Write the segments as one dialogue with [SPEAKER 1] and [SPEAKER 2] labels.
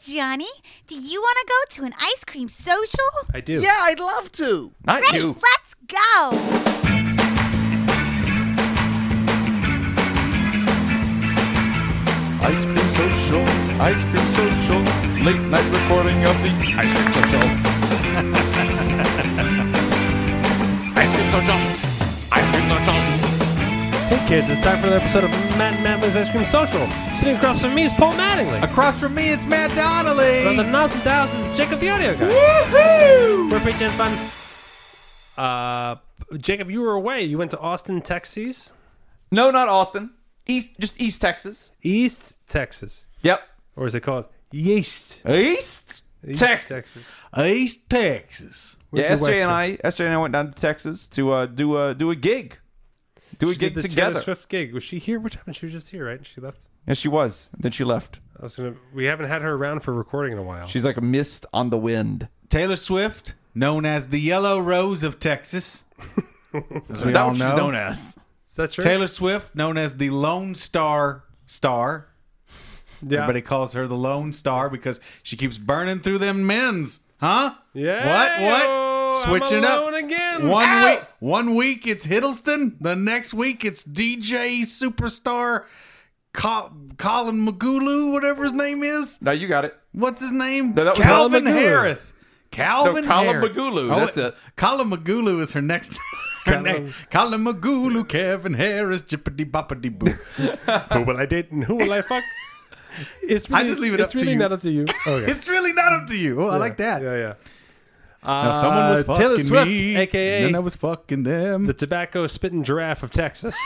[SPEAKER 1] Johnny, do you want to go to an ice cream social?
[SPEAKER 2] I do.
[SPEAKER 3] Yeah, I'd love to.
[SPEAKER 2] Not
[SPEAKER 1] Ready?
[SPEAKER 2] you.
[SPEAKER 1] Let's go.
[SPEAKER 2] Ice cream social. Ice cream social. Late night recording of the ice cream social. ice cream social. Ice cream social.
[SPEAKER 4] Hey kids, it's time for another episode of Matt and Matley's Ice Cream Social. Sitting across from me is Paul Mattingly.
[SPEAKER 3] Across from me, it's Matt
[SPEAKER 4] From the
[SPEAKER 3] Donnelly.
[SPEAKER 4] knobs and dials is Jacob the audio guy. We're pitching fun. Uh, Jacob, you were away. You went to Austin, Texas,
[SPEAKER 3] No, not Austin. East, just East Texas.
[SPEAKER 4] East Texas,
[SPEAKER 3] Yep.
[SPEAKER 4] or is it called Yeast?
[SPEAKER 3] East,
[SPEAKER 4] East
[SPEAKER 3] Texas.
[SPEAKER 5] East Texas.
[SPEAKER 3] Yeah,
[SPEAKER 4] Where'd you
[SPEAKER 3] SJ and I,
[SPEAKER 4] work
[SPEAKER 3] SJ and I went down to Texas to uh, do a do a gig, do a
[SPEAKER 4] She
[SPEAKER 3] gig
[SPEAKER 4] did the
[SPEAKER 3] together.
[SPEAKER 4] Taylor Swift gig. Was she here? What happened? She was just here, right? And She left.
[SPEAKER 3] Yes, she was. Then she left.
[SPEAKER 4] I was gonna. We haven't had her around for recording in a while.
[SPEAKER 3] She's like a mist on the wind.
[SPEAKER 5] Taylor Swift, known as the Yellow Rose of Texas. As we
[SPEAKER 3] Is that
[SPEAKER 5] all
[SPEAKER 3] what
[SPEAKER 5] know.
[SPEAKER 3] she's known as?
[SPEAKER 4] Is that true?
[SPEAKER 5] Taylor Swift, known as the Lone Star Star.
[SPEAKER 4] yeah.
[SPEAKER 5] Everybody calls her the Lone Star because she keeps burning through them men's, huh?
[SPEAKER 4] Yeah.
[SPEAKER 5] What? What?
[SPEAKER 4] I'm
[SPEAKER 5] Switching it
[SPEAKER 4] alone
[SPEAKER 5] up.
[SPEAKER 4] again.
[SPEAKER 5] One
[SPEAKER 4] Ow!
[SPEAKER 5] week, one week it's Hiddleston. The next week it's DJ superstar Col- Colin Magulu, whatever his name is.
[SPEAKER 3] No, you got it.
[SPEAKER 5] What's his name?
[SPEAKER 3] No, that was-
[SPEAKER 5] Calvin
[SPEAKER 4] Colin Magulu.
[SPEAKER 5] Harris. Calvin
[SPEAKER 3] No, Colin
[SPEAKER 5] Harris. Oh,
[SPEAKER 3] Magulu, that's it.
[SPEAKER 5] Colin Magulu is her next. Her
[SPEAKER 4] Colin-
[SPEAKER 5] name. Colin Magulu, Kevin Harris, jippity boppity boo.
[SPEAKER 4] who will I date and who will I fuck? It's
[SPEAKER 5] I
[SPEAKER 4] really,
[SPEAKER 5] just leave it
[SPEAKER 4] it's
[SPEAKER 5] up to
[SPEAKER 4] really
[SPEAKER 5] you.
[SPEAKER 4] not up to you. Okay.
[SPEAKER 5] it's really not up to you. Oh, I like that.
[SPEAKER 4] Yeah, yeah.
[SPEAKER 5] Now, someone was
[SPEAKER 4] Uh,
[SPEAKER 5] fucking
[SPEAKER 4] Taylor Swift,
[SPEAKER 5] me,
[SPEAKER 4] aka
[SPEAKER 5] and then I was fucking them.
[SPEAKER 4] the tobacco spitting giraffe of Texas.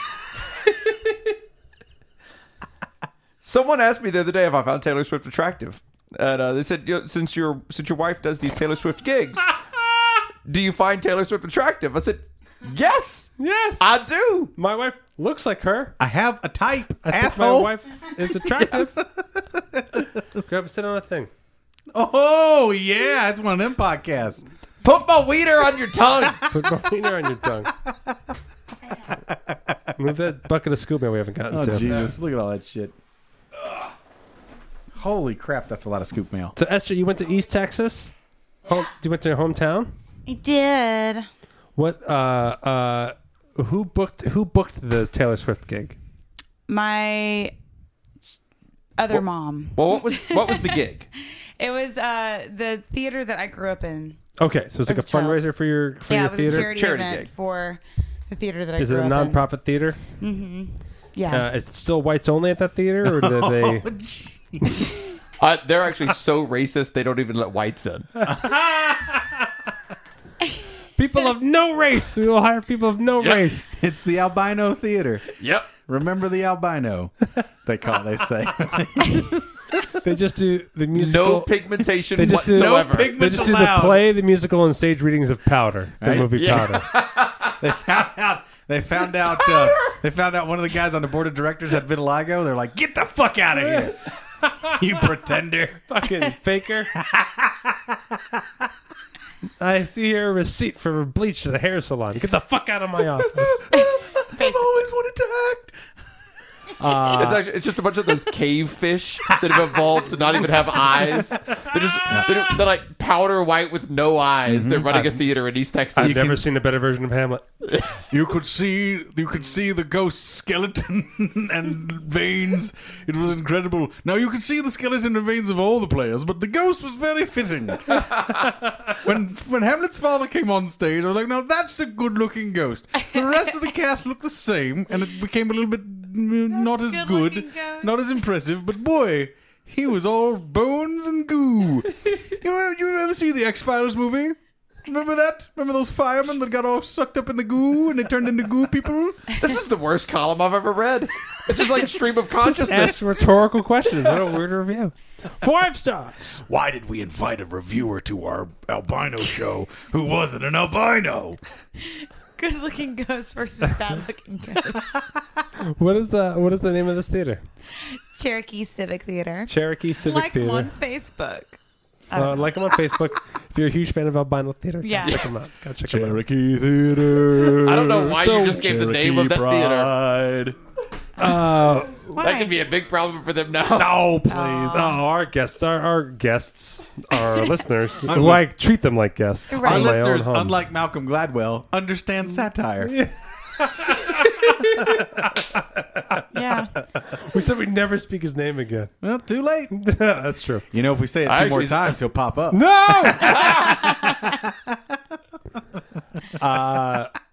[SPEAKER 3] Someone asked me the other day if I found Taylor Swift attractive, and uh, they said, "You know, "Since your since your wife does these Taylor Swift gigs, do you find Taylor Swift attractive?" I said, "Yes,
[SPEAKER 4] yes,
[SPEAKER 3] I do."
[SPEAKER 4] my wife looks like her.
[SPEAKER 5] I have a type,
[SPEAKER 4] I think
[SPEAKER 5] asshole.
[SPEAKER 4] my wife is attractive. Grab and sit on a thing.
[SPEAKER 5] Oh yeah, it's one of them podcasts.
[SPEAKER 3] Put my wiener on your tongue.
[SPEAKER 4] Put my finger on your tongue. Move that bucket of scoop we haven't gotten
[SPEAKER 5] Oh
[SPEAKER 4] to.
[SPEAKER 5] Jesus, look at all that shit. Holy crap, that's a lot of scoop mail.
[SPEAKER 4] So Esther, you went to East Texas. Home, you went to your hometown.
[SPEAKER 1] I did.
[SPEAKER 4] What? Uh, uh, who booked? Who booked the Taylor Swift gig?
[SPEAKER 6] my other mom.
[SPEAKER 3] well, what was what was the gig?
[SPEAKER 6] It was uh, the theater that I grew up in.
[SPEAKER 4] Okay, so it's like a
[SPEAKER 6] As a child.
[SPEAKER 4] fundraiser for your for
[SPEAKER 6] yeah,
[SPEAKER 4] Oh, your
[SPEAKER 6] it was
[SPEAKER 4] theater.
[SPEAKER 6] a charity,
[SPEAKER 3] Charity
[SPEAKER 6] event
[SPEAKER 3] gig.
[SPEAKER 6] for the theater that I
[SPEAKER 4] Is it
[SPEAKER 6] grew
[SPEAKER 4] a
[SPEAKER 6] up in.
[SPEAKER 4] nonprofit theater?
[SPEAKER 6] Yeah.
[SPEAKER 4] Uh, is it still whites only at that theater, or do they?
[SPEAKER 5] Oh, gee.
[SPEAKER 3] Uh, they're actually so racist they don't even let whites in.
[SPEAKER 4] people of no race. We will hire people of no race.
[SPEAKER 5] It's the albino theater.
[SPEAKER 3] Yep.
[SPEAKER 5] Remember the albino? They call. They say.
[SPEAKER 4] They just do the musical.
[SPEAKER 3] No pigmentation
[SPEAKER 4] they just do- No
[SPEAKER 3] whatsoever.
[SPEAKER 5] pig-
[SPEAKER 4] they just do the
[SPEAKER 5] allowed.
[SPEAKER 4] play, the musical, and stage readings of Powder, the
[SPEAKER 5] Right?
[SPEAKER 4] movie
[SPEAKER 3] Yeah.
[SPEAKER 4] Powder.
[SPEAKER 5] they found out. They found out. Uh, they found out one of the guys on the board of directors at Vitiligo. They're like, "Get the fuck out of here, you pretender!"
[SPEAKER 4] Fucking faker. I see here a receipt for bleach at a hair salon. Get the fuck out of my office.
[SPEAKER 5] I've always wanted to act.
[SPEAKER 3] it's, actually, it's just a bunch of those cave fish that have evolved to not even have eyes. They're just they're, they're like powder white with no eyes. They're running a theater in East Texas.
[SPEAKER 4] I've never seen a better version of Hamlet.
[SPEAKER 5] You could see. You could see the ghost skeleton and veins. It was incredible. Now you could see the skeleton and veins of all the players, but the ghost was very fitting. when when Hamlet's father came on stage, I was like, "Now that's a good-looking ghost." The rest of the cast looked the same, and it became a little bit mm, not as good,
[SPEAKER 6] good-looking ghost.
[SPEAKER 5] not as impressive. But boy, he was all bones and goo. you, you ever see the X Files movie? Remember that? Remember those firemen that got all sucked up in the goo and they turned into goo people?
[SPEAKER 3] This is the worst column I've ever read. It's just like stream of consciousness.
[SPEAKER 4] Ask rhetorical questions. What a weird review. Five stars.
[SPEAKER 5] Why did we invite a reviewer to our albino show who wasn't an albino?
[SPEAKER 6] Good looking ghost versus bad looking ghost.
[SPEAKER 4] What is the What is the name of this theater?
[SPEAKER 6] Cherokee Civic Theater.
[SPEAKER 4] Cherokee Civic
[SPEAKER 6] like
[SPEAKER 4] Theater.
[SPEAKER 6] on Facebook.
[SPEAKER 4] Uh, like them on Facebook. if you're a huge fan of albino theater, yeah.
[SPEAKER 6] Yeah.
[SPEAKER 4] check them out. Go check 'em out.
[SPEAKER 5] Cherokee Theater.
[SPEAKER 3] I don't know why you just gave the name of that theater.
[SPEAKER 5] Pride.
[SPEAKER 6] Why?
[SPEAKER 3] That could be a big problem for them now.
[SPEAKER 5] Oh, please.
[SPEAKER 4] Oh, our guests, our, our guests, our listeners,
[SPEAKER 5] Our
[SPEAKER 4] who I treat them like guests.
[SPEAKER 6] Right.
[SPEAKER 5] Our
[SPEAKER 4] in my own
[SPEAKER 5] listeners,
[SPEAKER 4] home.
[SPEAKER 5] unlike Malcolm Gladwell, understand satire.
[SPEAKER 6] yeah.
[SPEAKER 4] we said we'd never speak his name again.
[SPEAKER 5] Well, too late.
[SPEAKER 4] That's true.
[SPEAKER 5] You know, if we say it two
[SPEAKER 3] I
[SPEAKER 5] more
[SPEAKER 3] actually-
[SPEAKER 5] times, he'll pop up.
[SPEAKER 4] No,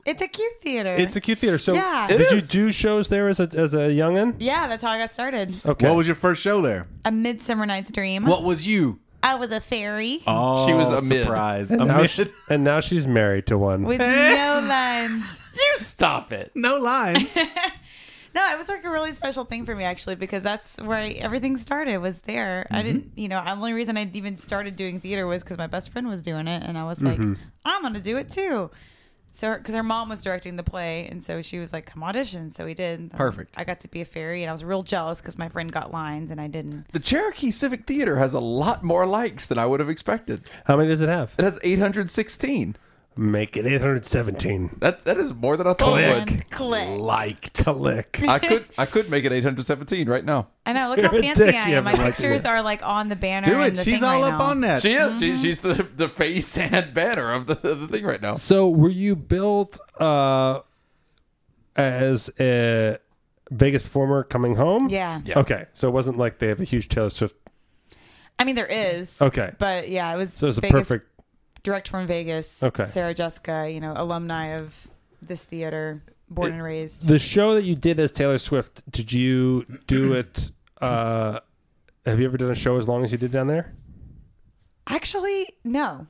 [SPEAKER 6] It's a cute theater.
[SPEAKER 4] it's a cute theater. So,
[SPEAKER 6] Yeah. It
[SPEAKER 4] did you
[SPEAKER 3] is.
[SPEAKER 4] do shows there as a as a youngin?
[SPEAKER 6] yeah, that's how I got started.
[SPEAKER 4] Okay.
[SPEAKER 5] What was your first show there?
[SPEAKER 6] A Midsummer Night's Dream.
[SPEAKER 5] What was you?
[SPEAKER 7] I was a fairy
[SPEAKER 5] Oh,
[SPEAKER 3] She was a mid.
[SPEAKER 5] surprise.
[SPEAKER 4] and,
[SPEAKER 5] A
[SPEAKER 4] now
[SPEAKER 5] mid.
[SPEAKER 4] she- and now she's married to one.
[SPEAKER 6] With no lines.
[SPEAKER 3] You stop it.
[SPEAKER 5] no lines.
[SPEAKER 6] No, it was like a really special thing for me actually because that's where I, everything started was there.
[SPEAKER 4] Mm-hmm.
[SPEAKER 6] I didn't, you know, the only reason I even started doing theater was because my best friend was doing it, and I was like,
[SPEAKER 4] Mm-hmm.
[SPEAKER 6] I'm gonna do it too. So, because her mom was directing the play, and so she was like, "Come audition." So we did. Um,
[SPEAKER 5] Perfect.
[SPEAKER 6] I got to be a fairy, and I was real jealous because my friend got lines and I didn't.
[SPEAKER 3] The Cherokee Civic Theater has a lot more likes than I would have expected.
[SPEAKER 4] How many does it have?
[SPEAKER 3] It has 816.
[SPEAKER 4] Make it 817.
[SPEAKER 3] That that is more than I thought it would.
[SPEAKER 6] And click.
[SPEAKER 4] Liked. Click.
[SPEAKER 3] I could I could make it 817 right now.
[SPEAKER 6] I know. Look how
[SPEAKER 4] You're a
[SPEAKER 6] fancy
[SPEAKER 4] dick,
[SPEAKER 6] I
[SPEAKER 4] you
[SPEAKER 6] am. My
[SPEAKER 4] haven't liked
[SPEAKER 6] pictures
[SPEAKER 4] me.
[SPEAKER 6] are like on the banner.
[SPEAKER 5] Do
[SPEAKER 6] and
[SPEAKER 5] it.
[SPEAKER 6] the
[SPEAKER 5] She's
[SPEAKER 6] thing
[SPEAKER 5] all
[SPEAKER 6] right
[SPEAKER 5] up
[SPEAKER 6] now.
[SPEAKER 5] on that.
[SPEAKER 3] She is. She, she's the, the face and banner of the, the thing right now.
[SPEAKER 4] So were you built uh, as a Vegas performer coming home?
[SPEAKER 6] Yeah.
[SPEAKER 4] Okay. So it wasn't like they have a huge Taylor Swift.
[SPEAKER 6] I mean, there is.
[SPEAKER 4] Okay.
[SPEAKER 6] But yeah, it was
[SPEAKER 4] so it's a
[SPEAKER 6] Vegas
[SPEAKER 4] perfect.
[SPEAKER 6] direct from Vegas.
[SPEAKER 4] Okay.
[SPEAKER 6] Sarah Jessica, you know, alumni of this theater, born and raised.
[SPEAKER 4] The show that you did as Taylor Swift, did you do it? Uh, have you ever done a show as long as you did down there?
[SPEAKER 6] Actually, no.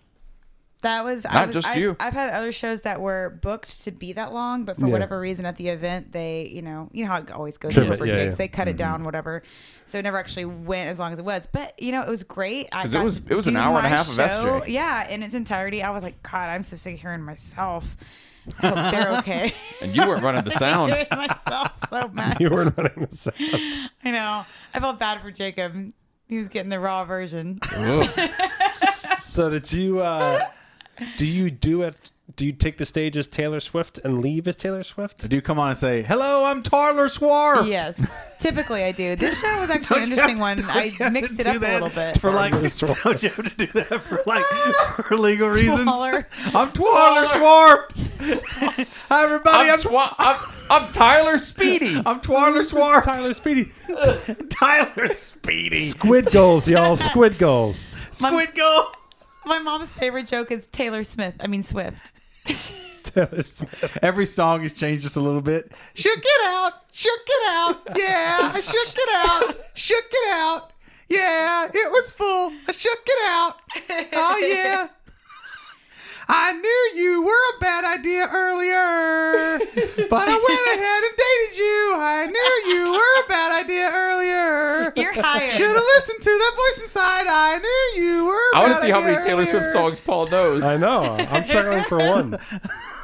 [SPEAKER 6] That was I
[SPEAKER 3] Not
[SPEAKER 6] was,
[SPEAKER 3] just
[SPEAKER 6] I've,
[SPEAKER 3] you.
[SPEAKER 6] I've had other shows that were booked to be that long, but for
[SPEAKER 4] Yeah.
[SPEAKER 6] whatever reason at the event, they you know you know how it always goes
[SPEAKER 4] Trim
[SPEAKER 6] for
[SPEAKER 4] it,
[SPEAKER 6] gigs.
[SPEAKER 4] yeah, yeah.
[SPEAKER 6] They
[SPEAKER 3] Mm-hmm.
[SPEAKER 6] cut it down, whatever. So it never actually went as long as it was. But you know, it was great. I
[SPEAKER 3] 'Cause it
[SPEAKER 6] got
[SPEAKER 3] was-
[SPEAKER 6] to
[SPEAKER 3] it was an
[SPEAKER 6] do
[SPEAKER 3] hour and a
[SPEAKER 6] my
[SPEAKER 3] half of
[SPEAKER 6] show.
[SPEAKER 3] SJ.
[SPEAKER 6] Yeah, in its entirety. I was like, God, I'm so sick of hearing myself. I hope they're okay.
[SPEAKER 3] And you were running the sound.
[SPEAKER 6] hearing myself so much.
[SPEAKER 4] You were running the sound.
[SPEAKER 6] I know. I felt bad for Jacob. He was getting the raw version.
[SPEAKER 4] So did you? Uh, do you do it? Do you take the stage as Taylor Swift and leave as Taylor Swift?
[SPEAKER 5] Do you come on and say, hello, I'm Tarler Swarf.
[SPEAKER 6] yes. Typically, I do. This show was actually an interesting one. I mixed it up a little bit.
[SPEAKER 5] For like, don't you have to do that for like for legal reasons?
[SPEAKER 6] Twaller.
[SPEAKER 5] I'm Twaller Swarf. Hi everybody,
[SPEAKER 3] I'm,
[SPEAKER 5] I'm,
[SPEAKER 3] Twa- I'm, I'm Tyler Speedy.
[SPEAKER 5] I'm Twaller Swarf.
[SPEAKER 4] Tyler Speedy.
[SPEAKER 5] Tyler Speedy.
[SPEAKER 4] Squid goals, y'all. Squid goals.
[SPEAKER 5] Squid Goal.
[SPEAKER 6] My mom's favorite joke is Taylor Smith. I mean Swift.
[SPEAKER 4] Taylor Swift.
[SPEAKER 5] Every song is changed just a little bit. Shook it out, shook it out, yeah, I shook it out, shook it out, yeah, it was full, I shook it out, oh yeah. I knew you were a bad idea earlier, but I went ahead and dated you. I knew you were a bad idea earlier.
[SPEAKER 6] You're hired.
[SPEAKER 5] Should have listened to that voice inside. I knew you were. A
[SPEAKER 3] I want
[SPEAKER 5] bad
[SPEAKER 3] to see how
[SPEAKER 5] idea
[SPEAKER 3] many Taylor Swift
[SPEAKER 5] earlier.
[SPEAKER 3] songs Paul knows.
[SPEAKER 4] I know. I'm struggling for one.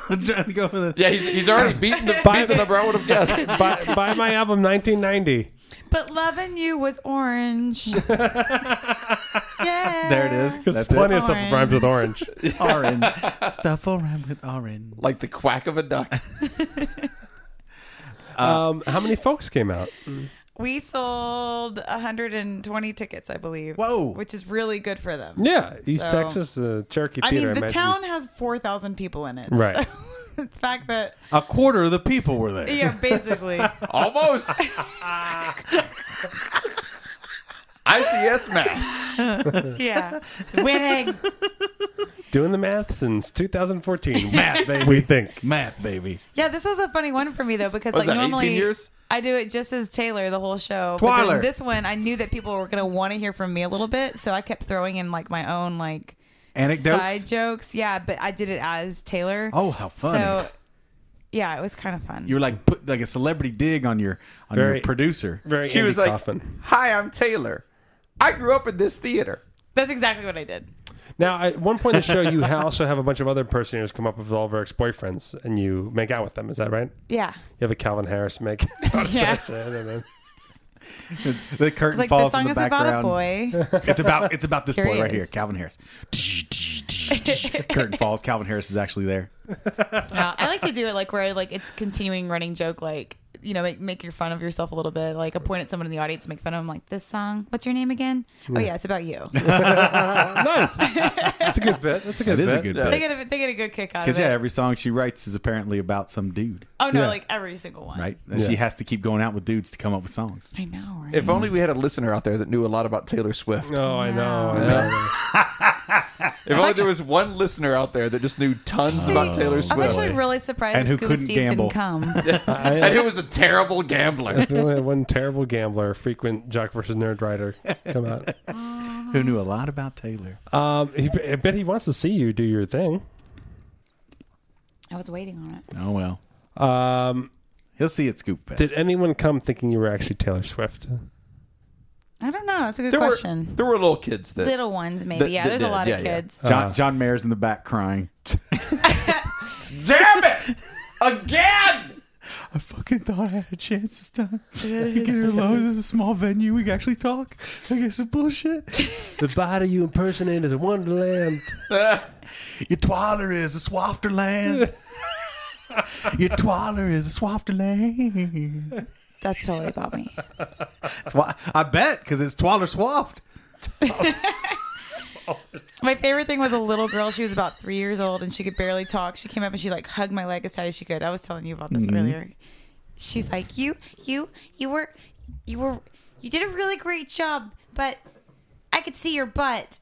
[SPEAKER 5] I'm trying to go with it.
[SPEAKER 3] Yeah, he's, he's already beaten the,
[SPEAKER 4] By
[SPEAKER 3] beat the
[SPEAKER 4] the-
[SPEAKER 3] number I would have guessed.
[SPEAKER 4] Buy, buy my album 1990.
[SPEAKER 6] But loving you was orange. yeah.
[SPEAKER 5] There it is.
[SPEAKER 4] Because
[SPEAKER 5] That's
[SPEAKER 4] plenty
[SPEAKER 5] it.
[SPEAKER 4] of stuff that rhymes with orange.
[SPEAKER 5] orange. Stuff will rhyme with orange.
[SPEAKER 3] Like the quack of a duck.
[SPEAKER 4] Um, how many folks came out?
[SPEAKER 6] We sold 120 tickets, I believe.
[SPEAKER 5] Whoa.
[SPEAKER 6] Which is really good for them.
[SPEAKER 4] Yeah, East
[SPEAKER 6] So-
[SPEAKER 4] Texas, uh, Cherokee
[SPEAKER 6] I mean,
[SPEAKER 4] Theater.
[SPEAKER 6] the
[SPEAKER 4] imagine.
[SPEAKER 6] town has 4,000 people in it.
[SPEAKER 4] Right.
[SPEAKER 6] So the fact that,
[SPEAKER 5] A quarter of the people were there.
[SPEAKER 6] yeah, basically.
[SPEAKER 3] Almost. ICS math.
[SPEAKER 6] yeah. Winning.
[SPEAKER 4] doing the math since 2014.
[SPEAKER 5] Math, baby.
[SPEAKER 4] we think.
[SPEAKER 5] Math, baby.
[SPEAKER 6] Yeah, this was a funny one for me though because
[SPEAKER 3] What is
[SPEAKER 6] like
[SPEAKER 3] that, 18
[SPEAKER 6] normally
[SPEAKER 3] years?
[SPEAKER 6] I do it just as Taylor the whole show. But then
[SPEAKER 5] Twyler.
[SPEAKER 6] This one I knew that people were gonna want to hear from me a little bit, so I kept throwing in like my own like
[SPEAKER 5] Anecdotes?
[SPEAKER 6] side jokes. Yeah, but I did it as Taylor.
[SPEAKER 5] Oh, how funny.
[SPEAKER 6] So yeah, it was kind of fun.
[SPEAKER 5] you were like put like a celebrity dig on your on
[SPEAKER 4] Very-
[SPEAKER 5] your producer.
[SPEAKER 4] Very
[SPEAKER 3] She
[SPEAKER 4] Andy
[SPEAKER 3] was like,
[SPEAKER 4] Kaufman.
[SPEAKER 3] Hi, I'm Taylor. I grew up in this theater.
[SPEAKER 6] That's exactly what I did.
[SPEAKER 4] Now, at one point in the show, you ha- also have a bunch of other impersonators come up with all of her ex boyfriends and you make out with them. Is that right?
[SPEAKER 6] Yeah.
[SPEAKER 4] You have a Calvin Harris make out
[SPEAKER 6] Yeah.
[SPEAKER 4] session. And then,
[SPEAKER 5] The curtain
[SPEAKER 6] It's like the
[SPEAKER 5] falls
[SPEAKER 6] song
[SPEAKER 5] in the
[SPEAKER 6] is
[SPEAKER 5] background.
[SPEAKER 6] about a boy.
[SPEAKER 5] It's about it's about this
[SPEAKER 6] Here
[SPEAKER 5] boy
[SPEAKER 6] he
[SPEAKER 5] right here,
[SPEAKER 6] is.
[SPEAKER 5] Calvin Harris. curtain falls. Calvin Harris is actually there.
[SPEAKER 6] I like to do it like where like it's continuing running joke like you know, make make your fun of yourself a little bit, like a point at someone in the audience, make fun of them, like this song. What's your name again? Oh yeah, it's about you. they
[SPEAKER 4] nice. That's a good bit. That's a good
[SPEAKER 5] It
[SPEAKER 4] bit.
[SPEAKER 5] is a good bit.
[SPEAKER 6] get a they get a good kick out of
[SPEAKER 5] Because
[SPEAKER 6] it.
[SPEAKER 5] yeah, every song she writes is apparently about some dude,
[SPEAKER 6] oh no,
[SPEAKER 4] yeah.
[SPEAKER 6] like every single one.
[SPEAKER 5] right? And She has to keep going out with dudes to come up with songs.
[SPEAKER 6] I know. Right?
[SPEAKER 3] If only we had a listener out there that knew a lot about Taylor Swift.
[SPEAKER 4] No, Oh, I know. I know.
[SPEAKER 3] If only there was one listener out there that just knew tons about Taylor
[SPEAKER 6] I was
[SPEAKER 3] Swift.
[SPEAKER 6] actually really surprised
[SPEAKER 5] And
[SPEAKER 6] that
[SPEAKER 5] who
[SPEAKER 6] Scuba
[SPEAKER 5] couldn't
[SPEAKER 6] Steve
[SPEAKER 5] gamble.
[SPEAKER 6] didn't come.
[SPEAKER 3] and who was a terrible gambler.
[SPEAKER 4] We only had one terrible gambler, frequent jock versus nerd writer. Come out.
[SPEAKER 5] Who knew a lot about Taylor?
[SPEAKER 4] Um, he, I bet he wants to see you do your thing.
[SPEAKER 6] I was waiting on it.
[SPEAKER 5] Oh well,
[SPEAKER 4] Um,
[SPEAKER 5] he'll see it Scoop Fest.
[SPEAKER 4] did anyone come thinking you were actually Taylor Swift?
[SPEAKER 6] I don't know. That's a good
[SPEAKER 3] There were,
[SPEAKER 6] question.
[SPEAKER 3] there were little kids that.
[SPEAKER 6] Little ones, maybe.
[SPEAKER 3] That-
[SPEAKER 6] yeah,
[SPEAKER 3] that
[SPEAKER 6] there's
[SPEAKER 3] did,
[SPEAKER 6] a lot of
[SPEAKER 3] yeah, yeah.
[SPEAKER 6] kids.
[SPEAKER 4] uh,
[SPEAKER 5] John, John Mayer's in the back crying.
[SPEAKER 3] Damn it! Again!
[SPEAKER 5] I fucking thought I had a chance this time. You can realize this is a small venue. We can actually talk. I guess it's bullshit.
[SPEAKER 4] The body you impersonate is a wonderland.
[SPEAKER 5] Your twaller is a swafterland. Your twaller is a swafterland.
[SPEAKER 6] That's totally about me.
[SPEAKER 5] Twa- I bet, because it's twaller swaft.
[SPEAKER 6] My favorite thing was a little girl. She was about three years old and she could barely talk. She came up and she like hugged my leg as tight as she could. I was telling you about this earlier. She's like, "You, you, you were, you were, you did a really great job, but I could see your butt."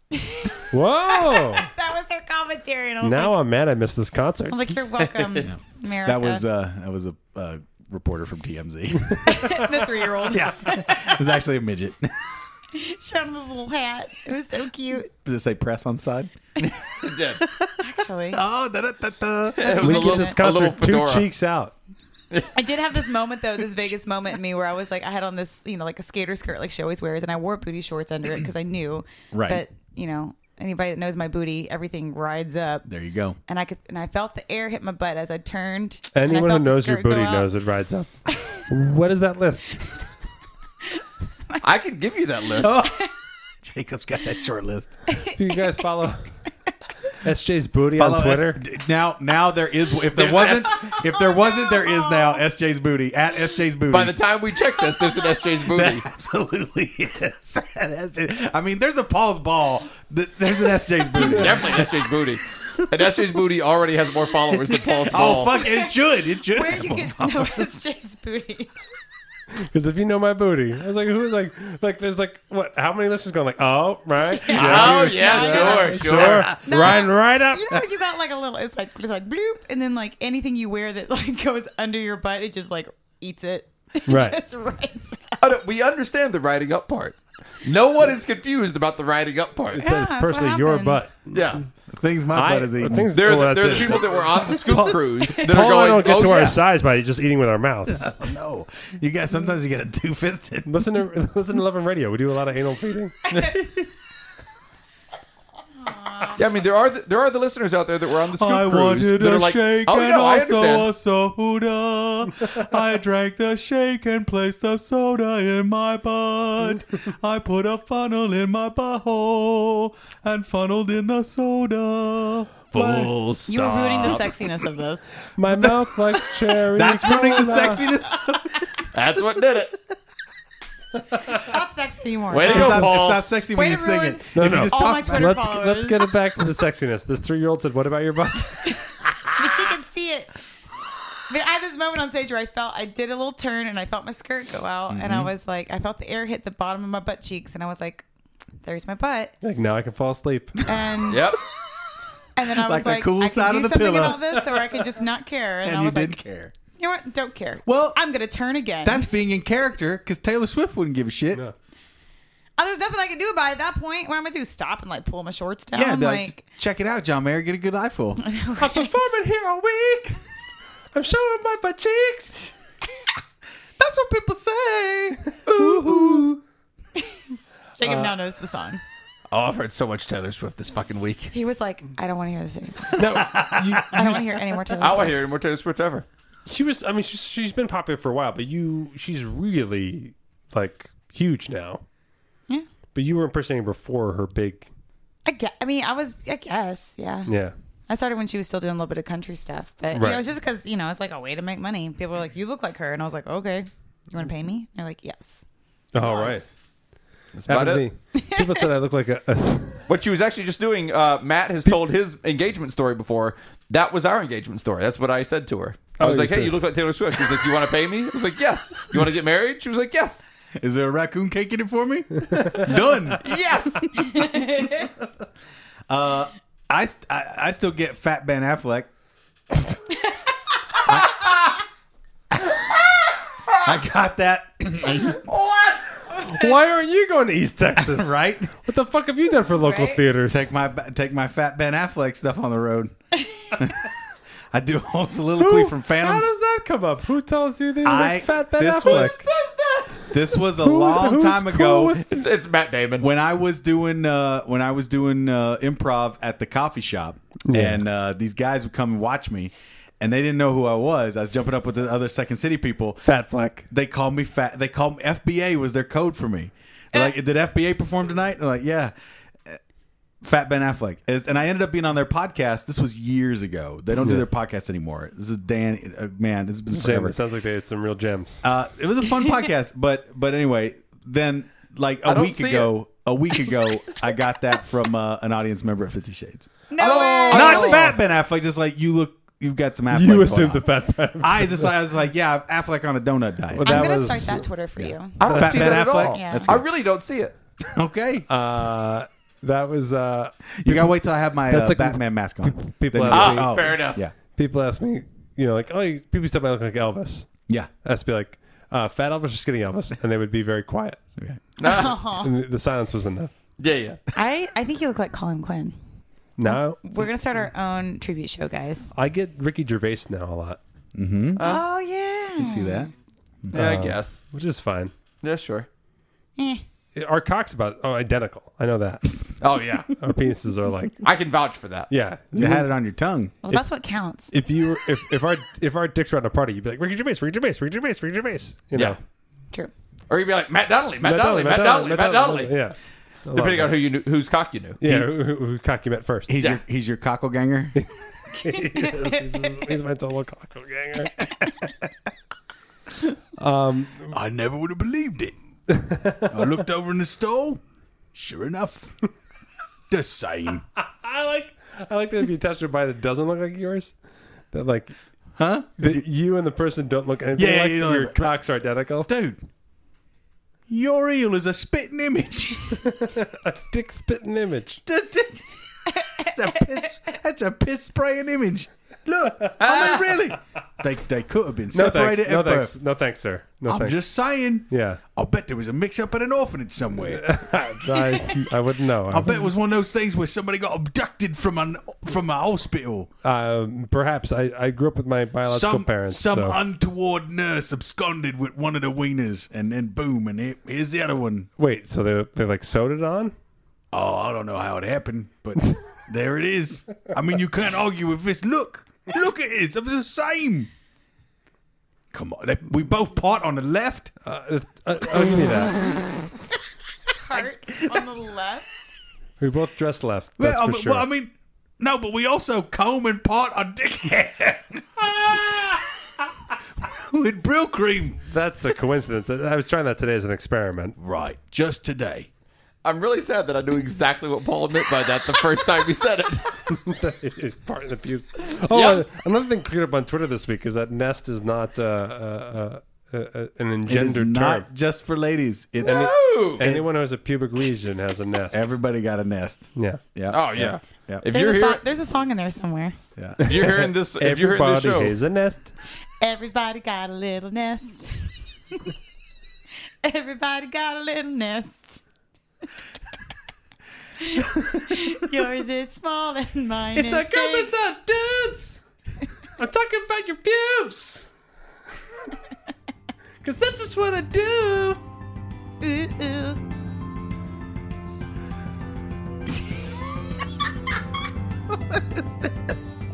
[SPEAKER 4] Whoa!
[SPEAKER 6] That was her commentary, and I was,
[SPEAKER 4] now
[SPEAKER 6] like,
[SPEAKER 4] I'm mad I missed this concert.
[SPEAKER 6] I was like, "You're welcome, America."
[SPEAKER 5] That was uh, that was a uh, reporter from TMZ.
[SPEAKER 6] the three-year-old. Yeah,
[SPEAKER 5] it was actually a midget.
[SPEAKER 6] she had on this little hat. It was so cute,
[SPEAKER 5] Does it say press on side?
[SPEAKER 3] It did.
[SPEAKER 6] actually.
[SPEAKER 5] Oh, da da da da.
[SPEAKER 3] It was
[SPEAKER 4] we
[SPEAKER 3] a
[SPEAKER 4] get
[SPEAKER 3] little-
[SPEAKER 4] this
[SPEAKER 3] a little
[SPEAKER 4] concert two
[SPEAKER 3] fedora.
[SPEAKER 4] cheeks out.
[SPEAKER 6] I did have this moment though, this Vegas moment in me where I was like, I had on this, you know, like a skater skirt like she always wears, and I wore booty shorts under it because I knew
[SPEAKER 5] Right.
[SPEAKER 6] that, you know, anybody that knows my booty, everything rides up.
[SPEAKER 5] There you go.
[SPEAKER 6] And I could, and I felt the air hit my butt as I turned. and I
[SPEAKER 4] Anyone who
[SPEAKER 6] felt the
[SPEAKER 4] knows your
[SPEAKER 6] skirt go
[SPEAKER 4] booty
[SPEAKER 6] up.
[SPEAKER 4] knows it rides up. what is that list?
[SPEAKER 3] I can give you that list.
[SPEAKER 5] Oh. Jacob's got that short list.
[SPEAKER 4] Do you guys follow SJ's booty
[SPEAKER 5] Follow
[SPEAKER 4] on Twitter?
[SPEAKER 5] S- d- now, now there is. If there wasn't, if there wasn't, there is now. SJ's booty at SJ's booty.
[SPEAKER 3] Oh, By the time we check this, there's an SJ's booty.
[SPEAKER 5] That absolutely is. SJ I mean, there's a Paul's ball. Th- There's an SJ's booty.
[SPEAKER 3] Definitely an SJ's booty. And SJ's booty already has more followers than Paul's ball.
[SPEAKER 5] Oh fuck! It should. It should.
[SPEAKER 6] Where'd you get to know it's Jay's booty?
[SPEAKER 4] Because if you know my booty, I was like, who is like, like, there's like, what? How many listeners going like, oh, right,
[SPEAKER 3] Oh,
[SPEAKER 4] you-
[SPEAKER 3] yeah, sure,
[SPEAKER 4] sure,
[SPEAKER 3] sure.
[SPEAKER 4] riding right up.
[SPEAKER 6] You know when you got like a little, it's like it's like bloop, and then like anything you wear that like goes under your butt, it just like eats it. It
[SPEAKER 4] Right.
[SPEAKER 6] just rides up.
[SPEAKER 3] I don't- we understand the riding up part. No one is confused about the riding up part.
[SPEAKER 4] But it's
[SPEAKER 6] that's what
[SPEAKER 4] personally your
[SPEAKER 6] happened.
[SPEAKER 4] butt.
[SPEAKER 3] Yeah.
[SPEAKER 5] Things my
[SPEAKER 4] I-
[SPEAKER 5] butt is eating.
[SPEAKER 4] things-
[SPEAKER 3] They're,
[SPEAKER 4] Well,
[SPEAKER 3] the, they're
[SPEAKER 4] that's
[SPEAKER 3] the
[SPEAKER 4] it.
[SPEAKER 3] people that were on the scoop cruise that
[SPEAKER 4] Paul
[SPEAKER 3] are
[SPEAKER 4] and I
[SPEAKER 3] going,
[SPEAKER 4] don't get
[SPEAKER 3] oh,
[SPEAKER 4] to our
[SPEAKER 3] yeah.
[SPEAKER 4] size by just eating with our mouths.
[SPEAKER 5] Oh, No, you got. Sometimes you get a two fisted.
[SPEAKER 4] listen to listen to Love and Radio. We do a lot of anal feeding.
[SPEAKER 3] Yeah, I mean, there are the, there are the listeners out there that were on the scoop
[SPEAKER 5] I
[SPEAKER 3] cruise
[SPEAKER 5] wanted
[SPEAKER 3] that are
[SPEAKER 5] a
[SPEAKER 3] like,
[SPEAKER 5] shake
[SPEAKER 3] oh,
[SPEAKER 5] and
[SPEAKER 3] no, I
[SPEAKER 5] also a
[SPEAKER 3] understand.
[SPEAKER 5] soda. I drank the shake and placed the soda in my butt. I put a funnel in my butthole and funneled in the soda.
[SPEAKER 3] Full
[SPEAKER 6] You were ruining the sexiness of this.
[SPEAKER 4] My mouth likes cherry.
[SPEAKER 5] That's ruining the
[SPEAKER 4] cola.
[SPEAKER 5] sexiness.
[SPEAKER 3] That's what did it.
[SPEAKER 6] not sex anymore.
[SPEAKER 3] Way to
[SPEAKER 5] It's
[SPEAKER 3] go,
[SPEAKER 5] not, it's
[SPEAKER 3] Paul.
[SPEAKER 5] not sexy
[SPEAKER 6] Way
[SPEAKER 5] when you
[SPEAKER 6] to
[SPEAKER 5] sing
[SPEAKER 6] ruin
[SPEAKER 5] it.
[SPEAKER 4] No,
[SPEAKER 5] if
[SPEAKER 4] no.
[SPEAKER 5] you just
[SPEAKER 6] All
[SPEAKER 5] talk
[SPEAKER 6] my Twitter
[SPEAKER 4] Let's
[SPEAKER 6] followers.
[SPEAKER 4] let's get it back to the sexiness. This three year old said, "What about your butt?"
[SPEAKER 6] But she can see it. But I had this moment on stage where I felt I did a little turn and I felt my skirt go out, and
[SPEAKER 5] Mm-hmm.
[SPEAKER 6] I was like, I felt the air hit the bottom of my butt cheeks, and I was like, "There's my butt."
[SPEAKER 4] Like now I can fall asleep.
[SPEAKER 6] And
[SPEAKER 3] Yep.
[SPEAKER 6] and then I was
[SPEAKER 5] Like the
[SPEAKER 6] like,
[SPEAKER 5] cool
[SPEAKER 6] I
[SPEAKER 5] side
[SPEAKER 6] can do
[SPEAKER 5] of the
[SPEAKER 6] something
[SPEAKER 5] pillow.
[SPEAKER 6] about this, or I could just not care. And,
[SPEAKER 5] and
[SPEAKER 6] I
[SPEAKER 5] you
[SPEAKER 6] was
[SPEAKER 5] didn't
[SPEAKER 6] like,
[SPEAKER 5] care.
[SPEAKER 6] you know what? Don't care.
[SPEAKER 5] Well-
[SPEAKER 6] I'm gonna turn again.
[SPEAKER 5] That's being in character because Taylor Swift wouldn't give a shit.
[SPEAKER 4] No.
[SPEAKER 6] Oh, there's nothing I can do about it at that point. What am I gonna do? Stop and like pull my shorts down?
[SPEAKER 5] Yeah,
[SPEAKER 6] I'm
[SPEAKER 5] be like,
[SPEAKER 6] like,
[SPEAKER 5] check it out, John Mayer. Get a good eyeful.
[SPEAKER 4] I'm performing here all week. I'm showing my butt cheeks.
[SPEAKER 5] That's what people say.
[SPEAKER 6] Jacob now knows the song.
[SPEAKER 3] Oh, I've heard so much Taylor Swift this fucking week.
[SPEAKER 6] He was like, I don't want to hear this anymore.
[SPEAKER 4] No, you,
[SPEAKER 6] I don't want to hear any more Taylor
[SPEAKER 3] I want
[SPEAKER 6] Swift.
[SPEAKER 3] to hear any more Taylor Swift ever.
[SPEAKER 4] she was. I mean, she's, she's been popular for a while, but you, she's really like huge now.
[SPEAKER 6] Yeah.
[SPEAKER 4] But you were impersonating before her big.
[SPEAKER 6] I, guess, I mean, I was, I guess, yeah.
[SPEAKER 4] Yeah.
[SPEAKER 6] I started when she was still doing a little bit of country stuff, but you know, it was just because you know it's like a way to make money. People were like, "You look like her," and I was like, "Okay, you want to pay me?" they're like, "Yes."
[SPEAKER 4] All right.
[SPEAKER 3] That's about
[SPEAKER 4] Happened to
[SPEAKER 3] it.
[SPEAKER 4] me. People said I look like a.
[SPEAKER 3] What she was actually just doing, uh, Matt has told his engagement story before. That was our engagement story. That's what I said to her. I
[SPEAKER 4] Oh,
[SPEAKER 3] was
[SPEAKER 4] you
[SPEAKER 3] like, hey,
[SPEAKER 4] said-
[SPEAKER 3] you look like Taylor Swift. She was like, you want to pay me? I was like, yes. You want to get married? She was like, yes.
[SPEAKER 5] Is there a raccoon cake in it for me? Done.
[SPEAKER 3] Yes.
[SPEAKER 5] Uh, I, st- I I still get Fat Ben Affleck. I, I got that. I used-
[SPEAKER 4] Why aren't you going to East Texas?
[SPEAKER 5] right.
[SPEAKER 4] What the fuck have you done for local
[SPEAKER 6] Right?
[SPEAKER 4] theaters?
[SPEAKER 5] Take my take my Fat Ben Affleck stuff on the road. I do a whole soliloquy
[SPEAKER 4] Who-
[SPEAKER 5] from
[SPEAKER 4] How
[SPEAKER 5] Phantoms.
[SPEAKER 4] does that come up? Who tells you they look
[SPEAKER 5] I-
[SPEAKER 4] fat Ben
[SPEAKER 5] this
[SPEAKER 4] Affleck?
[SPEAKER 5] was- This was a
[SPEAKER 4] Who's-
[SPEAKER 5] long
[SPEAKER 4] who's
[SPEAKER 5] time
[SPEAKER 4] cool
[SPEAKER 5] ago.
[SPEAKER 4] with-
[SPEAKER 3] it's, it's Matt Damon.
[SPEAKER 5] when I was doing uh, when I was doing uh, improv at the coffee shop, and uh, these guys would come and watch me, and they didn't know who I was. I was jumping up with the other Second City people.
[SPEAKER 4] Fat Fleck.
[SPEAKER 5] They called me fat. They called me FBA was their code for me. They're like, did FBA perform tonight? They're like, yeah. Uh, Fat Ben Affleck, Is- and I ended up being on their podcast. This was years ago. They don't do their podcast anymore. This is Dan. Uh, man, it's been
[SPEAKER 4] Jam.
[SPEAKER 5] forever.
[SPEAKER 4] It sounds like they had some real gems.
[SPEAKER 5] Uh, it was a fun podcast, but but anyway, then like a
[SPEAKER 3] don't
[SPEAKER 5] week
[SPEAKER 3] see
[SPEAKER 5] ago, a week ago, I got that from uh, an audience member at Fifty Shades.
[SPEAKER 6] No way.
[SPEAKER 5] Not Fat Ben Affleck, just like you look, you've got some Affleck.
[SPEAKER 4] you
[SPEAKER 5] going
[SPEAKER 4] assumed
[SPEAKER 5] on.
[SPEAKER 4] the fat Ben.
[SPEAKER 5] I just I was like, yeah, Affleck on a donut diet.
[SPEAKER 4] that
[SPEAKER 6] I'm gonna
[SPEAKER 4] was-
[SPEAKER 6] start that Twitter for you.
[SPEAKER 3] I don't
[SPEAKER 5] Fat
[SPEAKER 3] see
[SPEAKER 5] Ben
[SPEAKER 3] that
[SPEAKER 5] Affleck?
[SPEAKER 3] at all.
[SPEAKER 6] Yeah.
[SPEAKER 5] That's
[SPEAKER 3] I
[SPEAKER 5] good.
[SPEAKER 3] really don't see it.
[SPEAKER 5] okay.
[SPEAKER 4] Uh, that was uh,
[SPEAKER 5] you gotta wait till I have my uh,
[SPEAKER 4] That's like-
[SPEAKER 5] Batman mask on.
[SPEAKER 4] people
[SPEAKER 5] Then-
[SPEAKER 4] ask me-
[SPEAKER 5] oh,
[SPEAKER 3] fair enough.
[SPEAKER 5] Yeah,
[SPEAKER 4] people ask me, you know, like, oh, you- people said I look like Elvis.
[SPEAKER 5] yeah.
[SPEAKER 4] I would be like, uh, fat Elvis or skinny Elvis, and they would be very quiet. And the, the silence was enough.
[SPEAKER 3] Yeah, yeah.
[SPEAKER 6] Uh-huh. I I think you look like Colin Quinn.
[SPEAKER 4] Now
[SPEAKER 6] We're gonna start our own tribute show, guys.
[SPEAKER 4] I get Ricky Gervais now a lot,
[SPEAKER 6] oh yeah.
[SPEAKER 5] See that?
[SPEAKER 3] Yeah, I guess.
[SPEAKER 4] which is fine.
[SPEAKER 3] Yeah, sure.
[SPEAKER 4] Our cocks about are identical. I know that
[SPEAKER 3] Oh, yeah.
[SPEAKER 4] our penises are like
[SPEAKER 3] I can vouch for that.
[SPEAKER 4] yeah.
[SPEAKER 5] You had it on your tongue.
[SPEAKER 6] Well, that's what counts.
[SPEAKER 4] If you were- if if our if our dicks were at a party, you'd be like Ricky Gervais, Ricky Gervais, Ricky Gervais, Ricky Gervais. You know,
[SPEAKER 3] Yeah.
[SPEAKER 6] True.
[SPEAKER 3] Or you'd be like, Matt Donnelly, Matt, Donnelly, Matt Donnelly, Matt Donnelly.
[SPEAKER 4] Yeah, I love
[SPEAKER 3] Depending on
[SPEAKER 4] that.
[SPEAKER 3] who you knew, whose cock you knew.
[SPEAKER 4] yeah who, who, who cock you met first.
[SPEAKER 5] He's
[SPEAKER 3] Yeah.
[SPEAKER 5] your he's your cockle ganger.
[SPEAKER 4] he's, he's my total cockle ganger.
[SPEAKER 5] I never would have believed it. I looked over in the stall. Sure enough, the same.
[SPEAKER 4] I like I like that if you touch your body that doesn't look like yours, that like
[SPEAKER 5] Huh?
[SPEAKER 4] that you and the person don't look anything
[SPEAKER 5] Yeah,
[SPEAKER 4] like.
[SPEAKER 5] you don't
[SPEAKER 4] your
[SPEAKER 5] look-
[SPEAKER 4] cocks are identical.
[SPEAKER 5] Dude, your eel is a spitting image.
[SPEAKER 4] Dick spitting image.
[SPEAKER 5] that's a piss. That's a piss spraying image. Look, I mean, really, they they could have been
[SPEAKER 4] No thanks.
[SPEAKER 5] separated
[SPEAKER 4] No
[SPEAKER 5] at birth.
[SPEAKER 4] thanks. No thanks, sir. No
[SPEAKER 5] I'm
[SPEAKER 4] thanks.
[SPEAKER 5] just saying.
[SPEAKER 4] yeah,
[SPEAKER 5] I'll bet there was a mix-up at an orphanage somewhere.
[SPEAKER 4] I, I wouldn't know.
[SPEAKER 5] I bet it was one of those things where somebody got abducted from an from a hospital.
[SPEAKER 4] Um, perhaps I, I grew up with my biological
[SPEAKER 5] some
[SPEAKER 4] parents.
[SPEAKER 5] some
[SPEAKER 4] so.
[SPEAKER 5] untoward nurse absconded with one of the wieners, and then boom, and here, here's the other one.
[SPEAKER 4] Wait, so they they like sewed it on?
[SPEAKER 5] Oh, I don't know how it happened, but there it is. I mean, you can't argue with this. Look, look at it. It's the same. Come on, they- we both part on the left.
[SPEAKER 4] Uh, uh, oh, give me that.
[SPEAKER 6] Heart on the left.
[SPEAKER 4] We both dress left.
[SPEAKER 5] Well,
[SPEAKER 4] That's
[SPEAKER 5] I,
[SPEAKER 4] for
[SPEAKER 5] mean-
[SPEAKER 4] sure.
[SPEAKER 5] well, I mean, no, but we also comb and part our dick hair with brill cream.
[SPEAKER 4] That's a coincidence. I was trying that today as an experiment.
[SPEAKER 5] Right, just today.
[SPEAKER 3] I'm really sad that I knew exactly what Paul meant by that the first time he said it.
[SPEAKER 4] part of the pubes. Oh,
[SPEAKER 3] Yeah.
[SPEAKER 4] uh, another thing cleared up on Twitter this week is that nest is not uh, uh, uh, uh, an engendered term.
[SPEAKER 5] just for ladies. It's
[SPEAKER 3] Oh,
[SPEAKER 4] Anyone who has a pubic region has a nest.
[SPEAKER 5] everybody got a nest.
[SPEAKER 4] yeah.
[SPEAKER 5] Yeah.
[SPEAKER 3] oh yeah.
[SPEAKER 5] Yeah.
[SPEAKER 3] If you're
[SPEAKER 6] There's a, song,
[SPEAKER 3] here,
[SPEAKER 6] there's a song in there somewhere.
[SPEAKER 5] yeah.
[SPEAKER 3] if you're hearing this, if you're hearing this
[SPEAKER 4] Everybody
[SPEAKER 3] show,
[SPEAKER 4] has a nest.
[SPEAKER 6] Everybody got a little nest. Everybody got a little nest. Yours is small and mine is big.
[SPEAKER 4] not dudes. I'm talking about your pubes. Because that's just what I do.
[SPEAKER 6] Ooh, ooh.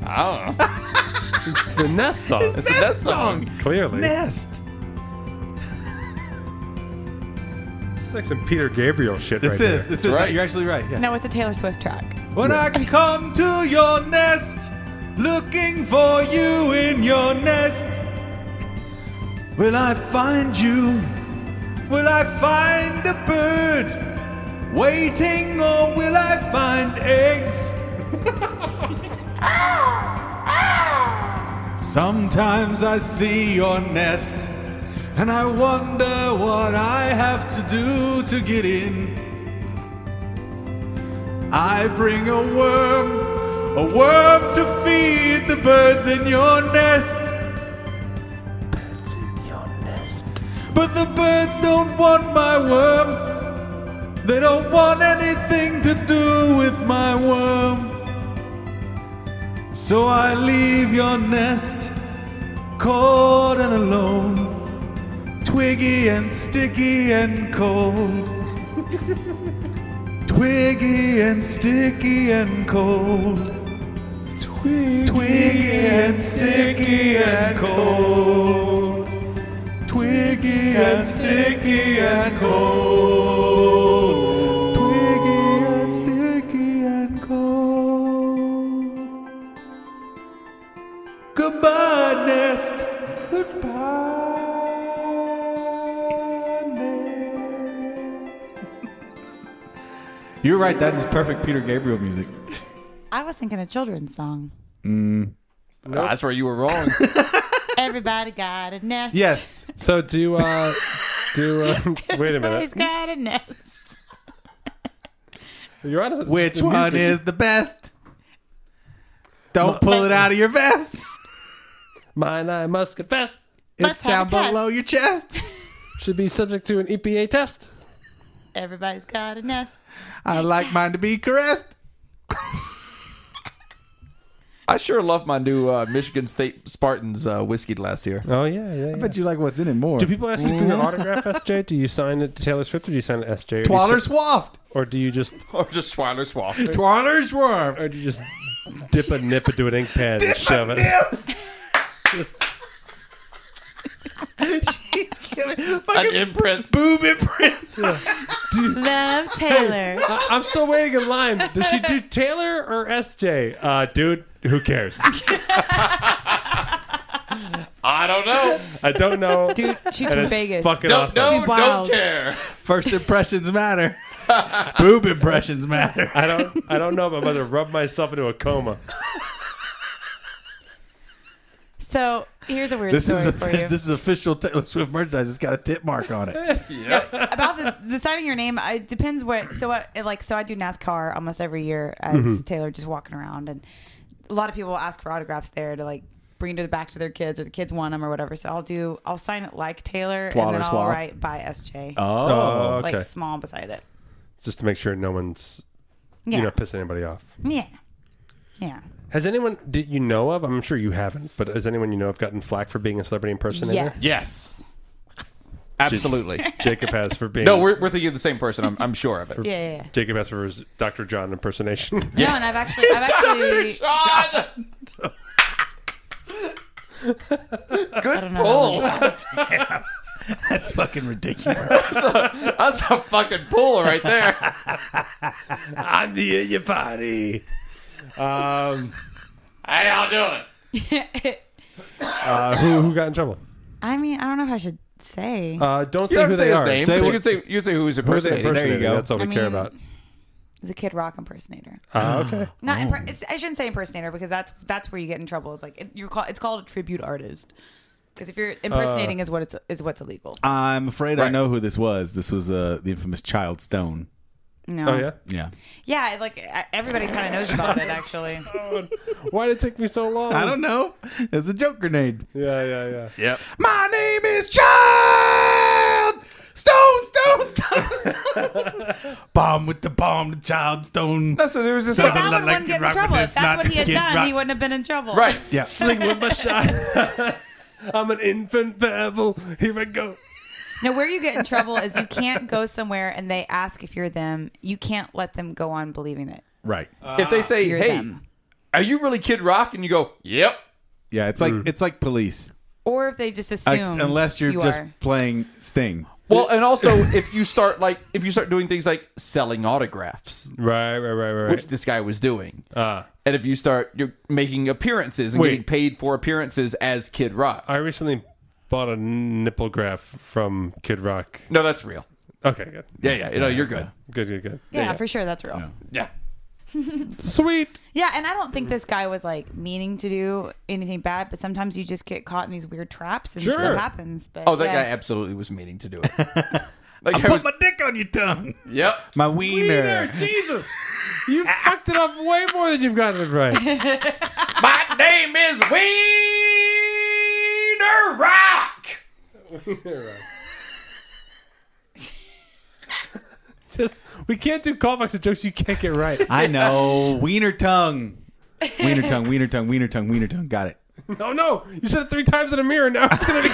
[SPEAKER 3] I don't know.
[SPEAKER 4] The nest song.
[SPEAKER 3] It's a death song.
[SPEAKER 4] Clearly.
[SPEAKER 5] Nest.
[SPEAKER 8] It's like some Peter Gabriel shit.
[SPEAKER 5] This
[SPEAKER 8] right
[SPEAKER 5] is
[SPEAKER 8] there.
[SPEAKER 5] this is
[SPEAKER 3] Right.
[SPEAKER 5] you're actually right. Yeah.
[SPEAKER 6] No, it's a Taylor Swift track.
[SPEAKER 5] When I can come to your nest, looking for you in your nest. Will I find you? Will I find a bird waiting, or will I find eggs? Sometimes I see your nest, and I wonder what I have to do to get in. I bring a worm, a worm to feed the birds in your nest. Birds in your nest. But the birds don't want my worm. They don't want anything to do with my worm. So I leave your nest, cold and alone, twiggy and sticky and cold. Twiggy and sticky and cold. Twiggy, and sticky and cold. Twiggy and sticky and cold. Twiggy and sticky and cold. Goodbye, nest. Goodbye, You're right. That is perfect Peter Gabriel music.
[SPEAKER 6] I was thinking a children's song.
[SPEAKER 3] Ah, that's where you were wrong.
[SPEAKER 6] Everybody got a nest.
[SPEAKER 5] Yes.
[SPEAKER 4] So do uh do uh, wait a minute.
[SPEAKER 6] Everybody's got a nest.
[SPEAKER 4] You're honest. it's
[SPEAKER 5] Which
[SPEAKER 4] just the
[SPEAKER 5] one
[SPEAKER 4] music.
[SPEAKER 5] is the best? Don't pull it out of your vest.
[SPEAKER 4] mine? I must confess
[SPEAKER 5] It's down
[SPEAKER 6] have a test.
[SPEAKER 5] below your chest.
[SPEAKER 4] should be subject to an EPA test.
[SPEAKER 6] Everybody's got a nest.
[SPEAKER 5] I like mine to be caressed.
[SPEAKER 3] I sure love my new uh, Michigan State Spartans uh, whiskey last year.
[SPEAKER 4] Oh yeah, yeah.
[SPEAKER 5] But you like what's in it more.
[SPEAKER 4] Do people ask you for your
[SPEAKER 5] Mm-hmm.
[SPEAKER 4] autograph, SJ? Do you sign it to Taylor Swift or do you sign it to SJ? Or do you
[SPEAKER 5] Twaller
[SPEAKER 4] si-
[SPEAKER 5] swaft.
[SPEAKER 4] or do you just
[SPEAKER 3] Or just Schweiler Swap.
[SPEAKER 5] Twaller swaft.
[SPEAKER 4] or do you just dip a nip into an ink pad and shove it?
[SPEAKER 5] He's kidding.
[SPEAKER 3] An
[SPEAKER 5] Fucking
[SPEAKER 3] imprint.
[SPEAKER 5] boob imprints.
[SPEAKER 6] Love Taylor.
[SPEAKER 4] I- I'm still waiting in line. Does she do Taylor or SJ? Uh, dude, who cares?
[SPEAKER 3] I don't know.
[SPEAKER 4] I don't know.
[SPEAKER 6] Dude, she's
[SPEAKER 4] and
[SPEAKER 6] from
[SPEAKER 4] it's
[SPEAKER 6] Vegas.
[SPEAKER 4] Fucking
[SPEAKER 3] Don't,
[SPEAKER 4] awesome.
[SPEAKER 3] no,
[SPEAKER 6] She's wild.
[SPEAKER 3] don't care.
[SPEAKER 5] First impressions matter. boob impressions matter.
[SPEAKER 4] I don't. I don't know if I'm about to rub myself into a coma.
[SPEAKER 6] So here's a weird
[SPEAKER 5] This
[SPEAKER 6] story
[SPEAKER 5] is, a,
[SPEAKER 6] for you.
[SPEAKER 5] this is official Taylor Swift merchandise. It's got a tip mark on it.
[SPEAKER 6] About the, the signing your name, it depends what. So what? Like so, I do NASCAR almost every year as
[SPEAKER 4] Mm-hmm.
[SPEAKER 6] Taylor, just walking around, and a lot of people ask for autographs there to like bring to the back to their kids, or the kids want them or whatever. So I'll do. I'll sign it like Taylor, and
[SPEAKER 5] Twaller
[SPEAKER 6] then I'll
[SPEAKER 5] swab.
[SPEAKER 6] write by SJ,
[SPEAKER 4] Oh, okay.
[SPEAKER 6] like small beside it.
[SPEAKER 4] Just to make sure no one's
[SPEAKER 6] Yeah,
[SPEAKER 4] you know pissing anybody off.
[SPEAKER 6] yeah, yeah.
[SPEAKER 4] Has anyone did you know of? I'm sure you haven't, but has anyone you know of gotten flack for being a celebrity impersonator?
[SPEAKER 6] Yes.
[SPEAKER 3] Yes. Absolutely.
[SPEAKER 4] Jacob has for being
[SPEAKER 3] No, we're, we're thinking of the same person. I'm, I'm sure of it.
[SPEAKER 6] Yeah, yeah, yeah.
[SPEAKER 4] Jacob has for his Dr. John impersonation.
[SPEAKER 6] No, and I've actually, I've actually,
[SPEAKER 3] Good pull.
[SPEAKER 5] That's fucking ridiculous.
[SPEAKER 3] That's a fucking pull right there.
[SPEAKER 4] I'm the in your body. Um,
[SPEAKER 3] Hey, I'll do it.
[SPEAKER 4] uh, who who got in trouble?
[SPEAKER 6] I mean, I don't know if I should say.
[SPEAKER 4] Uh, don't
[SPEAKER 3] You
[SPEAKER 4] say
[SPEAKER 3] don't
[SPEAKER 4] who
[SPEAKER 3] say
[SPEAKER 4] they
[SPEAKER 3] his
[SPEAKER 4] are. Say
[SPEAKER 3] name. but
[SPEAKER 4] what-
[SPEAKER 3] you can say you can say who is
[SPEAKER 4] who they
[SPEAKER 3] impersonating.
[SPEAKER 4] impersonating.
[SPEAKER 5] There you go.
[SPEAKER 4] That's all we
[SPEAKER 6] I
[SPEAKER 4] care
[SPEAKER 6] mean-
[SPEAKER 4] about.
[SPEAKER 6] It's a Kid Rock impersonator.
[SPEAKER 4] Uh, okay.
[SPEAKER 6] Not impre- it's, I shouldn't say impersonator because that's that's where you get in trouble. It's like it, you're call- it's called a tribute artist. Because if you're impersonating
[SPEAKER 5] Uh.
[SPEAKER 6] is what it's is what's illegal.
[SPEAKER 5] I'm afraid I
[SPEAKER 3] Right.
[SPEAKER 5] know who this was. This was uh, the infamous Child Stone.
[SPEAKER 6] No.
[SPEAKER 4] Oh yeah.
[SPEAKER 5] Yeah.
[SPEAKER 6] Yeah, like I- everybody kind of knows about it actually.
[SPEAKER 4] Why did it take me so long?
[SPEAKER 5] I don't know. It's a joke grenade.
[SPEAKER 4] Yeah, yeah, yeah.
[SPEAKER 3] Yep.
[SPEAKER 5] My name is Child Stone, Stone, Stone, Stone. bomb with the bomb, the Child Stone.
[SPEAKER 3] No, so there was this
[SPEAKER 5] So-
[SPEAKER 6] That
[SPEAKER 5] Not
[SPEAKER 6] one
[SPEAKER 5] like
[SPEAKER 6] wouldn't
[SPEAKER 5] Kid
[SPEAKER 6] get in
[SPEAKER 5] Rock, but
[SPEAKER 6] trouble. If
[SPEAKER 5] it's
[SPEAKER 6] that's
[SPEAKER 5] not
[SPEAKER 6] what he had
[SPEAKER 5] Kid
[SPEAKER 6] done,
[SPEAKER 5] Rock.
[SPEAKER 6] he wouldn't have been in trouble.
[SPEAKER 3] right.
[SPEAKER 5] Yeah.
[SPEAKER 4] Sling with my shot. I'm an infant devil. Here I go.
[SPEAKER 6] Now, where you get in trouble is you can't go somewhere and they ask if you're them. You can't let them go on believing it.
[SPEAKER 5] Right.
[SPEAKER 3] If they say,
[SPEAKER 6] You're
[SPEAKER 3] "Hey,
[SPEAKER 6] them.
[SPEAKER 3] are you really Kid Rock?" and you go, "Yep."
[SPEAKER 5] yeah, it's like it's like police.
[SPEAKER 6] Or if they just assume
[SPEAKER 5] Ex- unless you're
[SPEAKER 6] you
[SPEAKER 5] just
[SPEAKER 6] are.
[SPEAKER 5] playing Sting.
[SPEAKER 3] Well, and also if you start like if you start doing things like selling autographs,
[SPEAKER 4] Right, right, right, right.
[SPEAKER 3] which this guy was doing, and if you start you're making appearances and
[SPEAKER 4] Wait.
[SPEAKER 3] getting paid for appearances as Kid Rock,
[SPEAKER 4] I recently bought a nipple graph from Kid Rock.
[SPEAKER 3] no, that's real.
[SPEAKER 4] Okay, good.
[SPEAKER 3] Yeah, yeah, no, you're good.
[SPEAKER 4] Good, good, good.
[SPEAKER 6] Yeah, for sure, that's real. Yeah.
[SPEAKER 3] Yeah,
[SPEAKER 4] Sweet.
[SPEAKER 6] and I don't think this guy was like meaning to do anything bad, but sometimes you just get caught in these weird traps and
[SPEAKER 4] Sure.
[SPEAKER 6] stuff happens. But
[SPEAKER 3] Oh, that
[SPEAKER 6] yeah.
[SPEAKER 3] guy absolutely was meaning to do it. Like, I
[SPEAKER 2] Put
[SPEAKER 3] was-
[SPEAKER 2] my dick on your tongue.
[SPEAKER 3] yep.
[SPEAKER 5] My
[SPEAKER 4] Peter,
[SPEAKER 5] wiener.
[SPEAKER 4] Jesus. You fucked it up way more than you've gotten it right.
[SPEAKER 3] My name is Wiener Rock.
[SPEAKER 4] Just we can't do callbacks to jokes you can't get right.
[SPEAKER 5] I know. Wiener tongue. Wiener tongue, wiener tongue, wiener tongue, wiener tongue. Got it.
[SPEAKER 4] No, Oh, no. You said it three times in a mirror. Now it's gonna be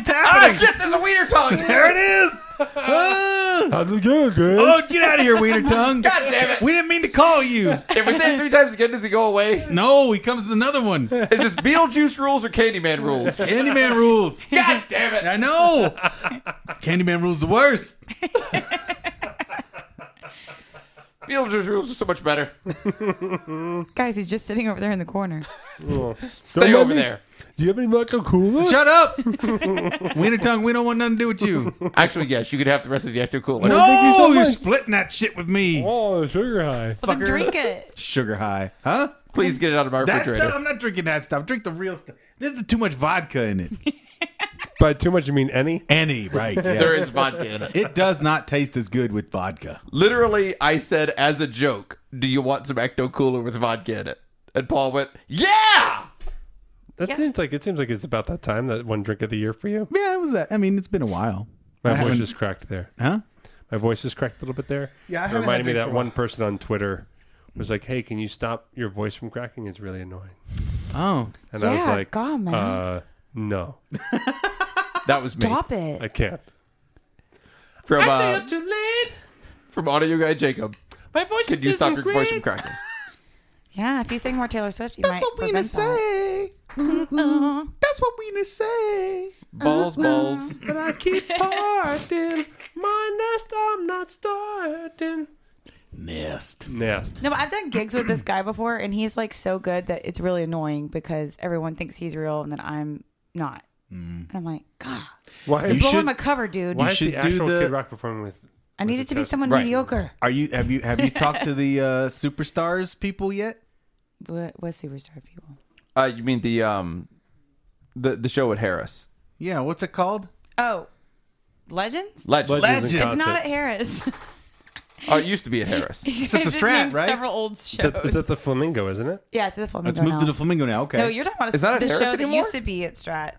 [SPEAKER 5] It's
[SPEAKER 3] Ah,
[SPEAKER 5] happening.
[SPEAKER 3] shit! There's a wiener tongue.
[SPEAKER 5] There it is. Ah.
[SPEAKER 4] good.
[SPEAKER 5] oh, get out of here, wiener tongue.
[SPEAKER 3] God damn it!
[SPEAKER 5] We didn't mean to call you.
[SPEAKER 3] If we say it three times again, does he go away?
[SPEAKER 2] No, he comes with another one.
[SPEAKER 3] Is this Beetlejuice rules or Candyman rules?
[SPEAKER 2] Candyman rules.
[SPEAKER 3] God damn it!
[SPEAKER 2] I know. Candyman rules the worst.
[SPEAKER 3] Beetlejuice rules are so much better.
[SPEAKER 6] guys, he's just sitting over there in the corner.
[SPEAKER 3] Stay over there.
[SPEAKER 4] Do you have any Michael Cooler?
[SPEAKER 2] Shut up. Wiener tongue, we don't want nothing to do with you.
[SPEAKER 3] Actually, yes, you could have the rest of the active cooler.
[SPEAKER 4] thank you so
[SPEAKER 2] No, you're
[SPEAKER 4] much.
[SPEAKER 2] splitting that shit with me.
[SPEAKER 4] Oh, sugar high.
[SPEAKER 6] Well, then drink it.
[SPEAKER 2] Sugar high. Huh?
[SPEAKER 3] Please get it out of my
[SPEAKER 2] That
[SPEAKER 3] refrigerator.
[SPEAKER 2] stuff, I'm not drinking that stuff. Drink the real stuff. There's too much vodka in it.
[SPEAKER 4] By too much, you mean any?
[SPEAKER 5] Any, right. yes.
[SPEAKER 3] There is vodka in it.
[SPEAKER 5] It does not taste as good with vodka.
[SPEAKER 3] Literally, I said as a joke, "Do you want some Ecto Cooler with vodka in it?" And Paul went, "Yeah."
[SPEAKER 4] That seems like it seems like it's about that time. That one drink of the year for you.
[SPEAKER 5] Yeah, it was that. I mean, it's been a while.
[SPEAKER 4] My voice just cracked there.
[SPEAKER 5] Huh?
[SPEAKER 4] My voice just cracked a little bit there.
[SPEAKER 5] Yeah, I
[SPEAKER 4] it
[SPEAKER 5] haven't
[SPEAKER 4] reminded
[SPEAKER 5] had
[SPEAKER 4] me
[SPEAKER 5] drinks
[SPEAKER 4] that
[SPEAKER 5] for a
[SPEAKER 4] one person on Twitter was like, "Hey, can you stop your voice from cracking? It's really annoying."
[SPEAKER 5] Oh.
[SPEAKER 4] And I was
[SPEAKER 6] Yeah,
[SPEAKER 4] like,
[SPEAKER 6] God, man.
[SPEAKER 4] Uh, "No,
[SPEAKER 3] That was me
[SPEAKER 6] Stop it.
[SPEAKER 4] I can't."
[SPEAKER 3] from uh,
[SPEAKER 4] too late.
[SPEAKER 3] from audio guy Jacob.
[SPEAKER 4] My voice
[SPEAKER 3] Could you stop your voice from cracking?
[SPEAKER 6] Yeah, if you sing more Taylor Swift, you
[SPEAKER 5] That's
[SPEAKER 6] might
[SPEAKER 5] what wiener
[SPEAKER 6] prevent that.
[SPEAKER 5] say. Mm-mm. That's what wiener say.
[SPEAKER 3] Balls, balls.
[SPEAKER 4] But I keep parting. My nest, I'm not starting.
[SPEAKER 5] Nest.
[SPEAKER 4] Nest.
[SPEAKER 6] No, but I've done gigs with this guy before, and he's like so good that it's really annoying because everyone thinks he's real and that I'm not. And I'm like, God,
[SPEAKER 4] Why
[SPEAKER 5] You
[SPEAKER 4] is,
[SPEAKER 6] blow
[SPEAKER 5] should-
[SPEAKER 6] him a cover, dude.
[SPEAKER 4] why is
[SPEAKER 5] should
[SPEAKER 4] the
[SPEAKER 5] do
[SPEAKER 4] actual
[SPEAKER 5] the-
[SPEAKER 4] Kid Rock performing with?
[SPEAKER 6] I need
[SPEAKER 4] with
[SPEAKER 6] it
[SPEAKER 4] the
[SPEAKER 6] to be
[SPEAKER 4] test?
[SPEAKER 6] someone
[SPEAKER 3] Right.
[SPEAKER 6] mediocre.
[SPEAKER 5] Are you have you have you talked to the uh, superstars people yet?
[SPEAKER 6] What, what superstar people?
[SPEAKER 3] Uh, you mean the um, the the show at Harris?
[SPEAKER 5] Yeah, what's it called?
[SPEAKER 6] Oh, Legends?
[SPEAKER 3] Legend.
[SPEAKER 4] Legends in
[SPEAKER 5] Legend.
[SPEAKER 6] It's
[SPEAKER 4] concert.
[SPEAKER 6] not at Harris.
[SPEAKER 3] Oh, it used to be at Harris.
[SPEAKER 6] It's
[SPEAKER 5] at the Strat, right?
[SPEAKER 6] Several old
[SPEAKER 4] Is that- is
[SPEAKER 6] shows.
[SPEAKER 4] that the flamingo? Isn't it?
[SPEAKER 6] yeah, it's at the Flamingo.
[SPEAKER 5] Let's move
[SPEAKER 6] now.
[SPEAKER 5] to the flamingo now. Okay.
[SPEAKER 6] No, you're talking about
[SPEAKER 3] Is that at
[SPEAKER 6] the
[SPEAKER 3] Harris
[SPEAKER 6] show that
[SPEAKER 3] anymore?
[SPEAKER 6] used to be at Strat.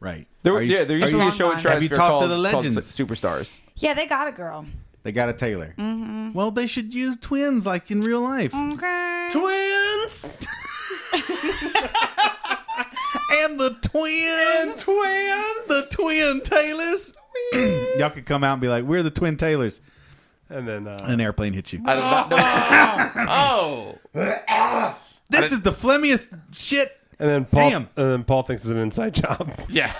[SPEAKER 5] right.
[SPEAKER 3] There,
[SPEAKER 5] Are you-
[SPEAKER 3] yeah, there
[SPEAKER 5] are
[SPEAKER 3] used to
[SPEAKER 5] you-
[SPEAKER 3] be a show at
[SPEAKER 6] Have
[SPEAKER 3] Stratosphere
[SPEAKER 5] you talked to
[SPEAKER 3] called-
[SPEAKER 5] the
[SPEAKER 3] called
[SPEAKER 5] legends?
[SPEAKER 3] Superstars.
[SPEAKER 6] Yeah, they got a girl.
[SPEAKER 5] They got a Taylor. Well, they should use twins like in real life.
[SPEAKER 6] Okay.
[SPEAKER 5] Twins. and the twins. Twins. The twin Taylors. Y'all could come out and be like, "We're the twin Taylors."
[SPEAKER 4] And then uh,
[SPEAKER 5] An airplane hits you.
[SPEAKER 3] I did not know. oh,
[SPEAKER 5] this is the flemmiest shit.
[SPEAKER 4] and then Paul
[SPEAKER 5] Damn.
[SPEAKER 4] and then Paul thinks it's an inside job.
[SPEAKER 3] yeah.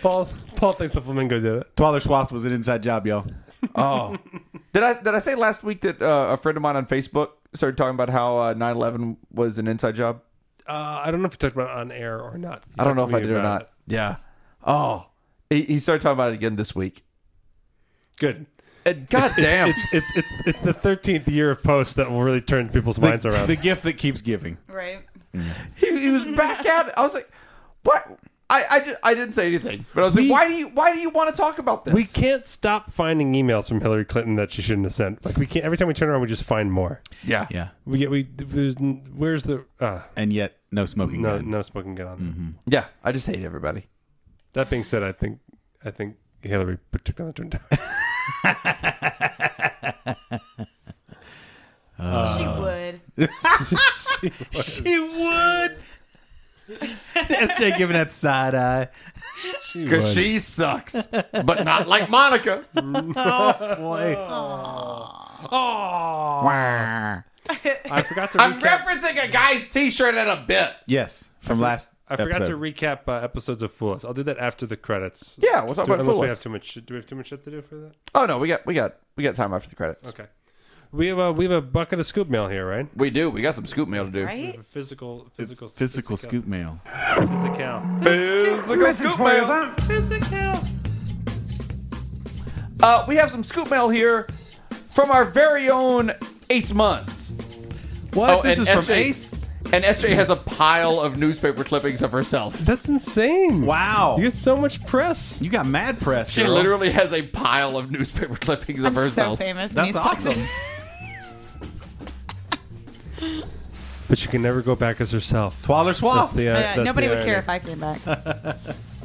[SPEAKER 4] Paul Paul thinks the flamingo did it.
[SPEAKER 5] Twaller Swaft was an inside job, y'all.
[SPEAKER 3] Did I did I say last week that uh, a friend of mine on Facebook started talking about how uh, 9/11 was an inside job?
[SPEAKER 4] Uh, I don't know if you talked about it on air or not. You
[SPEAKER 3] I don't know
[SPEAKER 4] talked
[SPEAKER 3] if
[SPEAKER 4] to
[SPEAKER 3] I
[SPEAKER 4] me
[SPEAKER 3] did or
[SPEAKER 4] about
[SPEAKER 3] not. Yeah. Oh, he, he started talking about it again this week.
[SPEAKER 4] it. Good.
[SPEAKER 5] Uh,
[SPEAKER 3] And God damn.
[SPEAKER 4] It's, it's it's the thirteenth year of post that will really turn people's minds around.
[SPEAKER 5] The gift that keeps giving.
[SPEAKER 6] Right.
[SPEAKER 3] he, he was back at it. I was like, what? I, I, ju- I didn't say anything, but I was
[SPEAKER 4] We-
[SPEAKER 3] like, why do you why do you want to talk about this?
[SPEAKER 4] we can't stop finding emails from Hillary Clinton that she shouldn't have sent. Like we can't. Every time we turn around, we just find more.
[SPEAKER 3] Yeah.
[SPEAKER 5] Yeah.
[SPEAKER 4] We get we. There's, n- where's the uh,
[SPEAKER 5] And yet, no smoking.
[SPEAKER 4] no
[SPEAKER 5] gun.
[SPEAKER 4] no smoking gun on there.
[SPEAKER 3] Yeah. I just hate everybody.
[SPEAKER 4] That being said, I think I think Hillary particularly turned down.
[SPEAKER 6] she would.
[SPEAKER 5] She would. SJ giving that side eye.
[SPEAKER 3] Because she sucks, but not like Monica.
[SPEAKER 5] Boy.
[SPEAKER 4] Oh,
[SPEAKER 5] Wah.
[SPEAKER 4] I forgot to
[SPEAKER 3] I'm
[SPEAKER 4] recap.
[SPEAKER 3] referencing a guy's T-shirt in a bit.
[SPEAKER 5] Yes, from last.
[SPEAKER 4] I forgot
[SPEAKER 5] episode.
[SPEAKER 4] to recap uh, episodes of Fool Us. I'll do that after the credits.
[SPEAKER 3] Yeah, we'll talk
[SPEAKER 4] Do-
[SPEAKER 3] about
[SPEAKER 4] unless
[SPEAKER 3] Fool
[SPEAKER 4] we
[SPEAKER 3] Us.
[SPEAKER 4] have too much. Do we have too much shit to do for that?
[SPEAKER 3] Oh no, we got we got we got time after the credits.
[SPEAKER 4] Okay. We have a we have a bucket of scoop mail here, right?
[SPEAKER 3] We do. We got some scoop mail to do.
[SPEAKER 6] Right?
[SPEAKER 4] Physical, physical,
[SPEAKER 5] physical scoop mail.
[SPEAKER 4] physical.
[SPEAKER 3] Physical scoop mail.
[SPEAKER 4] Physical.
[SPEAKER 3] Uh, we have some scoop mail here from our very own Ace Munns.
[SPEAKER 5] What?
[SPEAKER 3] Oh,
[SPEAKER 5] this
[SPEAKER 3] and
[SPEAKER 5] is from
[SPEAKER 3] SJ.
[SPEAKER 5] Ace.
[SPEAKER 3] And SJ has a pile of newspaper clippings of herself.
[SPEAKER 4] That's insane.
[SPEAKER 5] Wow,
[SPEAKER 4] You get so much press.
[SPEAKER 5] you got mad press.
[SPEAKER 3] She
[SPEAKER 5] girl.
[SPEAKER 3] literally has a pile of newspaper clippings
[SPEAKER 6] I'm
[SPEAKER 3] of herself.
[SPEAKER 6] so famous.
[SPEAKER 5] That's
[SPEAKER 6] and he's
[SPEAKER 5] awesome.
[SPEAKER 4] But you can never go back as herself.
[SPEAKER 5] Twaller Swaff.
[SPEAKER 4] That's the, uh,
[SPEAKER 6] Yeah,
[SPEAKER 4] that's
[SPEAKER 6] nobody
[SPEAKER 4] the
[SPEAKER 6] would care
[SPEAKER 4] irony.
[SPEAKER 6] if I came back.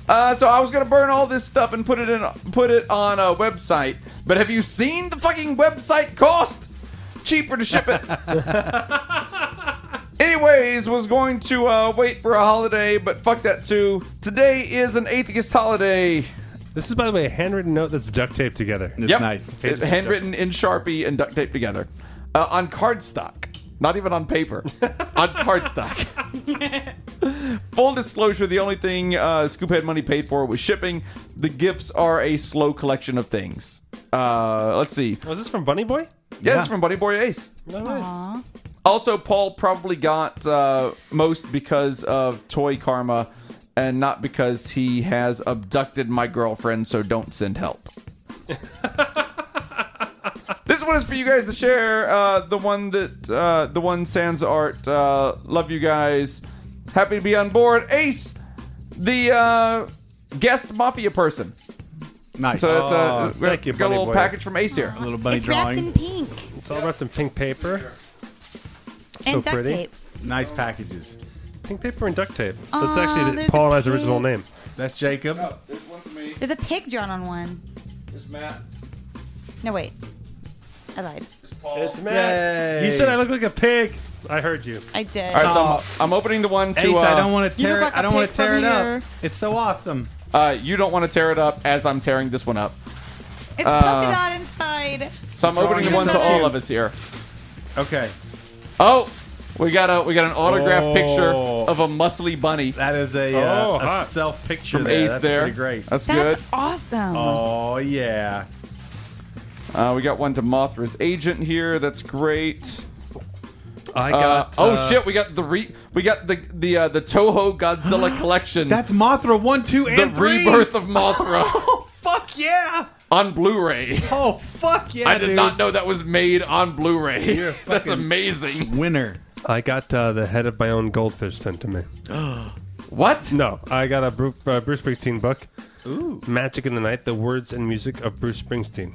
[SPEAKER 3] Uh, so I was gonna burn all this stuff and put it in, put it on a website. But have you seen the fucking website cost? Cheaper to ship it. Anyways, was going to uh, wait for a holiday, but fuck that too. Today is an atheist holiday.
[SPEAKER 4] This is, by the way, a handwritten note that's duct taped together.
[SPEAKER 5] It's
[SPEAKER 3] Yep.
[SPEAKER 5] nice.
[SPEAKER 3] It's handwritten in Sharpie and duct tape together. Uh, on cardstock. Not even on paper. on cardstock. Full disclosure the only thing uh, Scoophead Money paid for was shipping. The gifts are a slow collection of things. Uh, let's see.
[SPEAKER 4] Was Oh, this from Bunny Boy?
[SPEAKER 3] Yeah, it's from Buddy Boy Ace.
[SPEAKER 4] No, nice.
[SPEAKER 3] Also, Paul probably got uh, most because of toy karma and not because he has abducted my girlfriend, so don't send help. this one is for you guys to share. Uh, the one that, uh, the one sans art. Uh, love you guys. Happy to be on board. Ace, the uh, guest mafia person.
[SPEAKER 5] Nice.
[SPEAKER 3] So that's
[SPEAKER 4] Aw,
[SPEAKER 3] uh, we
[SPEAKER 4] thank you,
[SPEAKER 3] got a
[SPEAKER 4] Bunny Boy.
[SPEAKER 3] little package from Ace here.
[SPEAKER 5] a little bunny
[SPEAKER 1] it's wrapped
[SPEAKER 5] drawing.
[SPEAKER 1] in pink
[SPEAKER 4] It's all wrapped in pink paper.
[SPEAKER 1] and duct
[SPEAKER 4] pretty.
[SPEAKER 1] tape.
[SPEAKER 5] nice packages.
[SPEAKER 4] Pink paper and duct tape. That's
[SPEAKER 1] Aw,
[SPEAKER 4] actually the,
[SPEAKER 1] there's
[SPEAKER 4] Paul
[SPEAKER 1] a
[SPEAKER 4] and I's original
[SPEAKER 1] pig.
[SPEAKER 4] name.
[SPEAKER 5] That's Jacob.
[SPEAKER 3] There's one for me.
[SPEAKER 6] There's a pig drawn on one.
[SPEAKER 3] There's Matt.
[SPEAKER 6] No, wait. I lied.
[SPEAKER 3] There's Paul.
[SPEAKER 4] It's Matt. You said I look like a pig. I heard you.
[SPEAKER 6] I did.
[SPEAKER 3] All right, so I'm, I'm opening the one to.
[SPEAKER 5] Uh, Ace,
[SPEAKER 3] uh,
[SPEAKER 5] I don't want to
[SPEAKER 6] You
[SPEAKER 5] tear
[SPEAKER 6] look
[SPEAKER 5] it.
[SPEAKER 6] like
[SPEAKER 5] I don't
[SPEAKER 6] a
[SPEAKER 5] want to
[SPEAKER 6] pig
[SPEAKER 5] tear
[SPEAKER 6] from
[SPEAKER 5] it
[SPEAKER 6] here.
[SPEAKER 5] up. It's so awesome.
[SPEAKER 3] uh, you don't want to tear it up as I'm tearing this one up.
[SPEAKER 6] It's polka dot inside.
[SPEAKER 3] So I'm opening the
[SPEAKER 5] Drawing
[SPEAKER 3] one
[SPEAKER 5] is
[SPEAKER 3] to
[SPEAKER 5] Oh, so
[SPEAKER 3] all
[SPEAKER 5] cute.
[SPEAKER 3] of us here.
[SPEAKER 5] Okay,
[SPEAKER 3] Oh, we got a we got an autographed
[SPEAKER 5] Oh.
[SPEAKER 3] picture of a muscly bunny
[SPEAKER 5] that is a,
[SPEAKER 4] Oh,
[SPEAKER 5] uh, a
[SPEAKER 4] hot.
[SPEAKER 5] self picture
[SPEAKER 3] from
[SPEAKER 5] there.
[SPEAKER 3] Ace
[SPEAKER 5] That's
[SPEAKER 3] there.
[SPEAKER 5] pretty great.
[SPEAKER 3] That's,
[SPEAKER 6] That's
[SPEAKER 3] good.
[SPEAKER 6] awesome.
[SPEAKER 5] oh yeah.
[SPEAKER 3] Uh, we got one to Mothra's agent here. That's great.
[SPEAKER 4] I
[SPEAKER 3] Uh,
[SPEAKER 4] got.
[SPEAKER 3] oh
[SPEAKER 4] uh,
[SPEAKER 3] shit, we got the re- we got the the uh, the Toho Godzilla collection.
[SPEAKER 5] That's Mothra one, two,
[SPEAKER 3] the
[SPEAKER 5] and three.
[SPEAKER 3] rebirth of Mothra
[SPEAKER 5] Oh fuck yeah!
[SPEAKER 3] on Blu-ray.
[SPEAKER 5] Oh fuck yeah!
[SPEAKER 3] I did
[SPEAKER 5] dude.
[SPEAKER 3] not know that was made on Blu-ray.
[SPEAKER 5] You're a
[SPEAKER 3] That's
[SPEAKER 5] fucking-
[SPEAKER 3] amazing.
[SPEAKER 5] Winner.
[SPEAKER 4] I got uh, the head of my own goldfish sent to me.
[SPEAKER 3] What?
[SPEAKER 4] No, I got a Bruce, uh, Bruce Springsteen book. Ooh. Magic in the Night: The Words and Music of Bruce Springsteen.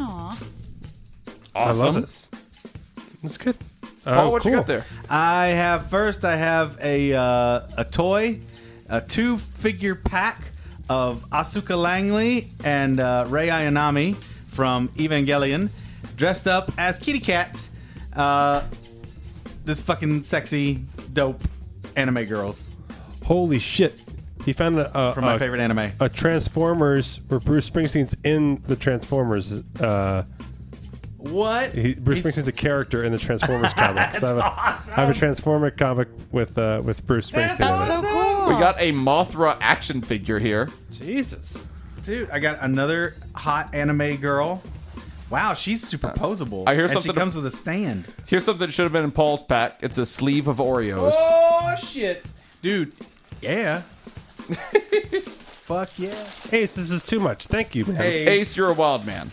[SPEAKER 6] Aw.
[SPEAKER 4] I
[SPEAKER 3] Awesome.
[SPEAKER 4] love this. It's good. Oh,
[SPEAKER 5] Oh,
[SPEAKER 3] Paul, what you got there?
[SPEAKER 5] I have first. I have a uh, a toy, a two figure pack of Asuka Langley and uh, Rei Ayanami from Evangelion, dressed up as kitty cats. Uh, this fucking sexy, dope anime girls
[SPEAKER 4] Holy shit! He found a, a
[SPEAKER 5] from my
[SPEAKER 4] a-
[SPEAKER 5] favorite anime.
[SPEAKER 4] a Transformers where Bruce Springsteen's in the Transformers. Uh,
[SPEAKER 5] What?
[SPEAKER 4] he, Bruce
[SPEAKER 5] He's-
[SPEAKER 4] Springsteen's a character in the Transformers comics. I, have a, I have a Transformer comic with uh, with Bruce
[SPEAKER 5] That's
[SPEAKER 4] Springsteen. in it.
[SPEAKER 6] So
[SPEAKER 5] awesome.
[SPEAKER 6] cool.
[SPEAKER 3] We got a Mothra action figure here.
[SPEAKER 4] Jesus.
[SPEAKER 5] Dude, I got another hot anime girl. Wow, she's super posable.
[SPEAKER 3] I hear
[SPEAKER 5] and
[SPEAKER 3] something-
[SPEAKER 5] She comes with a stand.
[SPEAKER 3] Here's something that should have been in Paul's pack. It's a sleeve of Oreos.
[SPEAKER 5] Oh shit, dude. Yeah. Fuck yeah.
[SPEAKER 4] Ace, this is too much. Thank you, man.
[SPEAKER 3] Ace, you're a wild man.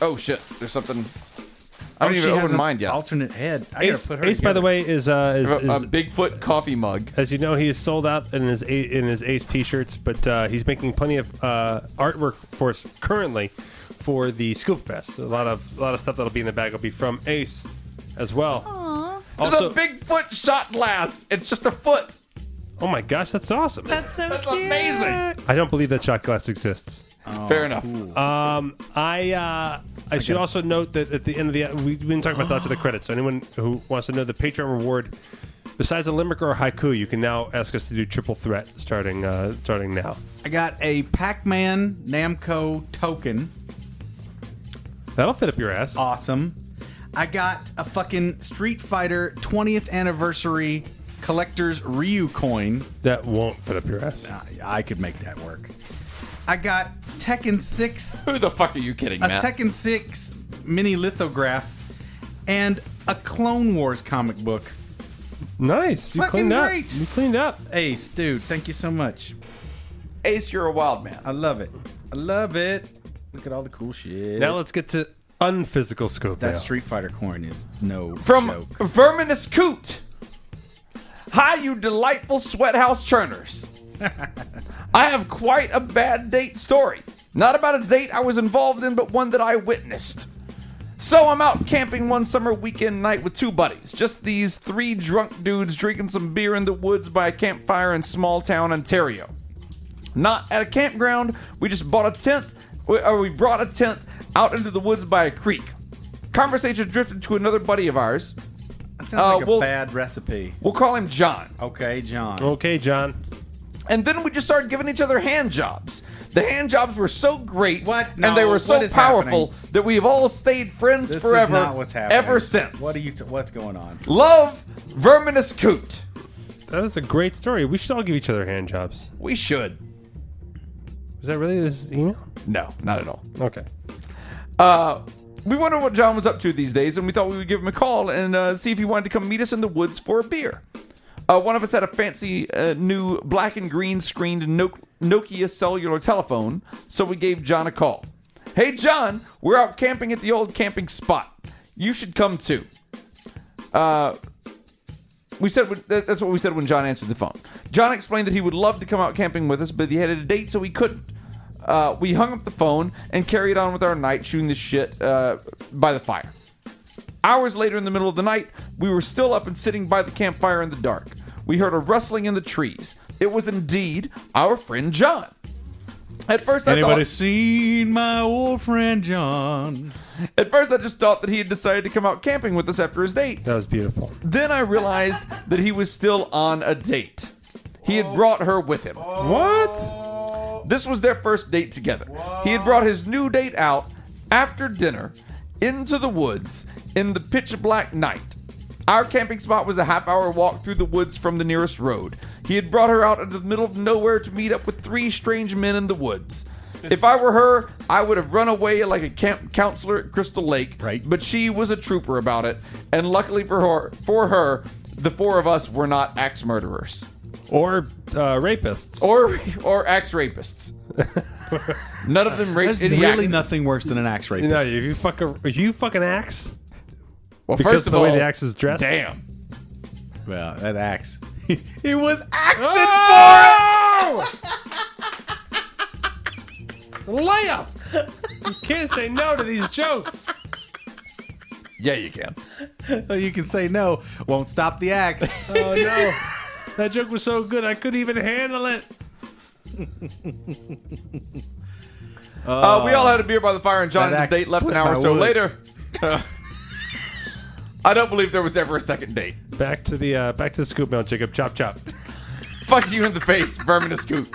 [SPEAKER 3] Oh shit, there's something. I
[SPEAKER 5] Oh,
[SPEAKER 3] don't
[SPEAKER 5] she
[SPEAKER 3] even
[SPEAKER 5] has
[SPEAKER 3] open
[SPEAKER 5] an
[SPEAKER 3] mine yet.
[SPEAKER 5] Alternate head. I
[SPEAKER 4] Ace,
[SPEAKER 5] gotta put her
[SPEAKER 4] Ace by the
[SPEAKER 5] together.
[SPEAKER 4] way, is uh, is,
[SPEAKER 3] A, a
[SPEAKER 4] is
[SPEAKER 3] Bigfoot coffee mug.
[SPEAKER 4] as you know, he is sold out in his A- in his Ace T-shirts, but uh, he's making plenty of uh, artwork for us currently for the Scoop Fest. A lot of a lot of stuff that'll be in the bag will be from Ace as well.
[SPEAKER 3] There's
[SPEAKER 4] Also,
[SPEAKER 3] a Bigfoot shot glass. It's just a foot.
[SPEAKER 4] oh my gosh, that's awesome!
[SPEAKER 6] That's so
[SPEAKER 3] That's
[SPEAKER 6] cute.
[SPEAKER 3] amazing.
[SPEAKER 4] I don't believe that shot glass exists.
[SPEAKER 5] Oh,
[SPEAKER 3] Fair enough.
[SPEAKER 4] I uh, I should also note that at the end of the we, we didn't talk about that to the credits. So anyone who wants to know the Patreon reward, besides a limerick or a haiku, you can now ask us to do triple threat starting uh, starting now.
[SPEAKER 5] I got a Pac-Man Namco token.
[SPEAKER 4] That'll fit up your ass.
[SPEAKER 5] Uh, Awesome. I got a fucking Street Fighter 20th anniversary collector's Ryu coin.
[SPEAKER 4] That won't fit up your ass.
[SPEAKER 5] I, I could make that work. I got Tekken 6
[SPEAKER 3] Who the fuck are you kidding,
[SPEAKER 5] a
[SPEAKER 3] Matt?
[SPEAKER 5] Tekken 6 mini lithograph and a Clone Wars comic book.
[SPEAKER 4] Nice. You
[SPEAKER 5] Fucking
[SPEAKER 4] cleaned up.
[SPEAKER 5] great.
[SPEAKER 4] You cleaned up.
[SPEAKER 5] Ace, dude, thank you so much.
[SPEAKER 3] Ace, you're a wild man.
[SPEAKER 5] I love it. I love it. Look at all the cool shit.
[SPEAKER 4] Now let's get to unphysical scope.
[SPEAKER 5] that
[SPEAKER 4] mail.
[SPEAKER 5] Street Fighter coin is no
[SPEAKER 3] From
[SPEAKER 5] joke.
[SPEAKER 3] Verminous Coot. Hi, you delightful sweathouse churners. I have quite a bad date story. Not about a date I was involved in, but one that I witnessed. So I'm out camping one summer weekend night with two buddies, just these three drunk dudes drinking some beer in the woods by a campfire in small town Ontario. Not at a campground, we just bought a tent, or we brought a tent out into the woods by a creek. Conversation drifted to another buddy of ours.
[SPEAKER 5] That sounds
[SPEAKER 3] uh,
[SPEAKER 5] like a
[SPEAKER 3] well-
[SPEAKER 5] bad recipe.
[SPEAKER 3] We'll call him John.
[SPEAKER 5] Okay, John.
[SPEAKER 4] Okay, John.
[SPEAKER 3] And then we just started giving each other hand jobs. The hand jobs were so great
[SPEAKER 5] What?
[SPEAKER 3] and they
[SPEAKER 5] No,
[SPEAKER 3] were so
[SPEAKER 5] what is
[SPEAKER 3] powerful
[SPEAKER 5] happening?
[SPEAKER 3] that we've all stayed friends
[SPEAKER 5] this
[SPEAKER 3] forever
[SPEAKER 5] is not what's happening.
[SPEAKER 3] ever since.
[SPEAKER 5] What are you? T- what's going on?
[SPEAKER 3] Love Verminous Coot.
[SPEAKER 4] That is a great story. We should all give each other hand jobs.
[SPEAKER 3] We should.
[SPEAKER 4] Is that really this email?
[SPEAKER 3] No, not at all.
[SPEAKER 4] Okay.
[SPEAKER 3] Uh, we wondered what John was up to these days, and we thought we would give him a call and uh, see if he wanted to come meet us in the woods for a beer. Uh, one of us had a fancy uh, new black and green screened no- Nokia cellular telephone, so we gave John a call. Hey, John, we're out camping at the old camping spot. You should come too. Uh, we said that- that's what we said when John answered the phone. John explained that he would love to come out camping with us, but he had a date, so he couldn't. Uh, we hung up the phone and carried on with our night, shooting the shit uh, by the fire. Hours later, in the middle of the night, we were still up and sitting by the campfire in the dark. We heard a rustling in the trees. It was indeed our friend John. At first, I
[SPEAKER 2] Anybody
[SPEAKER 3] thought,
[SPEAKER 2] seen my old friend John?
[SPEAKER 3] at first I just thought that he had decided to come out camping with us after his date.
[SPEAKER 4] That was beautiful.
[SPEAKER 3] Then I realized that he was still on a date. He had brought her with him.
[SPEAKER 4] What?
[SPEAKER 3] This was their first date together. He had brought his new date out after dinner into the woods in the pitch black night. Our camping spot was a half hour walk through the woods from the nearest road. He had brought her out into the middle of nowhere to meet up with three strange men in the woods. If I were her, I would have run away like a camp counselor at Crystal Lake.
[SPEAKER 5] Right.
[SPEAKER 3] But she was a trooper about it, and luckily for her, for her, the four of us were not axe murderers
[SPEAKER 4] Or uh, rapists.
[SPEAKER 3] or or axe rapists. None of them raped
[SPEAKER 5] There's
[SPEAKER 3] any
[SPEAKER 5] really
[SPEAKER 3] axes.
[SPEAKER 5] nothing worse than an axe rapist.
[SPEAKER 4] no, if you fuck a, if you fuck an axe
[SPEAKER 3] Well,
[SPEAKER 4] because
[SPEAKER 3] first
[SPEAKER 4] of
[SPEAKER 3] of
[SPEAKER 4] the
[SPEAKER 3] all,
[SPEAKER 4] way the axe is dressed.
[SPEAKER 3] damn.
[SPEAKER 5] Well, that axe. it was axe.
[SPEAKER 3] Ah!
[SPEAKER 4] Oh! Layup. you can't say no to these jokes.
[SPEAKER 3] Yeah, you can.
[SPEAKER 5] So you can say no. Won't stop the axe.
[SPEAKER 4] Oh no. That joke was so good I couldn't even handle it.
[SPEAKER 3] Uh, we all had a beer by the fire, and John and
[SPEAKER 5] Oh. That
[SPEAKER 3] his
[SPEAKER 5] axe
[SPEAKER 3] date left an
[SPEAKER 5] split
[SPEAKER 3] hour
[SPEAKER 5] my
[SPEAKER 3] or so
[SPEAKER 5] wood.
[SPEAKER 3] later. Uh, I don't believe there was ever a second date.
[SPEAKER 4] Back to the uh, back to the scoop mail, Jacob. Chop chop.
[SPEAKER 3] Fuck you in the face, vermin scoop.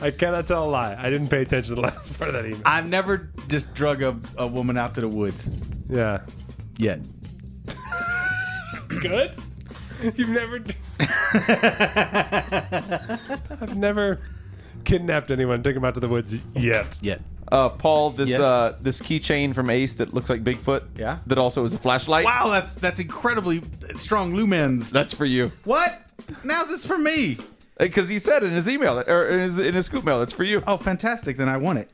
[SPEAKER 4] I cannot tell a lie. I didn't pay attention to the last part of that email.
[SPEAKER 5] I've never just drug a, a woman out to the woods
[SPEAKER 4] Yeah.
[SPEAKER 5] yet.
[SPEAKER 4] Good. You've never. I've never kidnapped anyone, took them out to the woods yet.
[SPEAKER 5] Yet.
[SPEAKER 3] Uh, Paul, this
[SPEAKER 5] Yes?
[SPEAKER 3] uh, this keychain from Ace that looks like Bigfoot.
[SPEAKER 5] Yeah?
[SPEAKER 3] That also is a flashlight.
[SPEAKER 5] Wow, that's that's incredibly strong lumens.
[SPEAKER 3] That's for you.
[SPEAKER 5] What? Now's this for me?
[SPEAKER 3] Because he said in his email or in his, in his scoop mail, that's for you.
[SPEAKER 5] Oh, fantastic! Then I want it.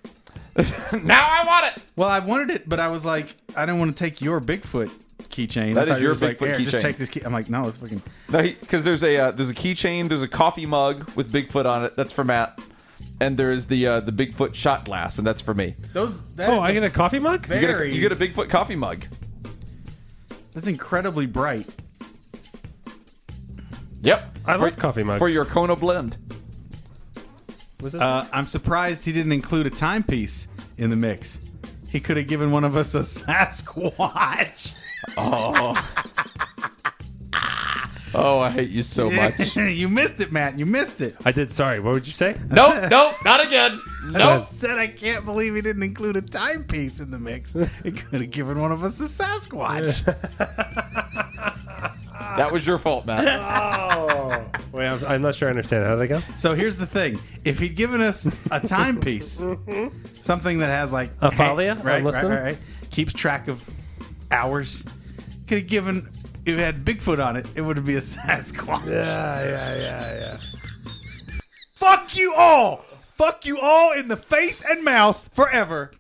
[SPEAKER 3] Now I want it.
[SPEAKER 5] Well, I wanted it, but I was like, I don't want to take your Bigfoot keychain.
[SPEAKER 3] That is
[SPEAKER 5] I thought it
[SPEAKER 3] your
[SPEAKER 5] was like,
[SPEAKER 3] Bigfoot
[SPEAKER 5] "Here,
[SPEAKER 3] keychain."
[SPEAKER 5] Just take this key. I'm like, no, it's fucking.
[SPEAKER 3] No, because there's a uh, there's a keychain, there's a coffee mug with Bigfoot on it. That's for Matt, and there is the uh, the Bigfoot shot glass, and that's for me.
[SPEAKER 5] Those.
[SPEAKER 4] Oh, I get a coffee mug.
[SPEAKER 3] You get, a, you get a Bigfoot coffee mug.
[SPEAKER 5] That's incredibly bright.
[SPEAKER 3] Yep,
[SPEAKER 4] I like coffee mugs.
[SPEAKER 3] for your Kona blend.
[SPEAKER 4] Was this-
[SPEAKER 5] Uh, I'm surprised he didn't include a timepiece in the mix. He could have given one of us a Sasquatch.
[SPEAKER 3] Oh, I hate you so much.
[SPEAKER 5] you missed it, Matt. You missed it.
[SPEAKER 4] I did. Sorry. What would you say?
[SPEAKER 3] nope, nope, not again.
[SPEAKER 2] I said I can't believe he didn't include a timepiece in the mix. It could have given one of us a Sasquatch.
[SPEAKER 3] That was your fault, Matt.
[SPEAKER 4] Oh, wait, I'm, I'm not sure I understand. How did I go?
[SPEAKER 5] So here's the thing: if he'd given us a timepiece, something that has like
[SPEAKER 4] A
[SPEAKER 5] hey,
[SPEAKER 4] Thalia?
[SPEAKER 5] right,
[SPEAKER 4] I'm
[SPEAKER 5] right,
[SPEAKER 4] listening.
[SPEAKER 5] right, right, keeps track of hours, could have given. If it had Bigfoot on it, it would be a Sasquatch.
[SPEAKER 4] yeah, yeah, yeah.
[SPEAKER 2] Fuck you all! Fuck you all in the face and mouth forever.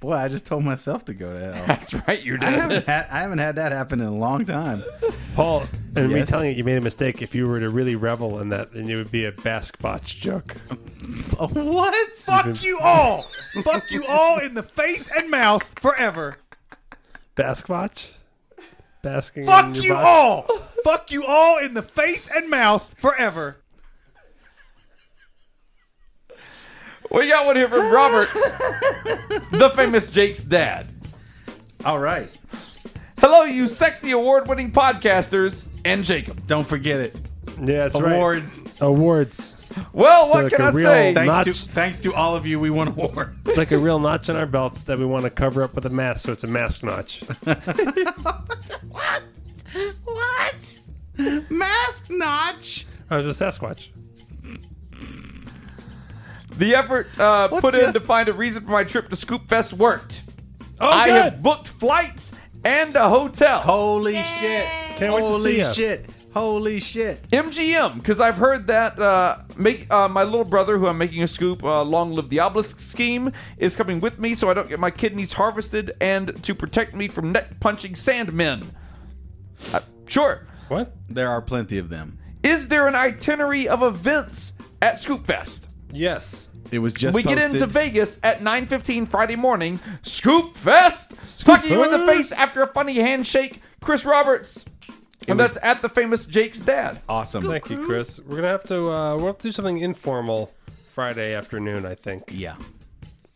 [SPEAKER 5] Boy, I just told myself to go to hell.
[SPEAKER 3] That's right, you
[SPEAKER 5] I
[SPEAKER 3] did.
[SPEAKER 5] haven't had I haven't had that happen in a long time.
[SPEAKER 4] Paul, and me
[SPEAKER 5] Yes?
[SPEAKER 4] telling you you made a mistake. If you were to really revel in that, then it would be a Basque botch joke.
[SPEAKER 5] Oh, what?
[SPEAKER 2] Fuck you all! Fuck you all in the face and mouth forever.
[SPEAKER 4] Basque botch? Basking in
[SPEAKER 2] Fuck
[SPEAKER 4] your
[SPEAKER 2] you
[SPEAKER 4] botch?
[SPEAKER 2] all! Fuck you all in the face and mouth forever.
[SPEAKER 3] We got one here from Robert, the famous Jake's dad.
[SPEAKER 5] All right.
[SPEAKER 3] Hello, you sexy award winning podcasters and Jacob.
[SPEAKER 5] Don't forget it.
[SPEAKER 4] Yeah, that's
[SPEAKER 5] Awards.
[SPEAKER 4] right. Awards.
[SPEAKER 3] Well,
[SPEAKER 4] So
[SPEAKER 3] what
[SPEAKER 4] like
[SPEAKER 3] can
[SPEAKER 4] a
[SPEAKER 3] I
[SPEAKER 4] real-
[SPEAKER 3] say?
[SPEAKER 5] Thanks to
[SPEAKER 4] Notch.
[SPEAKER 5] thanks to all of you, we won awards.
[SPEAKER 4] It's like a real notch in our belt that we want to cover up with a mask, so it's a mask notch.
[SPEAKER 5] what? Mask notch.
[SPEAKER 4] Oh, it's a Sasquatch.
[SPEAKER 3] The effort uh, put in
[SPEAKER 5] that?
[SPEAKER 3] to find a reason for my trip to Scoop Fest worked.
[SPEAKER 4] Oh,
[SPEAKER 3] I
[SPEAKER 4] good. Oh.
[SPEAKER 3] have booked flights and a hotel.
[SPEAKER 5] Holy shit.
[SPEAKER 4] Can't wait to
[SPEAKER 5] Holy
[SPEAKER 4] see ya.
[SPEAKER 5] shit. Holy shit.
[SPEAKER 3] MGM, because I've heard that uh, make uh, my little brother, who I'm making a scoop, uh, long live the obelisk scheme, is coming with me, so I don't get my kidneys harvested, and to protect me from neck punching sandmen. Uh, sure.
[SPEAKER 4] What?
[SPEAKER 5] There are plenty of them.
[SPEAKER 3] Is there an itinerary of events at Scoop Fest?
[SPEAKER 4] Yes.
[SPEAKER 5] It was just
[SPEAKER 3] we get
[SPEAKER 5] posted.
[SPEAKER 3] into Vegas at 9:15 Friday morning. Scoop Fest, fucking you in the
[SPEAKER 4] Fest!
[SPEAKER 3] face after a funny handshake. Chris Roberts, and
[SPEAKER 5] was-
[SPEAKER 3] that's at the famous Jake's dad.
[SPEAKER 5] awesome.
[SPEAKER 4] Thank you, Chris. We're gonna have to uh, we'll have to do something informal Friday afternoon, I think,
[SPEAKER 5] Yeah.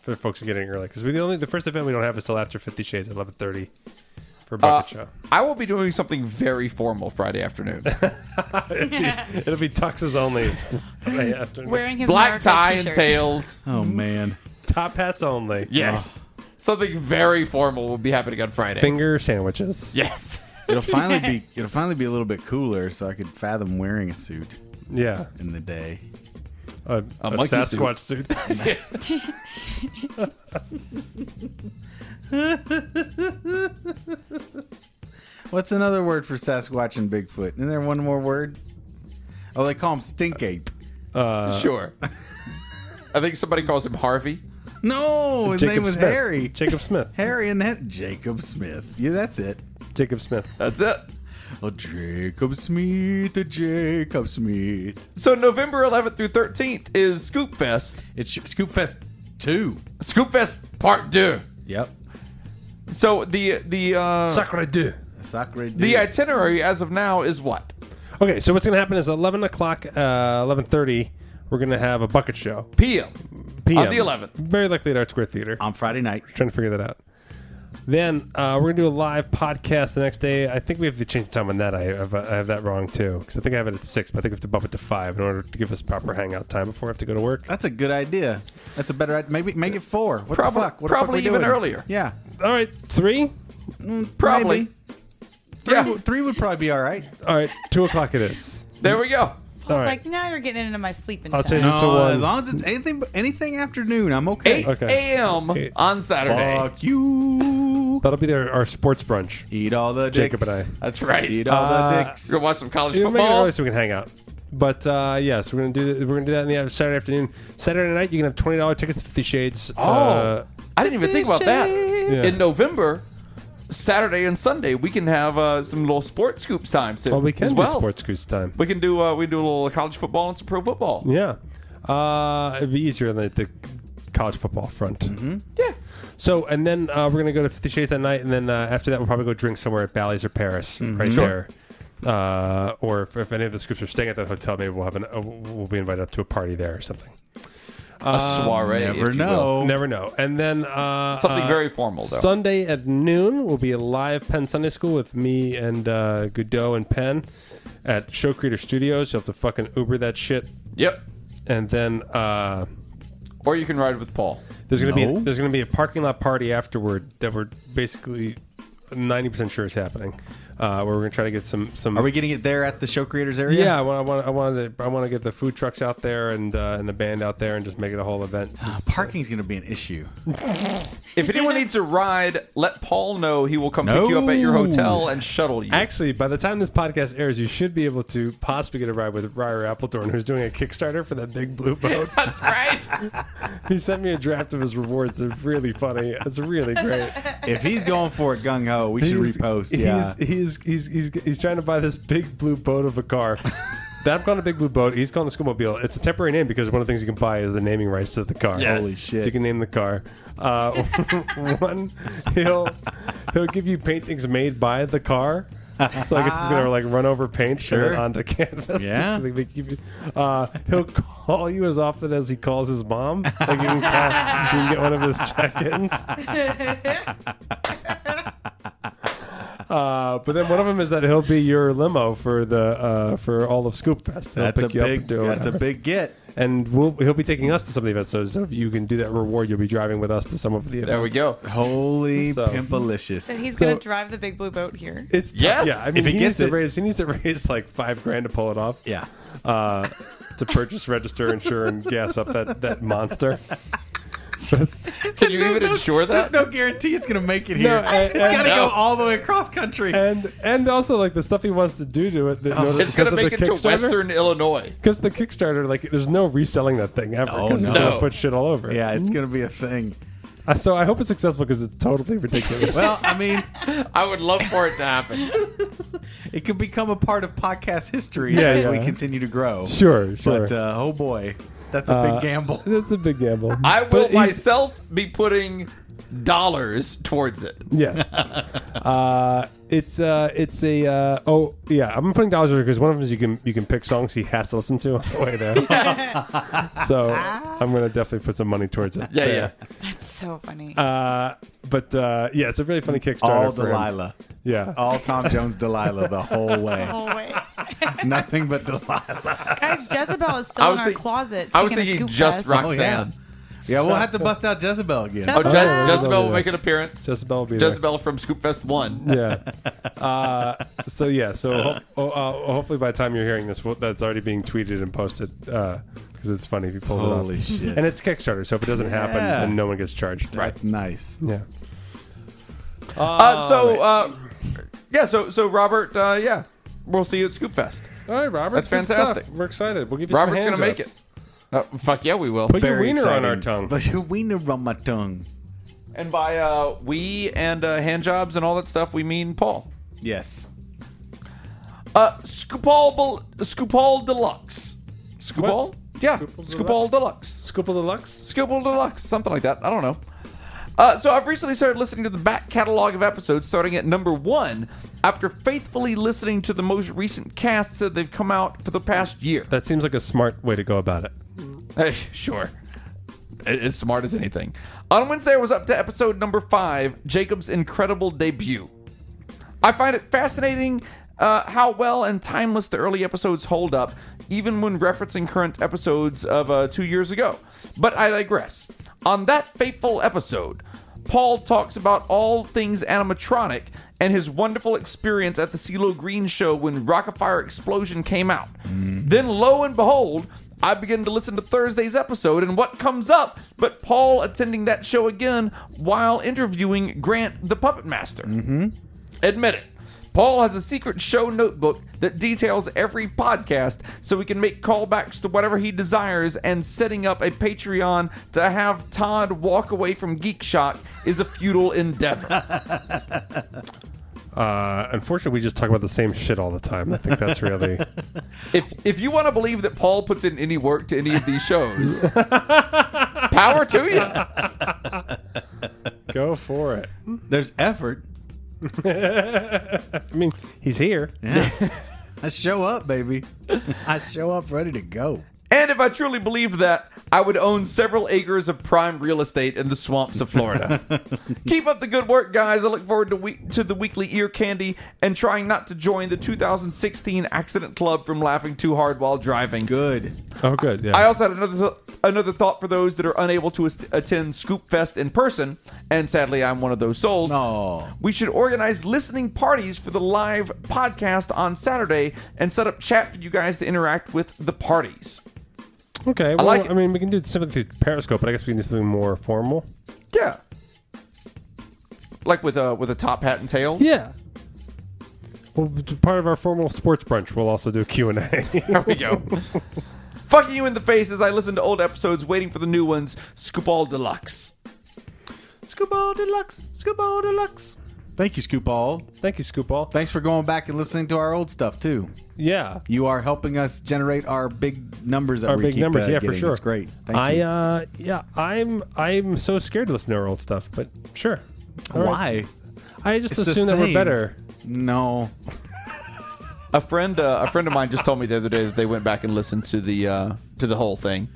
[SPEAKER 4] for the folks who are getting early because we the only the first event we don't have is till after Fifty Shades at eleven thirty for bucket
[SPEAKER 3] I will be doing something very formal Friday afternoon.
[SPEAKER 4] show. It'll be tuxes only. Friday afternoon.
[SPEAKER 6] Wearing his
[SPEAKER 3] Black
[SPEAKER 6] America
[SPEAKER 3] tie and
[SPEAKER 6] t-shirt.
[SPEAKER 3] tails.
[SPEAKER 5] Oh man.
[SPEAKER 4] Top hats only.
[SPEAKER 3] Yes. Something very formal will be happening on Friday.
[SPEAKER 4] Oh. Finger sandwiches.
[SPEAKER 3] yes.
[SPEAKER 5] It'll finally be it'll finally be a little bit cooler so I could fathom wearing a suit
[SPEAKER 4] Yeah.
[SPEAKER 5] in the day.
[SPEAKER 4] A, a
[SPEAKER 3] monkey
[SPEAKER 4] Sasquatch suit.
[SPEAKER 5] What's another word for Sasquatch and Bigfoot? Isn't there one more word? Oh, they call him stink ape.
[SPEAKER 3] sure. I think somebody calls him Harvey.
[SPEAKER 5] No, his name was
[SPEAKER 4] Smith.
[SPEAKER 5] Harry.
[SPEAKER 4] Jacob Smith.
[SPEAKER 5] Harry and that Jacob Smith. Yeah, that's it.
[SPEAKER 4] Jacob Smith.
[SPEAKER 3] That's it.
[SPEAKER 5] A Jacob Smith, a Jacob Smith.
[SPEAKER 3] So November 11th through 13th is Scoop Fest.
[SPEAKER 5] It's Scoop Fest two.
[SPEAKER 3] Scoop Fest Part 2.
[SPEAKER 5] Yep.
[SPEAKER 3] So the the uh,
[SPEAKER 4] Sacre deux.
[SPEAKER 5] Sacre
[SPEAKER 3] the itinerary as of now is what?
[SPEAKER 4] Okay, so what's gonna happen is eleven o'clock, uh, eleven thirty. We're gonna have a bucket show.
[SPEAKER 3] PM.
[SPEAKER 4] PM.
[SPEAKER 3] the 11th.
[SPEAKER 4] Very likely at Art Square Theater.
[SPEAKER 5] on Friday night.
[SPEAKER 4] trying to figure that out. Then uh, we're gonna do a live podcast the next day. I think we have to change the time on that. I have, uh, I have that wrong too because I think I have it at six, but I think we have to bump it to five in order to give us proper hangout time before I have to go to work.
[SPEAKER 5] That's a good idea. That's a better idea. Maybe make it four. What
[SPEAKER 3] Probably-
[SPEAKER 5] the fuck? What
[SPEAKER 3] probably
[SPEAKER 5] the fuck we
[SPEAKER 3] even
[SPEAKER 5] doing?
[SPEAKER 3] earlier.
[SPEAKER 5] Yeah,
[SPEAKER 4] All right, three.
[SPEAKER 3] Probably.
[SPEAKER 5] Maybe. Three,
[SPEAKER 3] Yeah.
[SPEAKER 5] would- three would probably be all right.
[SPEAKER 4] All right, two o'clock it is.
[SPEAKER 3] There we go.
[SPEAKER 4] All right,
[SPEAKER 6] It's like now you're getting into my sleeping
[SPEAKER 4] I'll
[SPEAKER 6] time.
[SPEAKER 4] change it to
[SPEAKER 5] Uh,
[SPEAKER 4] one.
[SPEAKER 5] as long as it's anything anything afternoon, I'm okay.
[SPEAKER 3] 8
[SPEAKER 4] Okay.
[SPEAKER 3] a.m.
[SPEAKER 4] Okay.
[SPEAKER 3] on Saturday.
[SPEAKER 5] Fuck you.
[SPEAKER 4] That'll be our, our sports brunch.
[SPEAKER 5] Eat all the dicks.
[SPEAKER 4] Jacob and I.
[SPEAKER 3] That's right.
[SPEAKER 5] Eat
[SPEAKER 3] You're
[SPEAKER 5] all the
[SPEAKER 4] Uh,
[SPEAKER 5] dicks.
[SPEAKER 3] gonna watch some college
[SPEAKER 4] We'll make it
[SPEAKER 3] football.
[SPEAKER 4] early so we can hang out. But uh, yes, we're gonna do we're gonna do that in the af- Saturday afternoon. Saturday night, you can have twenty dollars tickets to Fifty Shades. uh,
[SPEAKER 3] Oh, I didn't even think about that. In November, Saturday and Sunday, we can have uh, some little sports scoops time.
[SPEAKER 4] well, we
[SPEAKER 3] as
[SPEAKER 4] can
[SPEAKER 3] well.
[SPEAKER 4] do sports cruise time.
[SPEAKER 3] We can do uh, we can do a little college football and some pro football.
[SPEAKER 4] Yeah. Uh, it'd be easier than the college football front. Mm-hmm.
[SPEAKER 3] Yeah.
[SPEAKER 4] So, and then uh, we're going to go to Fifty Shades that night, and then uh, after that, we'll probably go drink somewhere at Bally's or Paris right there. Uh, or if, if any of the scoops are staying at that hotel, maybe we'll have an, uh, we'll be invited up to a party there or something.
[SPEAKER 3] A Uh, soiree. if
[SPEAKER 5] Never
[SPEAKER 3] you will.
[SPEAKER 5] know.
[SPEAKER 4] Never know. And then uh,
[SPEAKER 3] Something
[SPEAKER 4] uh,
[SPEAKER 3] very formal though.
[SPEAKER 4] Sunday at noon will be a live Penn Sunday School with me and uh, Godot and Penn at Show Creator Studios. You'll have to fucking Uber that shit
[SPEAKER 3] yep.
[SPEAKER 4] and then uh,
[SPEAKER 3] Or you can ride with Paul.
[SPEAKER 4] There's gonna be
[SPEAKER 2] No.
[SPEAKER 4] a, there's gonna be a parking lot party afterward that we're basically ninety percent sure is happening. Uh, where we're gonna try to get some some.
[SPEAKER 5] Are we getting it there at the show creators area?
[SPEAKER 4] yeah, I want I want I want to I want to get the food trucks out there and uh, and the band out there and just make it a whole event.
[SPEAKER 5] Uh, parking's going to be an issue.
[SPEAKER 3] If anyone needs a ride, let Paul know. He will come pick you up at your
[SPEAKER 2] No.
[SPEAKER 3] hotel and shuttle you.
[SPEAKER 4] Actually, by the time this podcast airs, you should be able to possibly get a ride with Ryra Appledorn, who's doing a Kickstarter for that big blue boat.
[SPEAKER 3] That's right.
[SPEAKER 4] he sent me a draft of his rewards. They're really funny. It's really great.
[SPEAKER 5] If he's going for it gung ho, we should repost. Yeah.
[SPEAKER 4] He's, he's, he's, he's, he's trying to buy this big blue boat of a car. that I've gone a big blue boat. He's calling the schoolmobile. It's a temporary name because one of the things you can buy is the naming rights to the car.
[SPEAKER 2] Yes.
[SPEAKER 5] Holy shit.
[SPEAKER 4] So you can name the car. Uh, one, he'll he'll give you paintings made by the car. So I guess he's gonna like run over paint and
[SPEAKER 5] Sure.
[SPEAKER 4] then onto canvas.
[SPEAKER 5] Yeah.
[SPEAKER 4] It's gonna make you- uh, he'll call you as often as he calls his mom. Like you can, call, you can get one of his check-ins. Uh, but then one of them is that he'll be your limo for the uh, for all of Scoop Fest. He'll
[SPEAKER 5] That's a
[SPEAKER 4] pick you up
[SPEAKER 5] big.
[SPEAKER 4] and do
[SPEAKER 5] That's a
[SPEAKER 4] whatever.
[SPEAKER 5] big get.
[SPEAKER 4] and we'll, he'll be taking us to some of the events. So, so if you can do that reward, you'll be driving with us to some of the events.
[SPEAKER 3] There we go.
[SPEAKER 5] Holy
[SPEAKER 4] So-
[SPEAKER 6] So
[SPEAKER 5] pimpalicious.
[SPEAKER 6] he's
[SPEAKER 4] So-
[SPEAKER 6] gonna drive the big blue boat here.
[SPEAKER 4] It's tough.
[SPEAKER 3] Yes!
[SPEAKER 4] yeah. I mean,
[SPEAKER 5] If he
[SPEAKER 4] he,
[SPEAKER 5] gets
[SPEAKER 4] needs to
[SPEAKER 5] it-
[SPEAKER 4] raise he needs to raise like five grand to pull it off.
[SPEAKER 5] Yeah.
[SPEAKER 4] uh, to purchase, register, insure, and gas up that that monster. So,
[SPEAKER 3] Can you even insure that?
[SPEAKER 5] There's no guarantee it's going to make it
[SPEAKER 4] No, Eh.
[SPEAKER 5] here.
[SPEAKER 4] I-
[SPEAKER 5] it's
[SPEAKER 4] I-
[SPEAKER 5] got to
[SPEAKER 3] No.
[SPEAKER 5] go all the way across country.
[SPEAKER 4] and and also like the stuff he wants to do to it. That, no,
[SPEAKER 3] Oh,
[SPEAKER 4] because
[SPEAKER 3] it's going to
[SPEAKER 4] of the
[SPEAKER 3] make it to
[SPEAKER 4] Kickstarter.
[SPEAKER 3] Western Illinois.
[SPEAKER 4] Because the Kickstarter, like, there's no reselling that thing ever.
[SPEAKER 5] No,
[SPEAKER 4] Because
[SPEAKER 5] no.
[SPEAKER 4] it's gonna
[SPEAKER 3] No.
[SPEAKER 4] put shit all over. it.
[SPEAKER 5] yeah, it's going to be a thing.
[SPEAKER 4] Uh, So I hope it's successful because it's totally ridiculous.
[SPEAKER 5] Well, I mean,
[SPEAKER 3] I would love for it to happen.
[SPEAKER 5] it could become a part of podcast history
[SPEAKER 4] Yeah,
[SPEAKER 5] as
[SPEAKER 4] yeah.
[SPEAKER 5] we continue to grow.
[SPEAKER 4] sure, Uh, sure.
[SPEAKER 5] But uh, oh boy, that's a big gamble.
[SPEAKER 4] that's a big gamble.
[SPEAKER 3] I will
[SPEAKER 4] But he's-
[SPEAKER 3] myself be putting dollars towards it.
[SPEAKER 4] Yeah. Uh, it's uh, it's a uh, oh yeah. I'm putting dollars because one of them is you can you can pick songs he has to listen to on the way there. so I'm gonna definitely put some money towards it.
[SPEAKER 3] Yeah, yeah.
[SPEAKER 6] It's so funny.
[SPEAKER 4] Uh, but uh, yeah, it's a really funny Kickstarter.
[SPEAKER 5] All
[SPEAKER 4] for him.
[SPEAKER 5] Delilah,
[SPEAKER 4] Yeah.
[SPEAKER 5] all Tom Jones Delilah the whole way.
[SPEAKER 6] oh wait,
[SPEAKER 5] Nothing but Delilah.
[SPEAKER 6] guys, Jezebel is
[SPEAKER 3] I
[SPEAKER 6] still in
[SPEAKER 3] was
[SPEAKER 6] our
[SPEAKER 3] think-
[SPEAKER 6] closet.
[SPEAKER 3] I was
[SPEAKER 6] sticking a
[SPEAKER 3] thinking
[SPEAKER 6] scoop
[SPEAKER 3] just
[SPEAKER 6] fest.
[SPEAKER 3] Roxanne.
[SPEAKER 5] Oh
[SPEAKER 3] Oh,
[SPEAKER 5] yeah, yeah. We'll have to bust out Jezebel again.
[SPEAKER 6] Jezebel.
[SPEAKER 3] Je-
[SPEAKER 4] yeah,
[SPEAKER 3] Jezebel
[SPEAKER 4] yeah.
[SPEAKER 3] will make an appearance.
[SPEAKER 4] Jezebel will be there.
[SPEAKER 3] Jezebel from Scoopfest 1.
[SPEAKER 4] yeah. Uh, so yeah. So ho- oh, uh, hopefully by the time you're hearing this, well, that's already being tweeted and posted because it's funny if you pull it off.
[SPEAKER 5] Holy shit.
[SPEAKER 4] And it's Kickstarter, so if it doesn't happen,
[SPEAKER 5] Yeah.
[SPEAKER 4] then no one gets charged.
[SPEAKER 5] That's nice.
[SPEAKER 4] Yeah.
[SPEAKER 3] Uh, so, uh, yeah, so, so Robert, uh, yeah, we'll see you at Scoopfest.
[SPEAKER 4] All right, Robert.
[SPEAKER 3] That's
[SPEAKER 4] good stuff.
[SPEAKER 3] fantastic.
[SPEAKER 4] We're excited. We'll give you
[SPEAKER 3] Robert's
[SPEAKER 4] some
[SPEAKER 3] going
[SPEAKER 4] hand
[SPEAKER 3] to make it.
[SPEAKER 4] jobs.
[SPEAKER 3] Uh, fuck yeah, we will.
[SPEAKER 4] Put your
[SPEAKER 5] Very
[SPEAKER 4] wiener on
[SPEAKER 5] exciting.
[SPEAKER 4] our tongue.
[SPEAKER 5] But your wiener on my tongue.
[SPEAKER 3] And by uh, we and uh, hand jobs and all that stuff, we mean Paul.
[SPEAKER 5] Yes.
[SPEAKER 3] Uh, Scoopall, Bel- Scoopall Deluxe. Scoopall? Yeah, Scoopall Deluxe.
[SPEAKER 4] Scoop of the Lux.
[SPEAKER 3] Scoopal Deluxe, something like that. I don't know. Uh, so I've recently started listening to the back catalog of episodes, starting at number one, after faithfully listening to the most recent casts that they've come out for the past year.
[SPEAKER 4] That seems like a smart way to go about it.
[SPEAKER 3] Hey, sure. A- As smart as anything. On Wednesday, I was up to episode number five Jacob's incredible debut. I find it fascinating uh, how well and timeless the early episodes hold up, even when referencing current episodes of uh, two years ago. But I digress. On that fateful episode, Paul talks about all things animatronic and his wonderful experience at the CeeLo Green show when Rockafire Explosion came out. Then, lo and behold, I begin to listen to Thursday's episode, and what comes up but Paul attending that show again while interviewing Grant the Puppet Master. Admit it. Paul has a secret show notebook that details every podcast so he can make callbacks to whatever he desires, and setting up a Patreon to have Todd walk away from Geek Shock is a futile endeavor.
[SPEAKER 4] Uh, unfortunately, we just talk about the same shit all the time. I think that's really.
[SPEAKER 3] if, if you want to believe that Paul puts in any work to any of these shows, power to you.
[SPEAKER 4] go for it.
[SPEAKER 5] There's effort.
[SPEAKER 4] I mean, he's here.
[SPEAKER 5] I show up, baby. I show up ready to go.
[SPEAKER 3] And if I truly believed that, I would own several acres of prime real estate in the swamps of Florida. Keep up the good work, guys. I look forward to, week to the weekly ear candy and trying not to join the 2016 accident club from laughing too hard while driving.
[SPEAKER 5] Good.
[SPEAKER 4] Oh, good. Yeah.
[SPEAKER 3] I also had another th- another thought for those that are unable to as- attend Scoop Fest in person, and sadly, I'm one of those souls.
[SPEAKER 5] Aw.
[SPEAKER 3] We should organize listening parties for the live podcast on Saturday and set up chat for you guys to interact with the parties.
[SPEAKER 4] okay. Well, I,
[SPEAKER 3] like it.
[SPEAKER 4] mean, we can do something through Periscope, but I guess we can do something more formal.
[SPEAKER 3] Yeah, like with a with a top hat and tails.
[SPEAKER 4] Yeah. Well, t- part of our formal sports brunch, we'll also do Q and A.
[SPEAKER 3] There we go. Fucking you in the face as I listen to old episodes, waiting for the new ones. Scoop all deluxe.
[SPEAKER 4] Scoopball Deluxe. Scoopball Deluxe.
[SPEAKER 5] Thank you, Scoopball.
[SPEAKER 4] Thank you, Scoopball.
[SPEAKER 5] Thanks for going back and listening to our old stuff too.
[SPEAKER 4] yeah.
[SPEAKER 5] You are helping us generate our big numbers that
[SPEAKER 4] Our
[SPEAKER 5] we
[SPEAKER 4] big
[SPEAKER 5] keep,
[SPEAKER 4] numbers,
[SPEAKER 5] uh,
[SPEAKER 4] yeah, for
[SPEAKER 5] getting.
[SPEAKER 4] sure.
[SPEAKER 5] It's great. Thank
[SPEAKER 4] I
[SPEAKER 5] you.
[SPEAKER 4] uh yeah, I'm I'm so scared to listen to our old stuff, but sure. All right.
[SPEAKER 5] Why?
[SPEAKER 4] I just
[SPEAKER 5] It's the
[SPEAKER 4] assume that we're
[SPEAKER 5] same.
[SPEAKER 4] better.
[SPEAKER 5] No.
[SPEAKER 3] A friend, uh, a friend of mine, just told me the other day that they went back and listened to the uh, to the whole thing,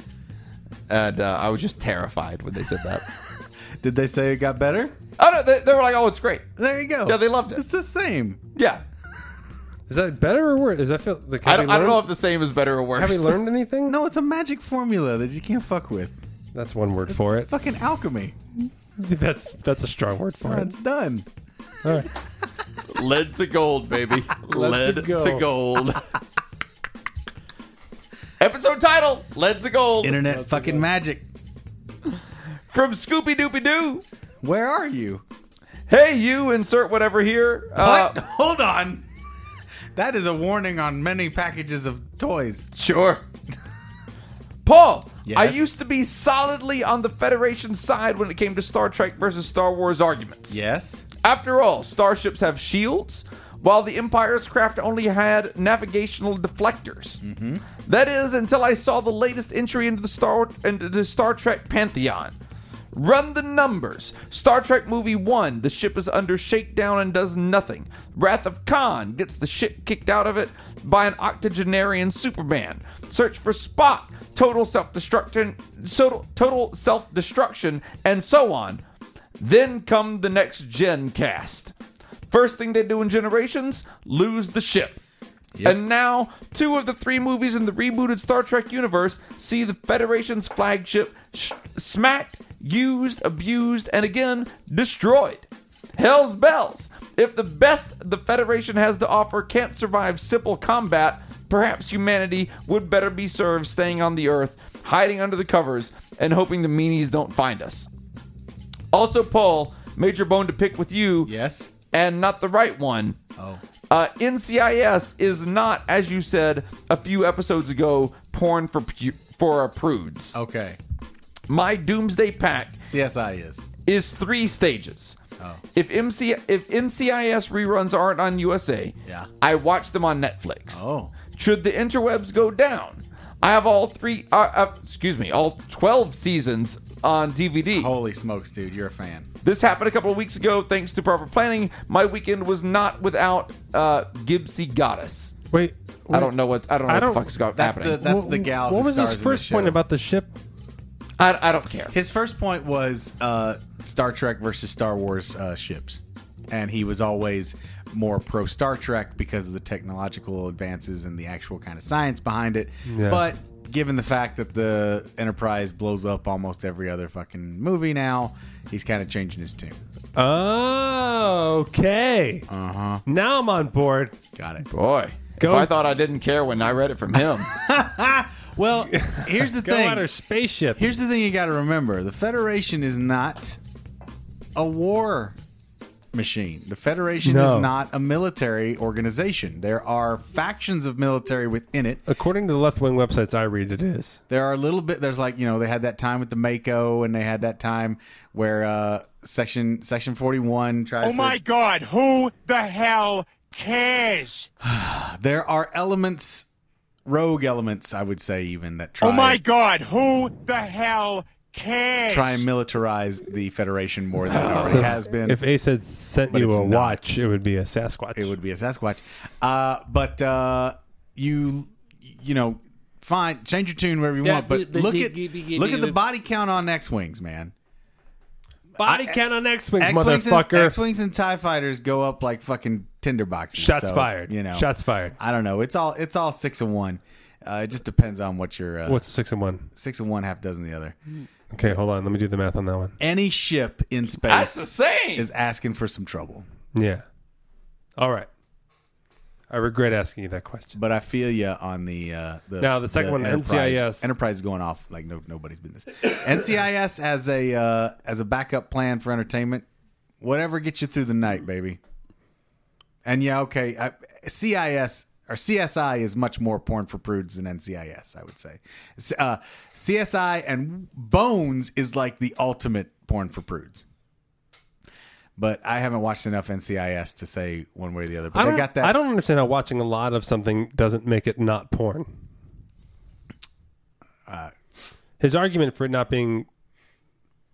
[SPEAKER 3] and uh, I was just terrified when they said that.
[SPEAKER 5] Did they say it got better?
[SPEAKER 3] oh no, they, they were like, "Oh, it's great."
[SPEAKER 5] There you go.
[SPEAKER 3] Yeah, they loved it.
[SPEAKER 5] It's the same.
[SPEAKER 3] Yeah,
[SPEAKER 4] Is that better or worse? Does that feel like
[SPEAKER 3] I
[SPEAKER 4] have
[SPEAKER 3] don't,
[SPEAKER 4] we
[SPEAKER 3] I don't know if
[SPEAKER 4] learned-
[SPEAKER 3] the same is better or worse.
[SPEAKER 4] have we learned anything?
[SPEAKER 5] No, it's a magic formula that you can't fuck with.
[SPEAKER 4] That's one word for it.
[SPEAKER 5] Fucking alchemy.
[SPEAKER 4] That's that's a strong word for it.
[SPEAKER 5] It's done.
[SPEAKER 4] All right.
[SPEAKER 3] Lead to gold, baby.
[SPEAKER 4] Lead
[SPEAKER 3] Lead
[SPEAKER 4] to
[SPEAKER 3] to gold. Episode title: Lead to gold.
[SPEAKER 5] Internet fucking magic.
[SPEAKER 3] From Scooby Dooby Doo.
[SPEAKER 5] Where are you?
[SPEAKER 3] Hey, you insert whatever here. Uh,
[SPEAKER 5] what? Hold on. That is a warning on many packages of toys.
[SPEAKER 3] Sure. Paul, I
[SPEAKER 5] Yes?
[SPEAKER 3] used to be solidly on the Federation side when it came to Star Trek versus Star Wars arguments.
[SPEAKER 5] Yes.
[SPEAKER 3] After all, starships have shields, while the Empire's craft only had navigational deflectors.
[SPEAKER 5] Mm-hmm.
[SPEAKER 3] That is until I saw the latest entry into the Star into the Star Trek pantheon. Run the numbers. Star Trek Movie 1, the ship is under shakedown and does nothing. Wrath of Khan gets the shit kicked out of it by an octogenarian Superman. Search for Spock, total self-destruction, total, total self-destruction, and so on. Then come the next gen cast. First thing they do in Generations, lose the ship. And now, two of the three movies in the rebooted Star Trek universe see the Federation's flagship sh- smacked, used, abused, and again, destroyed. Hell's bells. If the best the Federation has to offer can't survive simple combat, perhaps humanity would better be served staying on the Earth, hiding under the covers, and hoping the meanies don't find us. Also, Paul, major bone to pick with you.
[SPEAKER 5] Yes.
[SPEAKER 3] And not the right one.
[SPEAKER 5] Oh.
[SPEAKER 3] Uh, NCIS is not, as you said a few episodes ago, porn for pu- for our prudes.
[SPEAKER 5] Okay.
[SPEAKER 3] My doomsday pack
[SPEAKER 5] CSI is.
[SPEAKER 3] is three stages.
[SPEAKER 5] Oh.
[SPEAKER 3] If MC if NCIS reruns aren't on USA,
[SPEAKER 5] Yeah.
[SPEAKER 3] I watch them on Netflix.
[SPEAKER 5] Oh.
[SPEAKER 3] Should the interwebs go down, I have all three. Uh, uh, excuse me, all twelve seasons on DVD.
[SPEAKER 5] Holy smokes, dude. You're a fan.
[SPEAKER 3] This happened a couple of weeks ago. Thanks to proper planning, my weekend was not without uh, Gibbsy Goddess.
[SPEAKER 4] Wait.
[SPEAKER 3] I don't know what I don't know
[SPEAKER 4] I
[SPEAKER 3] what
[SPEAKER 4] don't-
[SPEAKER 3] the fuck's got
[SPEAKER 5] That's
[SPEAKER 3] happening.
[SPEAKER 5] the that's the gal.
[SPEAKER 4] What
[SPEAKER 5] who
[SPEAKER 4] was
[SPEAKER 5] stars
[SPEAKER 4] his
[SPEAKER 5] in
[SPEAKER 4] first
[SPEAKER 5] the
[SPEAKER 4] point
[SPEAKER 5] show.
[SPEAKER 4] about the ship?
[SPEAKER 3] I, I don't care.
[SPEAKER 5] His first point was uh, Star Trek versus Star Wars uh, ships, and he was always more pro Star Trek because of the technological advances and the actual kind of science behind it.
[SPEAKER 4] Yeah.
[SPEAKER 5] But given the fact that the Enterprise blows up almost every other fucking movie now, he's kind of changing his tune.
[SPEAKER 4] Oh, okay. Uh
[SPEAKER 5] Uh-huh.
[SPEAKER 4] huh. Now I'm on board.
[SPEAKER 5] Got it.
[SPEAKER 3] Boy,
[SPEAKER 4] Go-
[SPEAKER 3] if I thought I didn't care when I read it from him,
[SPEAKER 5] Ah! Well, here's the
[SPEAKER 4] Go
[SPEAKER 5] thing.
[SPEAKER 4] out our spaceship.
[SPEAKER 5] Here's the thing you got to remember the Federation is not a war machine. The Federation is
[SPEAKER 4] No.
[SPEAKER 5] not a military organization. There are factions of military within it.
[SPEAKER 4] According to the left wing websites I read, it is.
[SPEAKER 5] There are a little bit, there's like, you know, they had that time with the Mako and they had that time where uh, Section Section 41 tries
[SPEAKER 9] Oh
[SPEAKER 5] to.
[SPEAKER 9] my god, who the hell cares?
[SPEAKER 5] There are elements, rogue elements, I would say, even that try.
[SPEAKER 9] Oh my god, who the hell cares?
[SPEAKER 5] Try and militarize the Federation more than it already has been.
[SPEAKER 4] If Ace had sent
[SPEAKER 5] But
[SPEAKER 4] you
[SPEAKER 5] it's
[SPEAKER 4] a
[SPEAKER 5] not.
[SPEAKER 4] watch, it would be a Sasquatch.
[SPEAKER 5] it would be a Sasquatch. Uh, but uh, you, you know, fine, change your tune wherever you
[SPEAKER 4] Yeah,
[SPEAKER 5] want,
[SPEAKER 4] but
[SPEAKER 5] but
[SPEAKER 4] the-
[SPEAKER 5] look
[SPEAKER 4] the-
[SPEAKER 5] at look at the body count on X wings, man.
[SPEAKER 4] Body count on X Wings,
[SPEAKER 5] X wings and
[SPEAKER 4] motherfucker.
[SPEAKER 5] X wings and Tie fighters go up like fucking tinder boxes.
[SPEAKER 4] Shots
[SPEAKER 5] so,
[SPEAKER 4] fired.
[SPEAKER 5] You know,
[SPEAKER 4] Shots fired.
[SPEAKER 5] I don't know. It's all it's all six and one. Uh, it just depends on what your uh,
[SPEAKER 4] What's the six and one?
[SPEAKER 5] six and one half dozen the other.
[SPEAKER 4] Okay, hold on. Let me do the math on that one.
[SPEAKER 5] Any ship in space
[SPEAKER 3] That's the same.
[SPEAKER 5] is asking for some trouble.
[SPEAKER 4] Yeah. All right. I regret asking you that question.
[SPEAKER 5] But I feel you on the uh, the
[SPEAKER 4] No, the second one,
[SPEAKER 5] Enterprise-
[SPEAKER 4] NCIS.
[SPEAKER 5] Enterprise is going off like no nobody's business. NCIS as a uh, as a backup plan for entertainment, whatever gets you through the night, baby. And yeah, okay, I, CIS or CSI is much more porn for prudes than NCIS, I would say. S- Uh, CSI and Bones is like the ultimate porn for prudes. But I haven't watched enough NCIS to say one way or the other. But
[SPEAKER 4] I
[SPEAKER 5] they
[SPEAKER 4] don't,
[SPEAKER 5] got that.
[SPEAKER 4] I don't understand how watching a lot of something doesn't make it not porn.
[SPEAKER 5] Uh,
[SPEAKER 4] His argument for it not being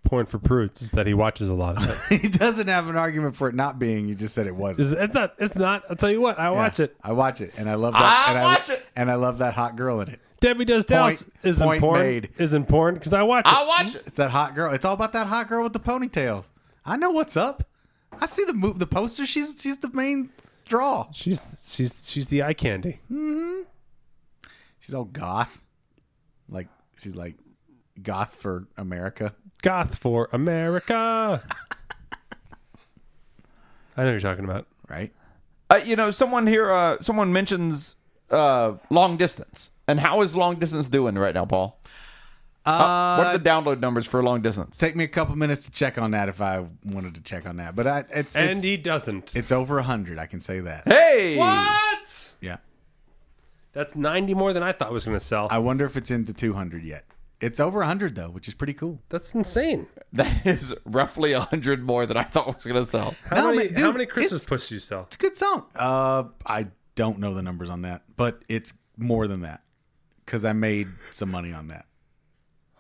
[SPEAKER 4] porn for prudes is that he watches a lot of it.
[SPEAKER 5] he doesn't have an argument for it not being. You just said it wasn't.
[SPEAKER 4] It's, it's not. It's not. I'll tell you what. I watch it.
[SPEAKER 5] I watch it, and I love that.
[SPEAKER 3] I
[SPEAKER 5] and
[SPEAKER 3] watch
[SPEAKER 5] I,
[SPEAKER 3] it.
[SPEAKER 5] and I love that hot girl in it.
[SPEAKER 4] Debbie Does Dallas
[SPEAKER 5] Point-
[SPEAKER 4] isn't
[SPEAKER 5] point
[SPEAKER 4] porn.
[SPEAKER 5] made.
[SPEAKER 4] Isn't porn because I watch it.
[SPEAKER 3] I watch it.
[SPEAKER 5] It's that hot girl. It's all about that hot girl with the ponytails. I know what's up. I see the move, the poster. She's she's the main draw.
[SPEAKER 4] she's she's she's the eye candy.
[SPEAKER 5] She's all goth, like she's like goth for America.
[SPEAKER 4] Goth for America. I know what you're talking about.
[SPEAKER 5] Right?
[SPEAKER 3] Uh, you know, someone here, uh, someone mentions uh, long distance. And how is long distance doing right now, Paul? Uh, what are the download numbers for long distance?
[SPEAKER 5] Take me a couple minutes to check on that if I wanted to check on that, but I, it's
[SPEAKER 4] And
[SPEAKER 5] it's,
[SPEAKER 4] he doesn't.
[SPEAKER 5] it's over hundred. I can say that.
[SPEAKER 3] Hey,
[SPEAKER 4] what?
[SPEAKER 5] Yeah.
[SPEAKER 4] That's 90 more than I thought it was going to sell.
[SPEAKER 5] I wonder if it's into two hundred yet. It's over hundred though, which is pretty cool.
[SPEAKER 4] That's insane.
[SPEAKER 3] that is roughly hundred more than I thought was going to sell.
[SPEAKER 4] How,
[SPEAKER 5] No,
[SPEAKER 4] many,
[SPEAKER 5] man,
[SPEAKER 4] how
[SPEAKER 5] dude,
[SPEAKER 4] many Christmas
[SPEAKER 5] it's-
[SPEAKER 4] puss you sell?
[SPEAKER 5] It's a good song. Uh, I don't know the numbers on that, but it's more than that because I made some money on that.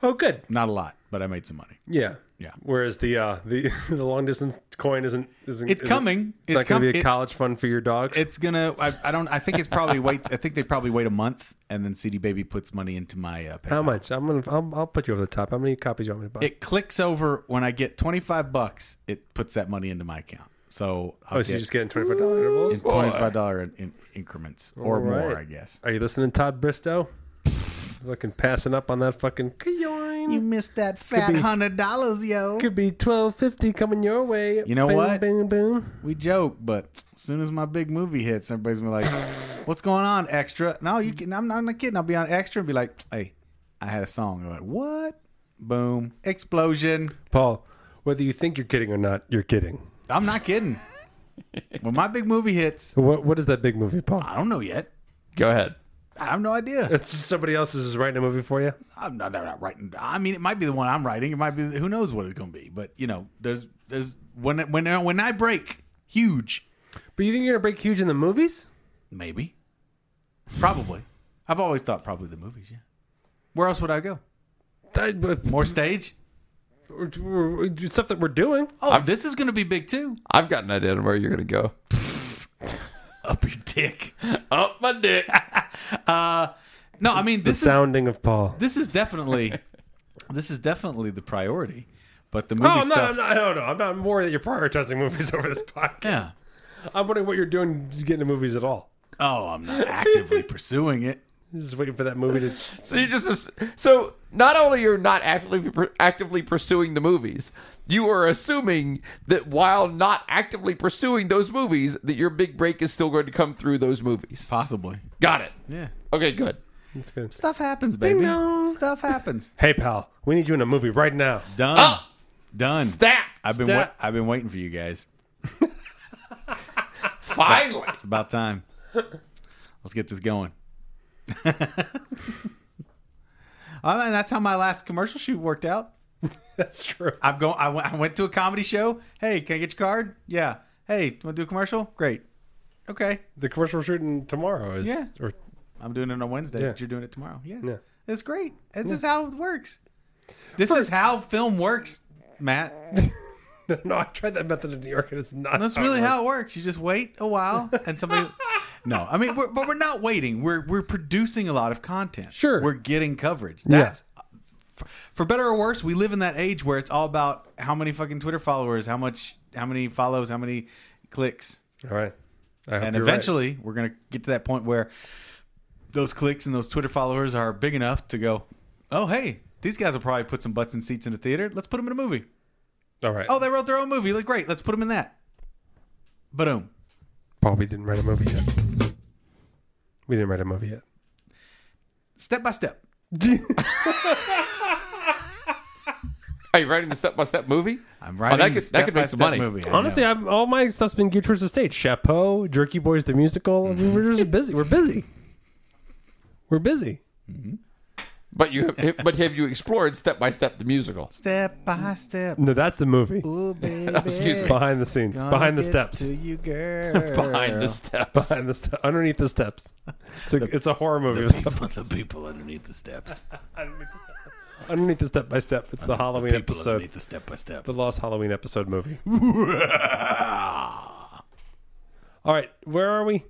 [SPEAKER 4] Oh, good.
[SPEAKER 5] Not a lot, but I made some money.
[SPEAKER 4] Yeah.
[SPEAKER 5] Yeah.
[SPEAKER 4] Whereas the uh, the the long distance coin isn't isn't.
[SPEAKER 5] It's
[SPEAKER 4] isn't-
[SPEAKER 5] coming.
[SPEAKER 4] It's not
[SPEAKER 5] It's
[SPEAKER 4] going to
[SPEAKER 5] com-
[SPEAKER 4] be a
[SPEAKER 5] it-
[SPEAKER 4] college fund for your dogs.
[SPEAKER 5] It's gonna. I, I don't. I think it's probably wait. I think they probably wait a month, and then CD Baby puts money into my. Uh, PayPal.
[SPEAKER 4] how much? I'm gonna. I'll, I'll put you over the top. How many copies you want me to buy?
[SPEAKER 5] It clicks over when I get twenty five bucks. It puts that money into my account. So I'll
[SPEAKER 4] oh, so
[SPEAKER 5] get
[SPEAKER 4] you're just getting twenty five dollar intervals.
[SPEAKER 5] twenty five dollar in, in increments or
[SPEAKER 4] All right.
[SPEAKER 5] more, I guess.
[SPEAKER 4] Are you listening, Todd Bristow? fucking passing up on that fucking coin.
[SPEAKER 5] You missed that fat
[SPEAKER 4] be-
[SPEAKER 5] hundred dollars, yo.
[SPEAKER 4] Could be twelve fifty coming your way.
[SPEAKER 5] You know
[SPEAKER 4] Boom,
[SPEAKER 5] what?
[SPEAKER 4] Boom, boom.
[SPEAKER 5] We joke, but as soon as my big movie hits, everybody's gonna be like, "What's going on, extra?" No, you can. I'm not, I'm not kidding. I'll be on extra and be like, "Hey, I had a song." I'm like, "What?" Boom! Explosion!
[SPEAKER 4] Paul, whether you think you're kidding or not, you're kidding.
[SPEAKER 5] I'm not kidding. when my big movie hits,
[SPEAKER 4] What What is that big movie, Paul?
[SPEAKER 5] I don't know yet.
[SPEAKER 3] Go ahead.
[SPEAKER 5] I have no idea.
[SPEAKER 4] It's just somebody else is writing a movie for you.
[SPEAKER 5] I'm not, I'm not writing. I mean, it might be the one I'm writing. It might be who knows what it's gonna be. But you know, there's there's when when when I break huge,
[SPEAKER 4] But you think you're gonna break huge in the movies?
[SPEAKER 5] maybe, probably. I've always thought probably the movies. Yeah. Where else would I go?
[SPEAKER 4] That- but
[SPEAKER 5] More stage?
[SPEAKER 4] stuff that we're doing.
[SPEAKER 5] Oh, this is going to be big too.
[SPEAKER 3] I've got an idea on where you're going to go.
[SPEAKER 5] Up your dick.
[SPEAKER 3] Up my dick.
[SPEAKER 5] No, I mean this is
[SPEAKER 4] Sounding of Paul.
[SPEAKER 5] this is definitely this is definitely the priority. But the movie
[SPEAKER 4] No, I'm
[SPEAKER 5] stuff,
[SPEAKER 4] not, I'm not. I don't know. I'm not more that you're prioritizing movies over this podcast.
[SPEAKER 5] yeah.
[SPEAKER 4] I'm wondering what you're doing to get into movies at all.
[SPEAKER 5] Oh, I'm not actively pursuing it.
[SPEAKER 4] Just waiting for that movie to.
[SPEAKER 3] So you just so not only you're not actively actively pursuing the movies, you are assuming that while not actively pursuing those movies, that your big break is still going to come through those movies.
[SPEAKER 5] Possibly,
[SPEAKER 3] Got it.
[SPEAKER 5] yeah.
[SPEAKER 3] Okay, good.
[SPEAKER 4] It's good.
[SPEAKER 5] Stuff happens, baby.
[SPEAKER 4] Ding dong.
[SPEAKER 5] Stuff happens.
[SPEAKER 4] Hey, pal, we need you in a movie right now.
[SPEAKER 5] Done.
[SPEAKER 4] Ah!
[SPEAKER 5] Done.
[SPEAKER 3] Stat.
[SPEAKER 5] I've been
[SPEAKER 4] Stat.
[SPEAKER 5] wa- I've been waiting for you guys.
[SPEAKER 3] Finally.
[SPEAKER 5] It's about time. Let's get this going. I mean, Oh, that's how my last commercial shoot worked out.
[SPEAKER 4] That's true.
[SPEAKER 5] I'm going. I went- I went to a comedy show. Hey, can I get your card? Yeah. Hey, want to do a commercial? Great. Okay.
[SPEAKER 4] The commercial we're shooting tomorrow is.
[SPEAKER 5] Yeah.
[SPEAKER 4] Or,
[SPEAKER 5] I'm doing it on Wednesday,
[SPEAKER 4] Yeah.
[SPEAKER 5] but you're doing it tomorrow. Yeah.
[SPEAKER 4] Yeah.
[SPEAKER 5] It's great. This is how it works. This is how film works, Matt.
[SPEAKER 4] no, I tried that method in New York, and it's not.
[SPEAKER 5] That's really
[SPEAKER 4] it works.
[SPEAKER 5] how it works. You just wait a while, and somebody. no, I mean, we're, but we're not waiting. We're we're producing a lot of content.
[SPEAKER 4] Sure.
[SPEAKER 5] we're getting coverage.
[SPEAKER 4] Yeah.
[SPEAKER 5] That's for, for better or worse. We live in that age where it's all about how many fucking Twitter followers, how much, how many follows, how many clicks,
[SPEAKER 4] All right. I hope
[SPEAKER 5] and
[SPEAKER 4] you're right.
[SPEAKER 5] eventually we're gonna get to that point where those clicks and those Twitter followers are big enough to go, oh hey, these guys will probably put some butts in seats in the theater. Let's put them in a movie.
[SPEAKER 4] All right.
[SPEAKER 5] Oh, they wrote their own movie. Like great, let's put them in that. Boom.
[SPEAKER 4] Bobby didn't write a movie yet. We didn't write a movie yet.
[SPEAKER 5] Step by step.
[SPEAKER 3] Are you writing the step by step movie?
[SPEAKER 5] I'm
[SPEAKER 3] Oh,
[SPEAKER 5] writing
[SPEAKER 3] that could,
[SPEAKER 5] the
[SPEAKER 3] that could make some money.
[SPEAKER 5] step-by-step movie. I
[SPEAKER 4] Honestly,
[SPEAKER 5] know.
[SPEAKER 4] I'm, all my stuff's been geared towards the stage. Chapeau, Jerky Boys, the musical. I mean, we're just busy. We're busy. We're busy.
[SPEAKER 3] But you, have, but have you explored step by step the musical?
[SPEAKER 5] step by step.
[SPEAKER 4] No, that's the movie.
[SPEAKER 5] Ooh, baby,
[SPEAKER 3] Excuse me,
[SPEAKER 4] Behind the scenes,
[SPEAKER 5] gonna
[SPEAKER 4] behind the
[SPEAKER 5] get
[SPEAKER 4] steps,
[SPEAKER 5] To you, girl.
[SPEAKER 3] behind the steps.
[SPEAKER 4] behind the ste- underneath the steps. It's a, it's a horror movie. with stuff-
[SPEAKER 2] People, the people underneath the steps.
[SPEAKER 4] underneath the step by step. It's the Halloween
[SPEAKER 2] People
[SPEAKER 4] episode,
[SPEAKER 2] underneath the step by step.
[SPEAKER 4] the Lost Halloween episode movie. All right, where are we?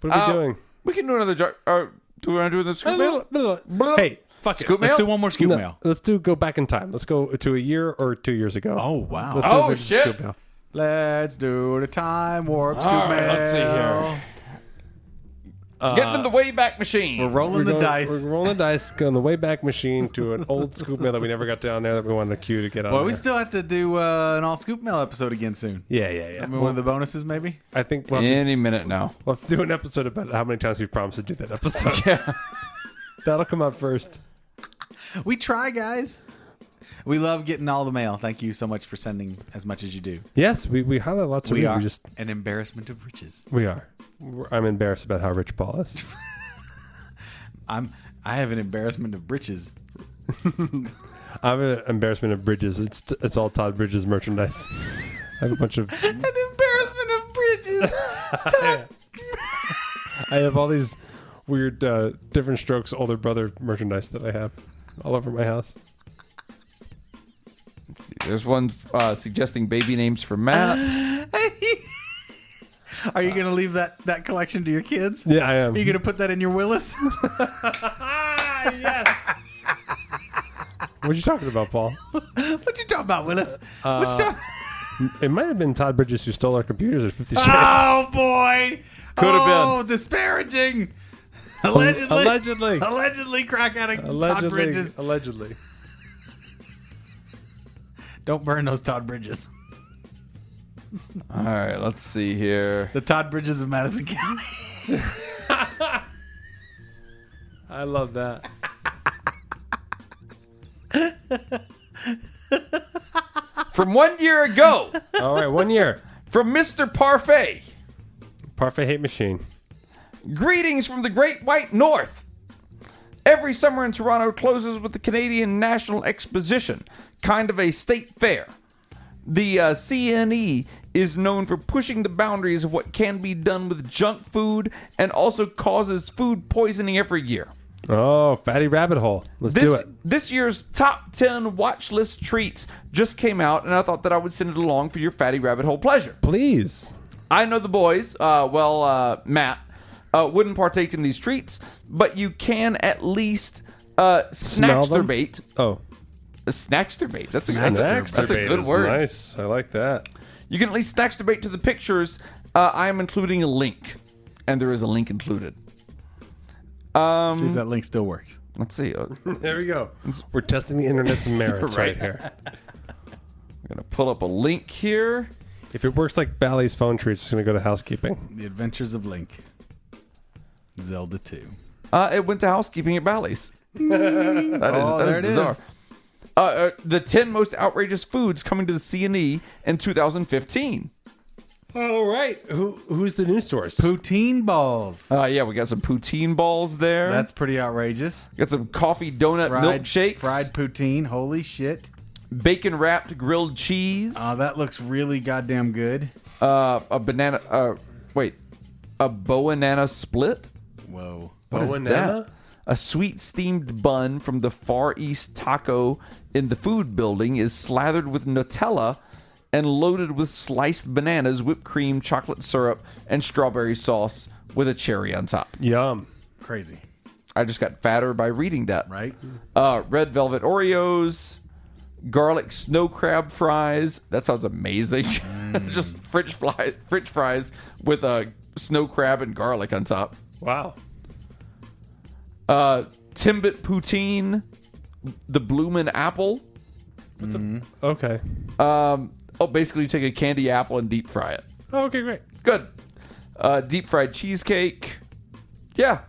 [SPEAKER 4] What are we
[SPEAKER 3] Uh,
[SPEAKER 4] doing?
[SPEAKER 3] We can do another. Jo- uh, do we want to do the scoop mail?
[SPEAKER 4] Hey, fuck
[SPEAKER 3] Scoop
[SPEAKER 4] it.
[SPEAKER 3] mail.
[SPEAKER 5] Let's do one more scoop
[SPEAKER 4] No,
[SPEAKER 5] mail.
[SPEAKER 4] Let's do go back in time. Let's go to a year or two years ago.
[SPEAKER 5] Oh wow.
[SPEAKER 4] Let's do
[SPEAKER 3] Oh,
[SPEAKER 4] the
[SPEAKER 3] shit.
[SPEAKER 4] scoop mail.
[SPEAKER 5] Let's do the time warp scoop
[SPEAKER 3] All right,
[SPEAKER 5] mail.
[SPEAKER 3] let's see here. Getting in the Wayback Machine.
[SPEAKER 5] We're rolling the
[SPEAKER 4] going-
[SPEAKER 5] dice.
[SPEAKER 4] We're rolling the dice on the way back machine to an old scoop mail that we never got down there that we wanted a queue to get on.
[SPEAKER 5] Well, we
[SPEAKER 4] there.
[SPEAKER 5] still have to do uh, an all scoop mail episode again soon.
[SPEAKER 4] yeah, yeah, yeah.
[SPEAKER 5] I mean, one of the bonuses maybe.
[SPEAKER 4] I think we'll have, to,
[SPEAKER 3] Any minute now.
[SPEAKER 4] we'll have to do an episode about how many times we've promised to do that episode. yeah. That'll come up first.
[SPEAKER 5] We try, guys. We love getting all the mail. Thank you so much for sending as much as you do.
[SPEAKER 4] Yes, we, we highlight lots of
[SPEAKER 5] We
[SPEAKER 4] read.
[SPEAKER 5] are
[SPEAKER 4] We just
[SPEAKER 5] an embarrassment of riches.
[SPEAKER 4] we are. We're- I'm embarrassed about how rich Paul is.
[SPEAKER 5] I'm. I have an embarrassment of britches.
[SPEAKER 4] I have an embarrassment of Bridges. It's it's all Todd Bridges merchandise. I have a bunch of
[SPEAKER 5] An embarrassment of bridges. Todd.
[SPEAKER 4] I have all these weird uh, different strokes older brother merchandise that I have all over my house.
[SPEAKER 3] There's one uh, suggesting baby names for Matt.
[SPEAKER 5] Are you gonna leave that that collection to your kids?
[SPEAKER 4] Yeah, I am.
[SPEAKER 5] Are you gonna put that in your Willis?
[SPEAKER 4] What are you talking about, Paul?
[SPEAKER 5] what you talking about, Willis?
[SPEAKER 4] Uh,
[SPEAKER 5] what you talking?
[SPEAKER 4] It might have been Todd Bridges who stole our computers at 50 Shades.
[SPEAKER 5] Oh boy.
[SPEAKER 3] Could have
[SPEAKER 5] oh, disparaging. Allegedly.
[SPEAKER 4] Allegedly.
[SPEAKER 5] Allegedly crack addict
[SPEAKER 4] Allegedly.
[SPEAKER 5] Todd Bridges.
[SPEAKER 4] Allegedly.
[SPEAKER 5] Don't burn those Todd Bridges.
[SPEAKER 3] All right, let's see here.
[SPEAKER 5] The Todd Bridges of Madison County.
[SPEAKER 4] I love that.
[SPEAKER 3] From one year ago,
[SPEAKER 4] All right, one year.
[SPEAKER 3] from Mr. Parfait.
[SPEAKER 4] Parfait Hate Machine.
[SPEAKER 3] Greetings from the Great White North. Every summer in Toronto closes with the Canadian National Exposition, kind of a state fair. The uh, CNE is known for pushing the boundaries of what can be done with junk food and also causes food poisoning every year.
[SPEAKER 4] Oh, Fatty Rabbit Hole. Let's do
[SPEAKER 3] This,
[SPEAKER 4] it.
[SPEAKER 3] this year's top 10 watch list treats just came out, and I thought that I would send it along for your fatty rabbit hole pleasure.
[SPEAKER 4] Please.
[SPEAKER 3] I know the boys, uh, well, uh, Matt, uh, wouldn't partake in these treats, but you can at least uh,
[SPEAKER 4] Smell
[SPEAKER 3] snatch their
[SPEAKER 4] them?
[SPEAKER 3] bait.
[SPEAKER 4] Oh.
[SPEAKER 3] Snatch their bait. That's a,
[SPEAKER 4] An
[SPEAKER 3] that's, that's a
[SPEAKER 4] extravate
[SPEAKER 3] good
[SPEAKER 4] is
[SPEAKER 3] word.
[SPEAKER 4] Nice. I like that.
[SPEAKER 3] You can at least snatch their bait to the pictures. Uh, I am including a link, and there is a link included.
[SPEAKER 5] See if
[SPEAKER 4] Mm-hmm.
[SPEAKER 5] that link still works.
[SPEAKER 3] Let's see. Uh, I'm
[SPEAKER 4] There we go. We're testing the internet's merits right. here.
[SPEAKER 3] going to pull up a link here.
[SPEAKER 4] If it works like Bally's phone tree, it's just going to go to housekeeping.
[SPEAKER 5] The Adventures of Link. Zelda 2.
[SPEAKER 3] Uh, it went to housekeeping at Bally's. that is,
[SPEAKER 5] Oh,
[SPEAKER 3] that is
[SPEAKER 5] there it is.
[SPEAKER 3] bizarre. Uh, uh, the 10 most outrageous foods coming to the CNE in 2015.
[SPEAKER 4] All right. Who Who's the news source?
[SPEAKER 5] Poutine balls.
[SPEAKER 3] Uh, yeah, we got some poutine balls there.
[SPEAKER 5] That's pretty outrageous.
[SPEAKER 3] got some coffee donut
[SPEAKER 5] Fried
[SPEAKER 3] milkshakes,
[SPEAKER 5] Fried poutine. Holy shit.
[SPEAKER 3] bacon wrapped grilled cheese,
[SPEAKER 5] Oh, that looks really goddamn good.
[SPEAKER 3] uh, a banana. Uh, wait, a banana split.
[SPEAKER 5] Whoa.
[SPEAKER 3] What is
[SPEAKER 4] Banana?
[SPEAKER 3] that? A sweet steamed bun from the Far East Taco in the food building is slathered with Nutella and loaded with sliced bananas, whipped cream, chocolate syrup, and strawberry sauce with a cherry on top.
[SPEAKER 4] Yum.
[SPEAKER 5] Crazy,
[SPEAKER 3] I just got fatter by reading that.
[SPEAKER 5] right?
[SPEAKER 3] Uh, red velvet Oreos, garlic snow crab fries. That sounds amazing. Just French fries, French fries with a uh, snow crab and garlic on top.
[SPEAKER 4] Wow.
[SPEAKER 3] Uh, Timbit poutine, the bloomin' apple.
[SPEAKER 4] Okay.
[SPEAKER 3] Um, oh, basically you take a candy apple and deep fry it.
[SPEAKER 4] Oh, okay, great.
[SPEAKER 3] Good. Uh, deep fried cheesecake. Yeah,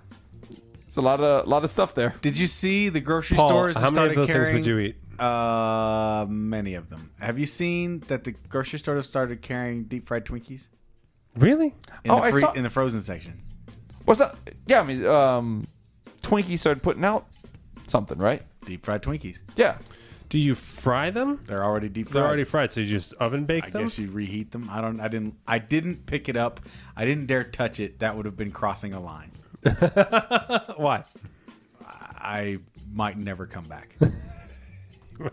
[SPEAKER 3] it's a lot of lot of stuff there.
[SPEAKER 5] Did you see the grocery
[SPEAKER 4] Paul,
[SPEAKER 5] stores? have
[SPEAKER 4] how many of
[SPEAKER 5] started
[SPEAKER 4] those things
[SPEAKER 5] carrying,
[SPEAKER 4] would you eat?
[SPEAKER 5] Uh, many of them. Have you seen that the grocery stores have started carrying deep fried Twinkies
[SPEAKER 4] Really?
[SPEAKER 5] in,
[SPEAKER 3] Oh, I
[SPEAKER 5] the, free,
[SPEAKER 3] saw-
[SPEAKER 5] in the frozen section?
[SPEAKER 3] What's that? Yeah, I mean, um, Twinkie started putting out something, right?
[SPEAKER 5] Deep fried Twinkies.
[SPEAKER 3] Yeah.
[SPEAKER 4] Do you fry them?
[SPEAKER 5] They're already deep fried.
[SPEAKER 4] They're already fried, so you just oven bake
[SPEAKER 5] I
[SPEAKER 4] them.
[SPEAKER 5] guess you reheat them. I don't. I didn't. I didn't pick it up. I didn't dare touch it. That would have been crossing a line.
[SPEAKER 4] Why?
[SPEAKER 5] I might never come back.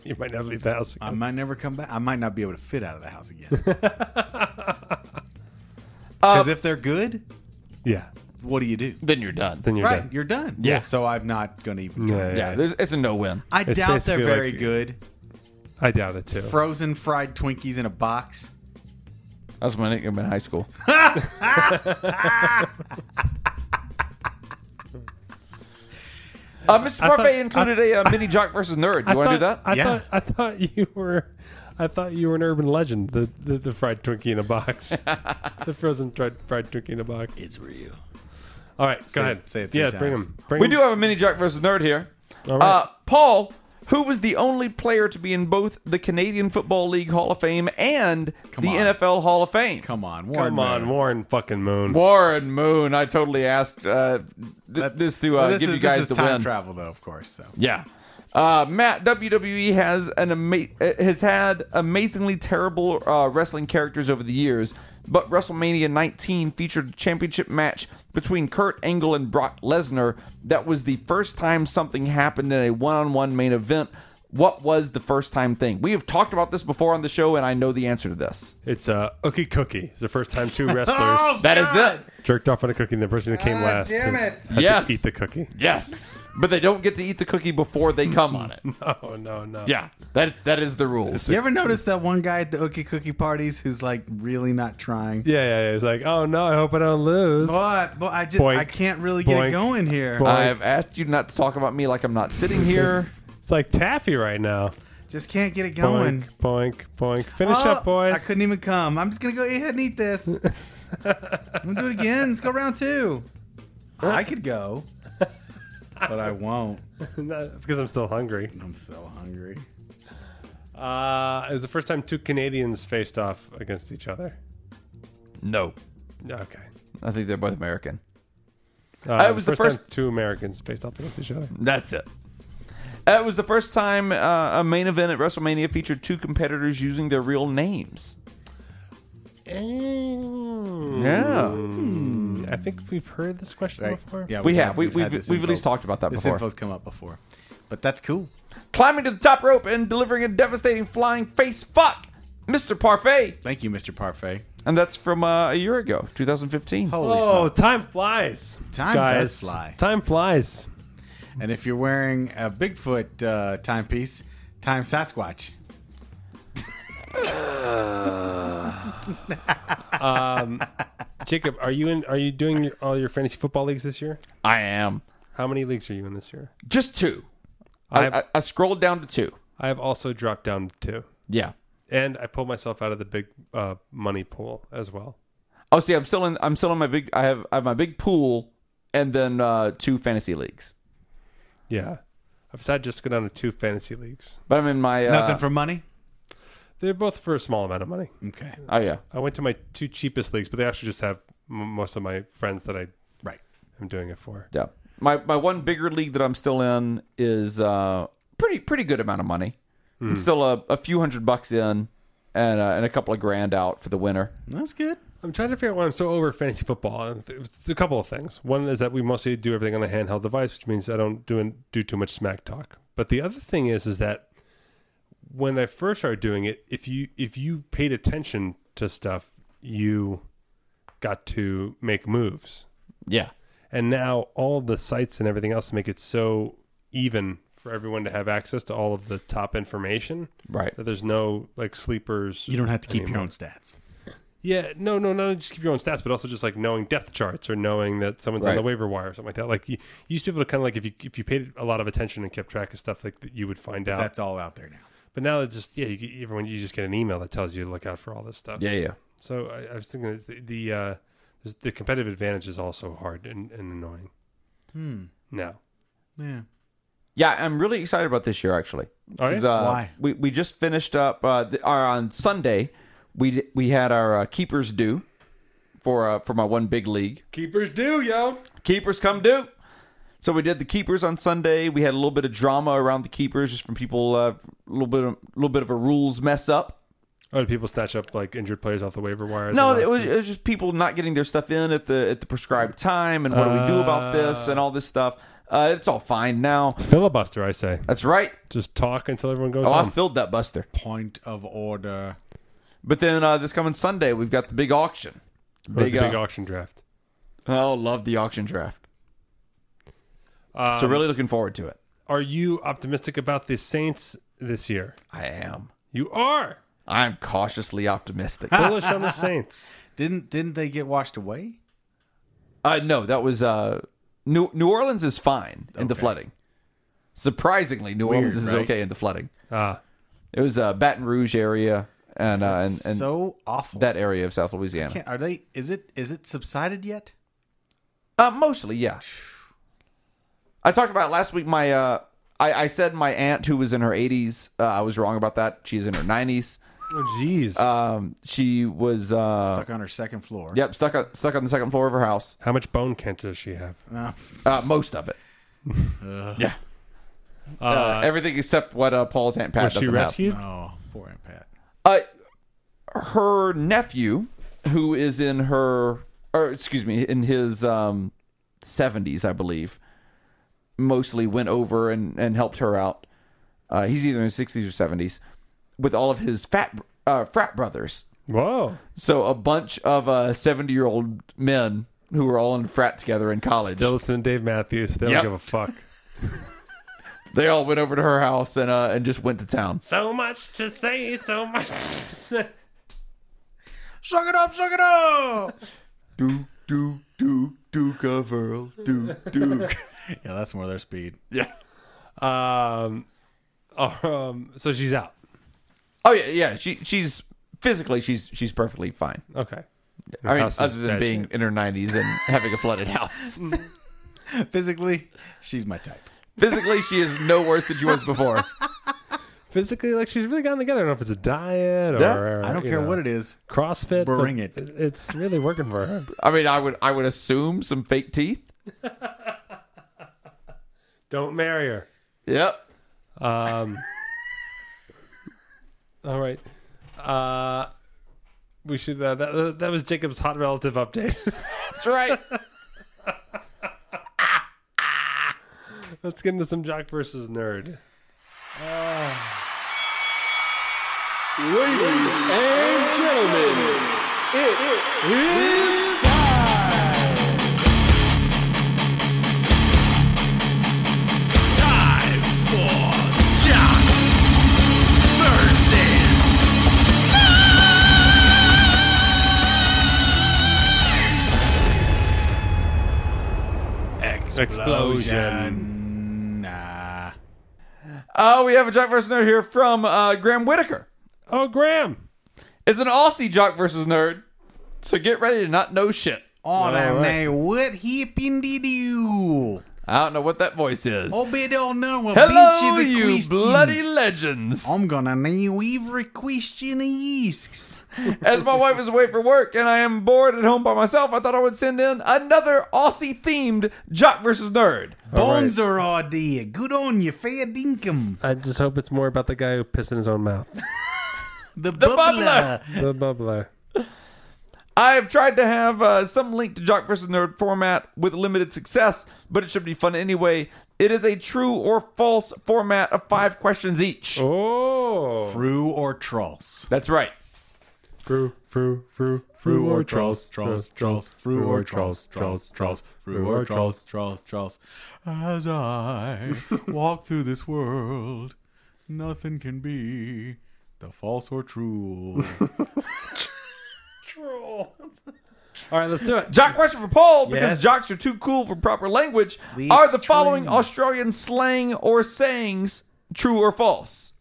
[SPEAKER 4] You might not leave the house.
[SPEAKER 5] I
[SPEAKER 4] Again.
[SPEAKER 5] might never come back. I might not be able to fit out of the house again. Because if they're good,
[SPEAKER 4] Yeah.
[SPEAKER 5] what do you do?
[SPEAKER 3] Then you're done.
[SPEAKER 4] Then you're
[SPEAKER 5] right,
[SPEAKER 4] done.
[SPEAKER 5] you're done.
[SPEAKER 3] Yeah.
[SPEAKER 5] So I'm not going to even.
[SPEAKER 4] Yeah, yeah,
[SPEAKER 3] Yeah,
[SPEAKER 4] yeah.
[SPEAKER 3] there's, it's a no win.
[SPEAKER 5] I
[SPEAKER 4] It's
[SPEAKER 5] doubt they're
[SPEAKER 4] basically
[SPEAKER 5] very
[SPEAKER 4] like-
[SPEAKER 5] good.
[SPEAKER 4] I doubt it too.
[SPEAKER 5] Frozen fried Twinkies in a box.
[SPEAKER 3] That was my nickname in high school. uh, Mr.
[SPEAKER 4] thought-
[SPEAKER 3] Parfait included a uh, mini jock versus nerd. You want to do that?
[SPEAKER 4] I
[SPEAKER 5] Yeah.
[SPEAKER 4] thought I thought you were I thought you were an urban legend. The the, the fried Twinkie in a box. the frozen fried, fried Twinkie in a box.
[SPEAKER 5] It's real.
[SPEAKER 4] All right, go
[SPEAKER 5] Say it-
[SPEAKER 4] ahead.
[SPEAKER 5] say it three
[SPEAKER 4] yeah, bring
[SPEAKER 5] times.
[SPEAKER 4] them. Bring
[SPEAKER 3] we
[SPEAKER 4] 'em.
[SPEAKER 3] do have a mini jock versus nerd here.
[SPEAKER 4] All right.
[SPEAKER 3] Uh, Paul, who was the only player to be in both the Canadian Football League Hall of Fame and the
[SPEAKER 5] on.
[SPEAKER 3] NFL Hall of Fame.
[SPEAKER 5] Come on, Warren.
[SPEAKER 4] Come on, uh,
[SPEAKER 5] Moon.
[SPEAKER 4] Warren fucking Moon.
[SPEAKER 3] Warren Moon, I totally asked uh, th- this to uh,
[SPEAKER 5] Well, this
[SPEAKER 3] give
[SPEAKER 5] is,
[SPEAKER 3] you guys
[SPEAKER 5] this is
[SPEAKER 3] the
[SPEAKER 5] time
[SPEAKER 3] win.
[SPEAKER 5] travel, though, of course. So
[SPEAKER 3] Yeah. Uh, Matt WWE has an ama- uh, has had amazingly terrible uh, wrestling characters over the years, but WrestleMania 19 featured a championship match between Kurt Angle and Brock Lesnar. That was the first time something happened in a one-on-one main event. What was the first time thing? We have talked about this before on the show, and I know the answer to this.
[SPEAKER 4] It's uh, Ookie Cookie. It's the first time two wrestlers
[SPEAKER 3] That is it.
[SPEAKER 4] jerked off on a cookie, and the person who came last
[SPEAKER 5] Oh, damn
[SPEAKER 4] had
[SPEAKER 5] it.
[SPEAKER 4] to
[SPEAKER 3] Yes.
[SPEAKER 4] eat the cookie.
[SPEAKER 3] Yes, but they don't get to eat the cookie before they come on it.
[SPEAKER 4] Oh no, no.
[SPEAKER 3] Yeah, that that is the rules.
[SPEAKER 5] you ever notice that one guy at the Ookie Cookie parties who's like really not trying?
[SPEAKER 4] yeah, yeah. yeah. It's like, oh no, I hope I don't lose.
[SPEAKER 3] Oh.
[SPEAKER 5] But but I just
[SPEAKER 4] Boink.
[SPEAKER 5] I can't really
[SPEAKER 4] Boink.
[SPEAKER 5] get it going here.
[SPEAKER 4] Boink.
[SPEAKER 3] I've asked you not to talk about me like I'm not sitting here.
[SPEAKER 4] It's like taffy right now.
[SPEAKER 5] Just can't get it going.
[SPEAKER 4] Boink, boink, boink. Finish
[SPEAKER 5] Oh,
[SPEAKER 4] up, boys.
[SPEAKER 5] I couldn't even come. I'm just gonna go ahead and eat this. I'm gonna do it again. Let's go round two. I could go, but I won't.
[SPEAKER 4] Not- because I'm still hungry.
[SPEAKER 5] I'm so hungry.
[SPEAKER 4] Uh, it was the first time two Canadians faced off against each other.
[SPEAKER 3] No.
[SPEAKER 4] Okay.
[SPEAKER 3] I think they're both American.
[SPEAKER 4] Uh,
[SPEAKER 3] It was the
[SPEAKER 4] time
[SPEAKER 3] first-
[SPEAKER 4] two Americans faced off against each other.
[SPEAKER 3] That's it. It was the first time uh, a main event at WrestleMania featured two competitors using their real names. Yeah.
[SPEAKER 4] I think we've heard this question before.
[SPEAKER 5] Yeah,
[SPEAKER 3] We have. We, we've,
[SPEAKER 5] had this
[SPEAKER 3] we've, at
[SPEAKER 5] info.
[SPEAKER 3] least talked about that
[SPEAKER 5] This
[SPEAKER 3] before.
[SPEAKER 5] info's come up before, but that's cool.
[SPEAKER 3] Climbing to the top rope and delivering a devastating flying face fuck, Mr. Parfait.
[SPEAKER 5] Thank you, Mr. Parfait.
[SPEAKER 3] And that's from uh, a year ago, 2015.
[SPEAKER 5] Holy
[SPEAKER 4] Oh,
[SPEAKER 5] smokes.
[SPEAKER 4] time flies.
[SPEAKER 5] Time
[SPEAKER 4] guys.
[SPEAKER 5] does fly.
[SPEAKER 4] Time flies.
[SPEAKER 5] And if you're wearing a Bigfoot uh, timepiece, time Sasquatch.
[SPEAKER 4] Jacob, are you in? Are you doing your, all your fantasy football leagues this year?
[SPEAKER 3] I am.
[SPEAKER 4] How many leagues are you in this year?
[SPEAKER 3] Just two.
[SPEAKER 4] I've-
[SPEAKER 3] I, I, I scrolled down to two.
[SPEAKER 4] I have also dropped down to two,
[SPEAKER 3] Yeah.
[SPEAKER 4] and I pulled myself out of the big uh, money pool as well.
[SPEAKER 3] Oh, see, I'm still in. I'm still in my big. I have. I have my big pool, and then uh two fantasy leagues.
[SPEAKER 4] Yeah, I've decided just to go down to two fantasy leagues.
[SPEAKER 3] But I'm in my uh,
[SPEAKER 5] Nothing for money.
[SPEAKER 4] They're both for a small amount of money.
[SPEAKER 5] Okay,
[SPEAKER 3] Oh yeah.
[SPEAKER 4] I went to my two cheapest leagues, but they actually just have m- most of my friends that I
[SPEAKER 5] right.
[SPEAKER 4] am doing it for.
[SPEAKER 3] Yeah. My my one bigger league that I'm still in is uh pretty pretty good amount of money.
[SPEAKER 5] Hmm.
[SPEAKER 3] I'm still a, a few hundred bucks in, and uh, and a couple of grand out for the winter.
[SPEAKER 5] That's good.
[SPEAKER 4] I'm trying to figure out why I'm so over fantasy football. And th- It's a couple of things. One is that we mostly do everything on a handheld device, which means I don't do do too much smack talk. But the other thing is, is that when I first started doing it, if you if you paid attention to stuff, you got to make moves.
[SPEAKER 3] Yeah.
[SPEAKER 4] And now all the sites and everything else make it so even for everyone to have access to all of the top information.
[SPEAKER 3] Right.
[SPEAKER 4] That there's no like sleepers.
[SPEAKER 5] You don't have to keep your own stats.
[SPEAKER 4] Yeah, no, no, not just keep your own stats, but also just like knowing depth charts or knowing that someone's on
[SPEAKER 3] Right.
[SPEAKER 4] the waiver wire or something like that. Like you, you used to be able to kind of like if you if you paid a lot of attention and kept track of stuff, like that you would find out.
[SPEAKER 5] That's all out there now.
[SPEAKER 4] But now it's just yeah, you, everyone you just get an email that tells you to look out for all this stuff.
[SPEAKER 3] Yeah, yeah.
[SPEAKER 4] So I, I was thinking it's the the, uh, there's- the competitive advantage is also hard and, and annoying. Hmm. No.
[SPEAKER 5] Yeah.
[SPEAKER 3] Yeah, I'm really excited about this year actually.
[SPEAKER 5] Oh,
[SPEAKER 4] All right.
[SPEAKER 3] 'Cause, uh,
[SPEAKER 5] Why?
[SPEAKER 3] We we just finished up uh, the, our on Sunday. We d- we had our uh, keepers due for uh, for my one big league.
[SPEAKER 4] Keepers do, yo.
[SPEAKER 3] keepers come due. So we did the keepers on Sunday. We had a little bit of drama around the keepers, just from people uh, a little bit, of, little bit of a rules mess up.
[SPEAKER 4] Oh, do people snatch up like injured players off the waiver wire?
[SPEAKER 3] No,
[SPEAKER 4] The
[SPEAKER 3] it
[SPEAKER 4] last-
[SPEAKER 3] was, it was just people not getting their stuff in at the at the prescribed time, and what do we do about this and all this stuff. Uh, it's all fine now.
[SPEAKER 4] filibuster. I say,
[SPEAKER 3] That's right.
[SPEAKER 4] just talk until everyone goes
[SPEAKER 3] Oh, I
[SPEAKER 4] home.
[SPEAKER 3] filled that buster.
[SPEAKER 2] Point of order.
[SPEAKER 3] But then uh, this coming Sunday, we've got the big auction.
[SPEAKER 4] Or the
[SPEAKER 3] Big,
[SPEAKER 4] big
[SPEAKER 3] uh,
[SPEAKER 4] auction draft.
[SPEAKER 3] Oh, love the auction draft.
[SPEAKER 4] Um,
[SPEAKER 3] so really looking forward to it.
[SPEAKER 4] Are you optimistic about the Saints this year?
[SPEAKER 3] I am.
[SPEAKER 4] You are
[SPEAKER 3] I'm cautiously optimistic.
[SPEAKER 4] bullish on the Saints.
[SPEAKER 5] Didn't didn't they get washed away?
[SPEAKER 3] Uh, no, that was uh, New New Orleans is fine in the flooding. Surprisingly, New Orleans is
[SPEAKER 5] right?
[SPEAKER 3] okay in the flooding.
[SPEAKER 4] Ah.
[SPEAKER 3] It was uh, Baton Rouge area and uh, and, and
[SPEAKER 5] so awful.
[SPEAKER 3] that area of South Louisiana.
[SPEAKER 5] Can't- are they? Is it? Is it subsided yet?
[SPEAKER 3] Uh, mostly, yeah. I talked about last week. My uh, I, I said my aunt who was in her 80s. Uh, I was wrong about that. She's in her 90s.
[SPEAKER 4] Oh, jeez.
[SPEAKER 5] Uh,
[SPEAKER 3] Um, she was uh,
[SPEAKER 5] Stuck on her second floor.
[SPEAKER 3] yep stuck on, stuck on the second floor of her house.
[SPEAKER 4] How much bone cancer does she have?
[SPEAKER 3] Uh, most of it. yeah. Uh, everything except what uh, Paul's aunt Pat
[SPEAKER 4] Was she
[SPEAKER 3] doesn't have.
[SPEAKER 4] rescued?
[SPEAKER 5] Oh, poor Aunt Pat.
[SPEAKER 3] Uh, her nephew, who is in her, or excuse me, in his um, 70s, I believe, mostly went over and, and helped her out. Uh, he's either in his 60s or 70s with all of his fat uh, frat brothers.
[SPEAKER 4] Whoa.
[SPEAKER 3] So a bunch of uh, 70 year old men who were all in frat together in college.
[SPEAKER 4] Still listen to Dave Matthews. They don't
[SPEAKER 3] Yep.
[SPEAKER 4] give a fuck.
[SPEAKER 3] They all went over to her house and uh, and just went to town.
[SPEAKER 4] So much to say, so much.
[SPEAKER 5] Suck it up, suck it up.
[SPEAKER 3] Duke, Duke, Duke, Duke of Earl, Duke, Duke.
[SPEAKER 5] yeah, that's more their speed.
[SPEAKER 4] um, um, so she's out.
[SPEAKER 3] Oh yeah, yeah. She she's physically she's she's perfectly fine.
[SPEAKER 4] Okay.
[SPEAKER 3] I mean,
[SPEAKER 4] house is
[SPEAKER 3] other than
[SPEAKER 4] bad
[SPEAKER 3] being
[SPEAKER 4] shape.
[SPEAKER 3] in her nineties and having a flooded house.
[SPEAKER 5] Physically, she's my type.
[SPEAKER 3] physically, she is no worse than she was before.
[SPEAKER 4] Physically, like she's really gotten together. I don't know if it's a diet or
[SPEAKER 5] I don't
[SPEAKER 4] you
[SPEAKER 5] care
[SPEAKER 4] know,
[SPEAKER 5] what it is.
[SPEAKER 4] CrossFit. but
[SPEAKER 5] Bring it.
[SPEAKER 4] It's really working for her.
[SPEAKER 3] I mean, I would I would assume some fake teeth.
[SPEAKER 4] Don't marry her.
[SPEAKER 3] Yep.
[SPEAKER 4] All right. Uh, we should. Uh, that that was Jacob's hot relative update.
[SPEAKER 3] That's right.
[SPEAKER 4] Let's get into some jock versus nerd. Explosion.
[SPEAKER 5] Nah.
[SPEAKER 3] Uh, we have a jock versus nerd here from uh, Graham Whitaker.
[SPEAKER 4] Oh, Graham.
[SPEAKER 3] It's an Aussie jock versus nerd. So get ready to not know shit.
[SPEAKER 5] Oh,
[SPEAKER 4] right.
[SPEAKER 5] man, what hippin' did you?
[SPEAKER 3] I don't know what that voice is.
[SPEAKER 5] Oh, but don't know. Well,
[SPEAKER 3] Hello,
[SPEAKER 5] beat you, the
[SPEAKER 3] you
[SPEAKER 5] questions.
[SPEAKER 3] bloody legends.
[SPEAKER 5] I'm gonna know every question he asks.
[SPEAKER 3] As my wife is away for work and I am bored at home by myself, I thought I would send in another Aussie themed Jock versus Nerd.
[SPEAKER 5] Bones are idea. Good on you, fair dinkum.
[SPEAKER 4] I just hope it's more about the guy who pissed in his own mouth.
[SPEAKER 5] The,
[SPEAKER 3] bubbler.
[SPEAKER 5] bubbler.
[SPEAKER 4] the bubbler.
[SPEAKER 3] I've tried to have uh, some link to Jock versus Nerd format with limited success, but it should be fun anyway. It is a true or false format of five questions each.
[SPEAKER 4] Oh.
[SPEAKER 2] Fru or Trolls?
[SPEAKER 3] That's right.
[SPEAKER 2] Fru, fru, fru, fru or Trolls, Trolls, Trolls, Fru or Trolls, Trolls, Trolls, Fru or Trolls, Trolls, Trolls. As I walk through this world, nothing can be the false or true.
[SPEAKER 4] All right, let's do it.
[SPEAKER 3] Jock question for Paul because
[SPEAKER 5] Yes.
[SPEAKER 3] jocks are too cool for proper language.
[SPEAKER 5] The
[SPEAKER 3] are the
[SPEAKER 5] extreme.
[SPEAKER 3] following Australian slang or sayings true or false?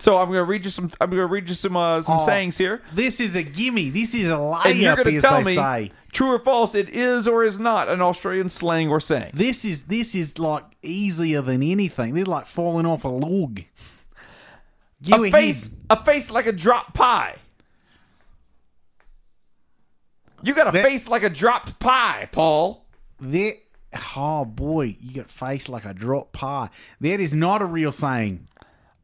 [SPEAKER 3] So I'm going to read you some. I'm going to read you some uh,
[SPEAKER 5] Oh.
[SPEAKER 3] some sayings here,
[SPEAKER 5] This is a gimme. This is a
[SPEAKER 3] and you're
[SPEAKER 5] layup,
[SPEAKER 3] going to
[SPEAKER 5] as
[SPEAKER 3] tell
[SPEAKER 5] they
[SPEAKER 3] me
[SPEAKER 5] say.
[SPEAKER 3] true or false. It is or is not an Australian slang or saying.
[SPEAKER 5] This is this is like easier than anything. This is like falling off a log. You
[SPEAKER 3] a
[SPEAKER 5] and
[SPEAKER 3] face,
[SPEAKER 5] him.
[SPEAKER 3] a face like a drop pie. You got a
[SPEAKER 5] That-
[SPEAKER 3] face like a dropped pie, Paul.
[SPEAKER 5] That oh boy, you got face like a drop pie. That is not a real saying.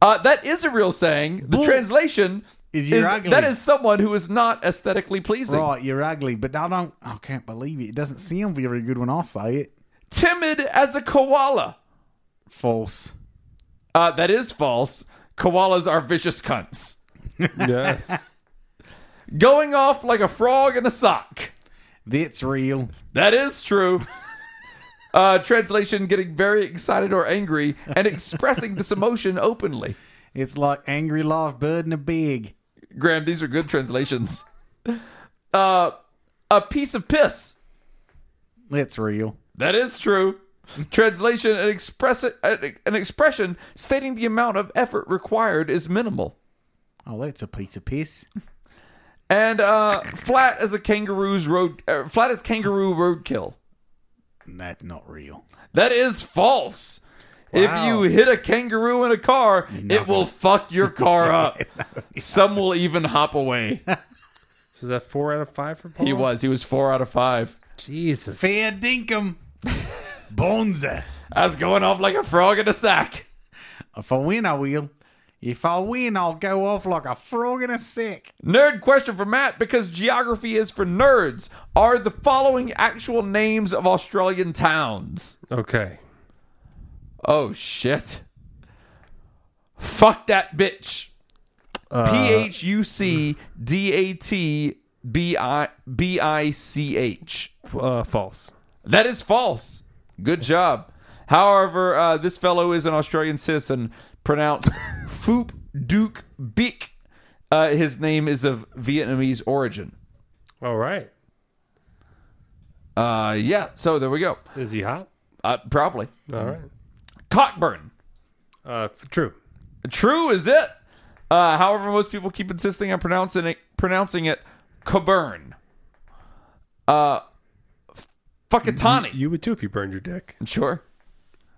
[SPEAKER 3] Uh, that is a real saying. The
[SPEAKER 5] Bull-
[SPEAKER 3] translation
[SPEAKER 5] Is you're ugly.
[SPEAKER 3] that is someone who is not aesthetically pleasing.
[SPEAKER 5] Right, you're ugly, but I don't. I can't believe it. It doesn't sound very good when I say it.
[SPEAKER 3] Timid as a koala.
[SPEAKER 5] False.
[SPEAKER 3] Uh, that is false. Koalas are vicious cunts.
[SPEAKER 4] Yes.
[SPEAKER 3] Going off like a frog in a sock.
[SPEAKER 5] That's real.
[SPEAKER 3] That is true. Uh, translation getting very excited or angry and expressing this emotion openly.
[SPEAKER 5] It's like angry live bird in a bag.
[SPEAKER 3] Graham, these are good translations. Uh, a piece of piss.
[SPEAKER 5] That's real.
[SPEAKER 3] That is true. Translation: an, express- an expression stating the amount of effort required is minimal.
[SPEAKER 5] Oh, that's a piece of piss.
[SPEAKER 3] And uh, flat as a kangaroo's road, uh, flat as kangaroo roadkill.
[SPEAKER 5] That's not real.
[SPEAKER 3] That is false. If you hit a kangaroo in a car, it will fuck your car up. Some will even hop away.
[SPEAKER 4] so is that four out of five for Paul?
[SPEAKER 3] He was. He was four out of five.
[SPEAKER 4] Jesus.
[SPEAKER 5] Fair dinkum. Bonza.
[SPEAKER 3] I was going off like a frog in a sack.
[SPEAKER 5] If I win, I will. If I win, I'll go off like a frog in a sack.
[SPEAKER 3] Nerd question for Matt because geography is for nerds. Are the following actual names of Australian towns?
[SPEAKER 4] Okay.
[SPEAKER 3] Oh shit. Fuck that bitch. P H U C D A T B I B I C H.
[SPEAKER 4] F- uh, false.
[SPEAKER 3] That is false. Good job. However, uh, this fellow is an Australian citizen pronounced Foop Duke Beek. Uh, his name is of Vietnamese origin.
[SPEAKER 4] All right.
[SPEAKER 3] Uh, yeah. So there we go.
[SPEAKER 4] Is he hot?
[SPEAKER 3] Uh, probably
[SPEAKER 2] Hmm.
[SPEAKER 4] All right.
[SPEAKER 3] Cockburn.
[SPEAKER 4] Uh, f- true.
[SPEAKER 3] True is it. Uh, however, most people keep insisting on pronouncing it pronouncing it Coburn. Uh, f- Fuckatani.
[SPEAKER 4] You would too if you burned your dick.
[SPEAKER 3] Sure.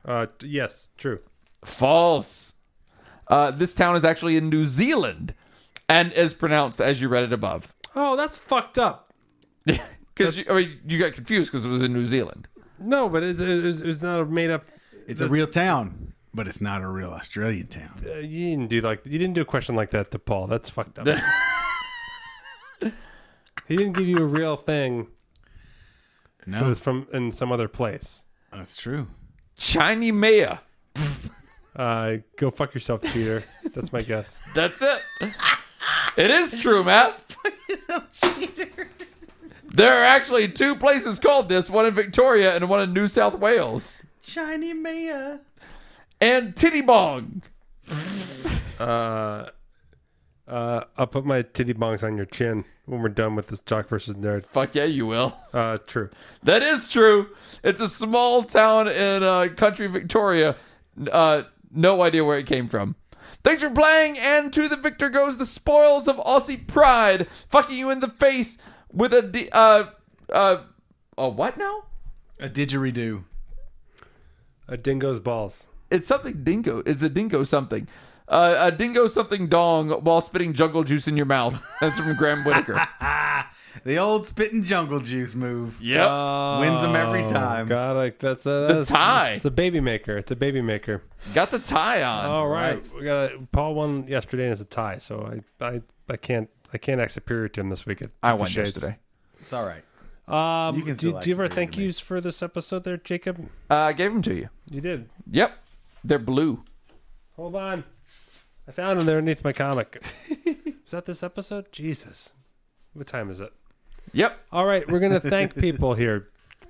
[SPEAKER 4] Uh, t- yes, true.
[SPEAKER 3] False. Uh, this town is actually in New Zealand, and is pronounced as you read it above.
[SPEAKER 4] Oh, that's fucked up.
[SPEAKER 3] Because I mean, you got confused because it was in New Zealand.
[SPEAKER 4] No, but it's, it's, it's not a made up.
[SPEAKER 5] It's a real town, but it's not a real Australian town.
[SPEAKER 4] Uh, you didn't do like you didn't do a question like that to Paul. That's fucked up. he didn't give you a real thing.
[SPEAKER 2] No.
[SPEAKER 4] It was from in some other place.
[SPEAKER 2] That's true.
[SPEAKER 3] Chinese Maya.
[SPEAKER 4] Uh, go fuck yourself, cheater. That's my guess.
[SPEAKER 3] That's it. it is true, Matt. There are actually two places called this, one in Victoria and one in New South Wales.
[SPEAKER 5] Shiny Mia.
[SPEAKER 3] And Titty Bong.
[SPEAKER 4] Uh, I'll put my titty bongs on your chin when we're done with this jock versus nerd.
[SPEAKER 3] Fuck yeah, you will.
[SPEAKER 4] Uh, true.
[SPEAKER 3] That is true. It's a small town in uh, country Victoria. Uh, no idea where it came from. Thanks for playing, and to the victor goes the spoils of Aussie pride, fucking you in the face with a d- uh uh a what now?
[SPEAKER 2] A didgeridoo.
[SPEAKER 4] A dingo's balls.
[SPEAKER 3] It's something dingo. It's a dingo something. Uh, a dingo something dong while spitting jungle juice in your mouth. That's from Graham Whitaker.
[SPEAKER 5] The old spitting jungle juice move.
[SPEAKER 3] yep.
[SPEAKER 4] Uh,
[SPEAKER 5] Wins them every time.
[SPEAKER 4] God, like that's a that's,
[SPEAKER 3] tie.
[SPEAKER 4] It's a baby maker. It's a baby maker.
[SPEAKER 3] Got the tie on.
[SPEAKER 4] All right, we got Paul won yesterday and it's a tie, so I I, I can't I can't act superior to him this week. At,
[SPEAKER 3] I
[SPEAKER 4] at the
[SPEAKER 3] won
[SPEAKER 4] Shades.
[SPEAKER 3] yestergive
[SPEAKER 5] It's all right.
[SPEAKER 4] Um,
[SPEAKER 5] You can
[SPEAKER 4] do,
[SPEAKER 5] still
[SPEAKER 4] do you ever
[SPEAKER 5] act superior to
[SPEAKER 4] thank
[SPEAKER 5] me.
[SPEAKER 4] yous for this episode there, Jacob?
[SPEAKER 3] Uh, I gave them to you.
[SPEAKER 4] You did.
[SPEAKER 3] Yep, they're blue.
[SPEAKER 4] Hold on. I found him there underneath my comic. is that this episode? Jesus. What time is it?
[SPEAKER 3] Yep,
[SPEAKER 4] All right, we're gonna thank people here.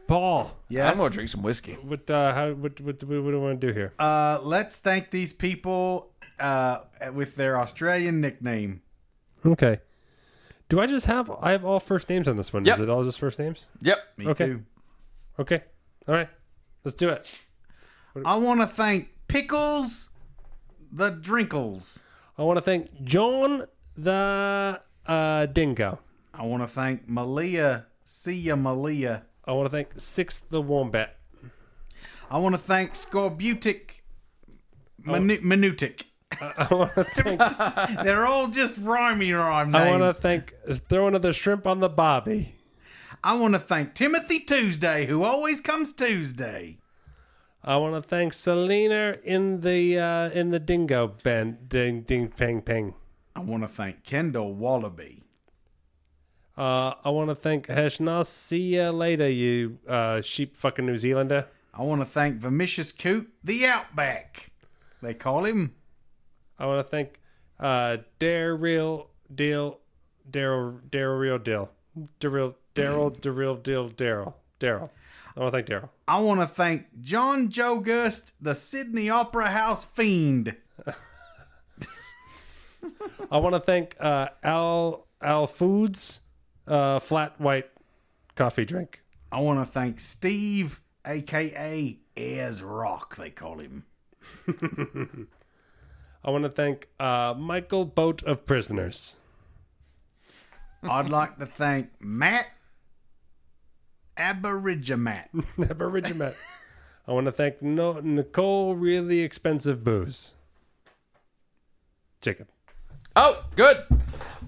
[SPEAKER 4] Paul,
[SPEAKER 3] I'm gonna drink some whiskey.
[SPEAKER 4] what uh, how what what, what, what do we want to do here?
[SPEAKER 5] Uh, let's thank these people uh, with their Australian nickname.
[SPEAKER 4] okay. Do I just have I have all first names on this one?
[SPEAKER 3] Yep.
[SPEAKER 4] Is it all just first names?
[SPEAKER 3] Yep,
[SPEAKER 5] Me
[SPEAKER 4] Okay.
[SPEAKER 5] too.
[SPEAKER 4] Okay. All right. Let's do it.
[SPEAKER 5] I want to thank Pickles the Drinkles.
[SPEAKER 4] I want to thank John the uh, Dingo.
[SPEAKER 5] I want to thank Malia. See ya, Malia.
[SPEAKER 4] I want to thank Six the Wombat.
[SPEAKER 5] I want to thank Scorbutic
[SPEAKER 4] Oh.
[SPEAKER 5] Minu- Minutic.
[SPEAKER 4] I want to thank I
[SPEAKER 5] They're all just rhymey rhyme names.
[SPEAKER 4] want to thank throw another shrimp on the bobby.
[SPEAKER 5] thank Timothy Tuesday, who always comes Tuesday.
[SPEAKER 4] I want to thank Selena in the uh, in the dingo band ding ding ping ping.
[SPEAKER 5] I want to thank Kendall Wallaby.
[SPEAKER 4] Uh, I want to thank Heshna. See ya later, you uh, sheep fucking New Zealander.
[SPEAKER 5] I want to thank Vermicious Coot, the Outback. They call him.
[SPEAKER 4] I want to thank uh, Daryl Deal Daryl Daryl Real Deal Daryl Daryl Daryl Deal Daryl Daryl. I want to thank Daryl.
[SPEAKER 5] I want to thank John Joe Gust, the Sydney Opera House Fiend.
[SPEAKER 4] I want to thank uh, Al Al Foods uh, flat white coffee drink.
[SPEAKER 5] I want to thank Steve, aka Ayers Rock, they call him.
[SPEAKER 4] I want to thank uh, Michael Boat of Prisoners.
[SPEAKER 5] I'd like to thank Matt Aborigimat.
[SPEAKER 4] Aboriginal. I want to thank no- Nicole. Really expensive booze. Jacob.
[SPEAKER 3] Oh, good.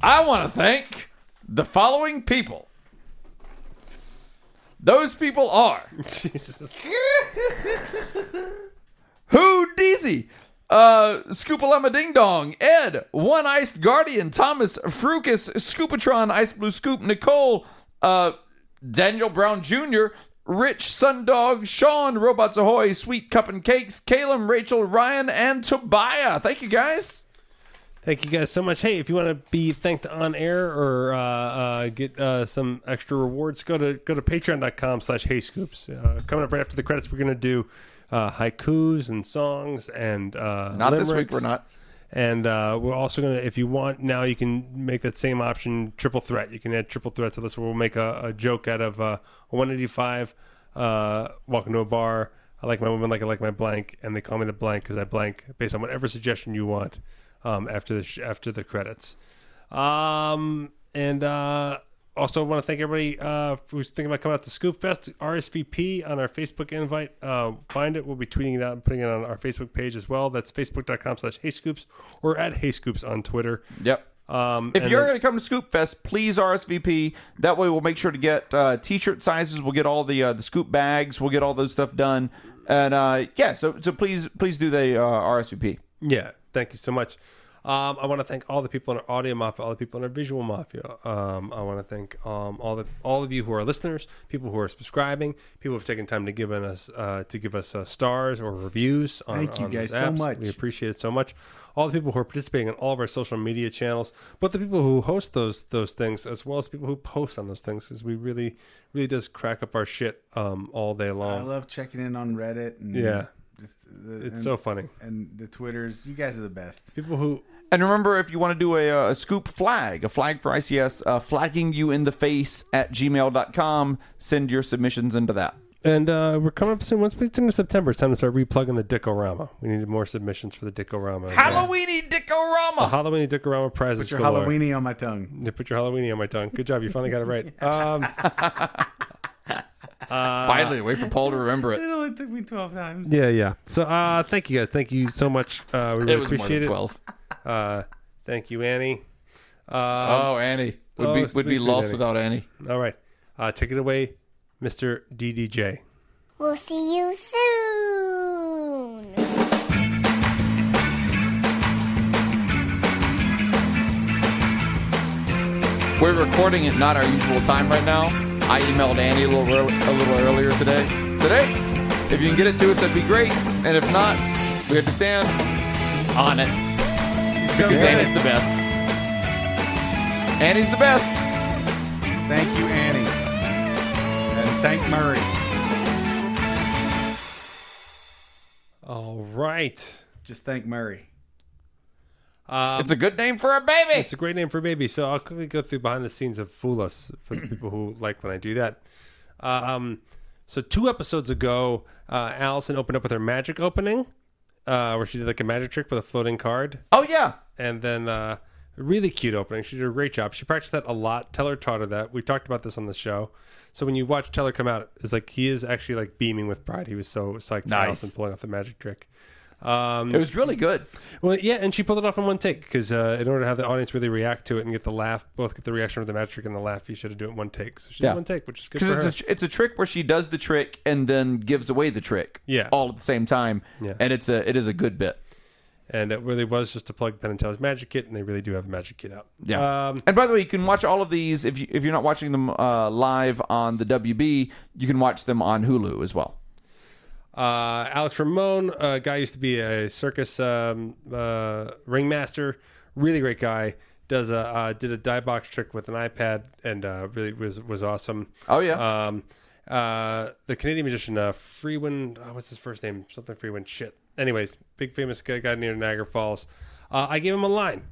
[SPEAKER 3] I want to thank the following people. Those people are
[SPEAKER 4] Jesus.
[SPEAKER 3] Who Deezy, uh, Scoopalama Ding Dong, Ed, One Iced Guardian, Thomas, Frucus, Scoopatron, Ice Blue Scoop, Nicole, uh, Daniel Brown Jr., Rich, Sundog, Sean, Robots Ahoy, Sweet Cup and Cakes, Caleb, Rachel, Ryan, and Tobiah. Thank you guys.
[SPEAKER 4] Thank you guys so much. Hey, if you want to be thanked on air or uh, uh, get uh, some extra rewards, go to go to patreon.com slash hey scoops. Uh, coming up right after the credits, we're going to do uh, haikus and songs and uh,
[SPEAKER 3] Not this week,
[SPEAKER 4] limericks.
[SPEAKER 3] we're not.
[SPEAKER 4] And uh, we're also going to, if you want, now you can make that same option triple threat. You can add triple threat to this where we'll make a, a joke out of uh, 185, uh, walk into a bar. I like my woman like I like my blank, and they call me the blank because I blank based on whatever suggestion you want um, after the sh- after the credits. Um, and uh, also want to thank everybody uh, who's thinking about coming out to Scoop Fest. RSVP on our Facebook invite. Uh, find it. We'll be tweeting it out and putting it on our Facebook page as well. That's facebook.com slash Hey Scoops or at Hey Scoops on Twitter.
[SPEAKER 3] Yep.
[SPEAKER 4] Um,
[SPEAKER 3] If
[SPEAKER 4] and
[SPEAKER 3] you're
[SPEAKER 4] then-
[SPEAKER 3] going to come to Scoop Fest, please RSVP. That way, we'll make sure to get uh, t-shirt sizes. We'll get all the uh, the scoop bags. We'll get all those stuff done. And uh, yeah, so so please please do the uh, RSVP.
[SPEAKER 4] Yeah, thank you so much. Um, I want to thank all the people in our audio mafia, all the people in our visual mafia. Um, I want to thank um, all the all of you who are listeners, people who are subscribing, people who have taken time to give in us uh, to give us uh, stars or reviews. On,
[SPEAKER 5] Thank you
[SPEAKER 4] on these
[SPEAKER 5] guys so
[SPEAKER 4] apps.
[SPEAKER 5] much.
[SPEAKER 4] We appreciate it so much. All the people who are participating in all of our social media channels, both the people who host those those things as well as people who post on those things, because we really really does crack up our shit um, all day
[SPEAKER 5] I
[SPEAKER 4] long.
[SPEAKER 5] love checking in on Reddit. And
[SPEAKER 4] Yeah.
[SPEAKER 5] just the,
[SPEAKER 4] it's
[SPEAKER 5] and,
[SPEAKER 4] so funny.
[SPEAKER 5] And the Twitters. You guys are the best.
[SPEAKER 4] People who
[SPEAKER 3] And remember, if you want to do a, uh, a scoop flag, a flag for ICS, uh, flagging you in the face at gmail.com, send your submissions into that.
[SPEAKER 4] And uh, we're coming up soon. Once we get into September, it's time to start replugging the Dickorama. We need more submissions for the Dickorama.
[SPEAKER 3] Halloweeny Dickorama.
[SPEAKER 4] A Halloweeny Dickorama prizes
[SPEAKER 5] Put your
[SPEAKER 4] galore.
[SPEAKER 5] Halloweeny on my tongue.
[SPEAKER 4] Yeah, put your Halloweeny on my tongue. Good job. You finally got it right. Um,
[SPEAKER 3] Finally, wait for Paul to remember it.
[SPEAKER 5] only took me 12 times.
[SPEAKER 4] yeah, yeah. So uh, thank you guys. Thank you so much. Uh, we really
[SPEAKER 3] It was more
[SPEAKER 4] appreciate
[SPEAKER 3] than
[SPEAKER 4] it.
[SPEAKER 3] twelve.
[SPEAKER 4] Uh, thank you, Annie.
[SPEAKER 3] oh, Annie would
[SPEAKER 4] oh,
[SPEAKER 3] be would
[SPEAKER 4] sweet,
[SPEAKER 3] be
[SPEAKER 4] sweet
[SPEAKER 3] lost
[SPEAKER 4] Annie.
[SPEAKER 3] without Annie.
[SPEAKER 4] All right. Uh, take it away, Mr. DDJ.
[SPEAKER 10] We'll see you soon.
[SPEAKER 3] We're recording at not our usual time right now. I emailed Andy a little, early, a little earlier today. Said, hey, if you can get it to us, that'd be great. And if not, we understand. On it.
[SPEAKER 5] So
[SPEAKER 3] Because
[SPEAKER 5] good.
[SPEAKER 3] Annie's the best. Annie's the best.
[SPEAKER 5] Thank you, Annie. And thank Murray.
[SPEAKER 4] All right.
[SPEAKER 5] Just thank Murray.
[SPEAKER 3] it's a good name for a baby.
[SPEAKER 4] Um, It's a great name for a baby. So I'll quickly go through behind the scenes of Fool Us for the people who like when I do that. Um, so two episodes ago, uh, Allison opened up with her magic opening, uh, where she did like a magic trick with a floating card,
[SPEAKER 3] Oh, yeah.
[SPEAKER 4] and then uh, a really cute opening. She did a great job. She practiced that a lot. Teller taught her that. We've talked about this on the show. So when you watch Teller come out, it's like he is actually like beaming with pride. He was so psyched. for
[SPEAKER 3] Nice.
[SPEAKER 4] Allison pulling off the magic trick. Um,
[SPEAKER 3] It was really good.
[SPEAKER 4] Well, yeah, and she pulled it off in one take because uh, in order to have the audience really react to it and get the laugh, both get the reaction of the magic and the laugh, you should have done it in one take. So she
[SPEAKER 3] Yeah.
[SPEAKER 4] did one take, which is good for
[SPEAKER 3] Because
[SPEAKER 4] her.
[SPEAKER 3] it's, a- it's a trick where she does the trick and then gives away the trick.
[SPEAKER 4] Yeah.
[SPEAKER 3] All at the same time.
[SPEAKER 4] Yeah.
[SPEAKER 3] And it's a it is a good bit.
[SPEAKER 4] and it really was just to plug Penn and Teller's magic kit, and they really do have a magic kit out.
[SPEAKER 3] Yeah.
[SPEAKER 4] Um,
[SPEAKER 3] and by the way, you can watch all of these if you if you're not watching them uh, live on the WB, you can watch them on Hulu as well.
[SPEAKER 4] Uh, Alex Ramon, a guy who used to be a circus um, uh, ringmaster, really great guy. Does a uh, did a die box trick with an iPad and uh, really was was awesome.
[SPEAKER 3] Oh, yeah.
[SPEAKER 4] Um, uh, the Canadian magician uh, Freewin, oh, what's his first name? Something Freewin. Shit. Anyways, big famous guy, guy near Niagara Falls. Uh, I gave him a line.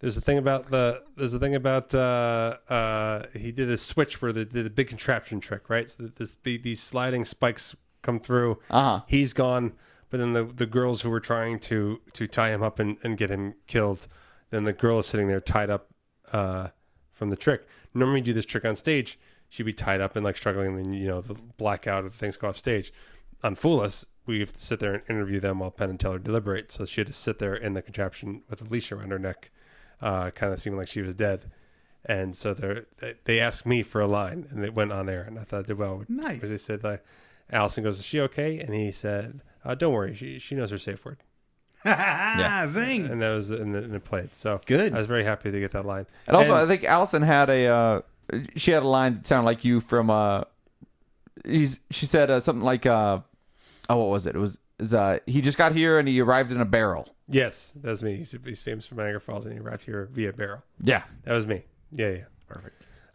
[SPEAKER 4] There's a thing about the there's a thing about uh, uh, he did a switch where they did a big contraption trick, right? So that this these sliding spikes come through. Uh-huh. He's gone, but then the the girls who were trying to to tie him up and, and get him killed, then the girl is sitting there tied up uh, from the trick. Normally, you do this trick on stage, she'd be tied up and like struggling, and then you know the blackout of things go off stage. On Fool Us, we have to sit there and interview them while Penn and Teller deliberate. So she had to sit there in the contraption with a leash around her neck uh, kind of seemed like she was dead. And so they're- they they asked me for a line, and it went on air, and I thought I did well.
[SPEAKER 5] Nice.
[SPEAKER 4] They said, like, Allison goes, "Is she okay?" And he said, uh, "Don't worry, she she knows her safe word."
[SPEAKER 5] yeah. Ah, Zing.
[SPEAKER 4] And that was in the, in the played. So
[SPEAKER 5] Good.
[SPEAKER 4] I was very happy to get that line.
[SPEAKER 3] And also, I think Allison had a uh, she had a line that sounded like you from uh, he's she said uh, something like uh, oh what was it? It was, it was uh, he just got here and he arrived in a barrel.
[SPEAKER 4] yes, that was me. He's, he's famous for Niagara Falls, and he arrived here via barrel.
[SPEAKER 3] Yeah, Uh,
[SPEAKER 4] That was me. Yeah, yeah.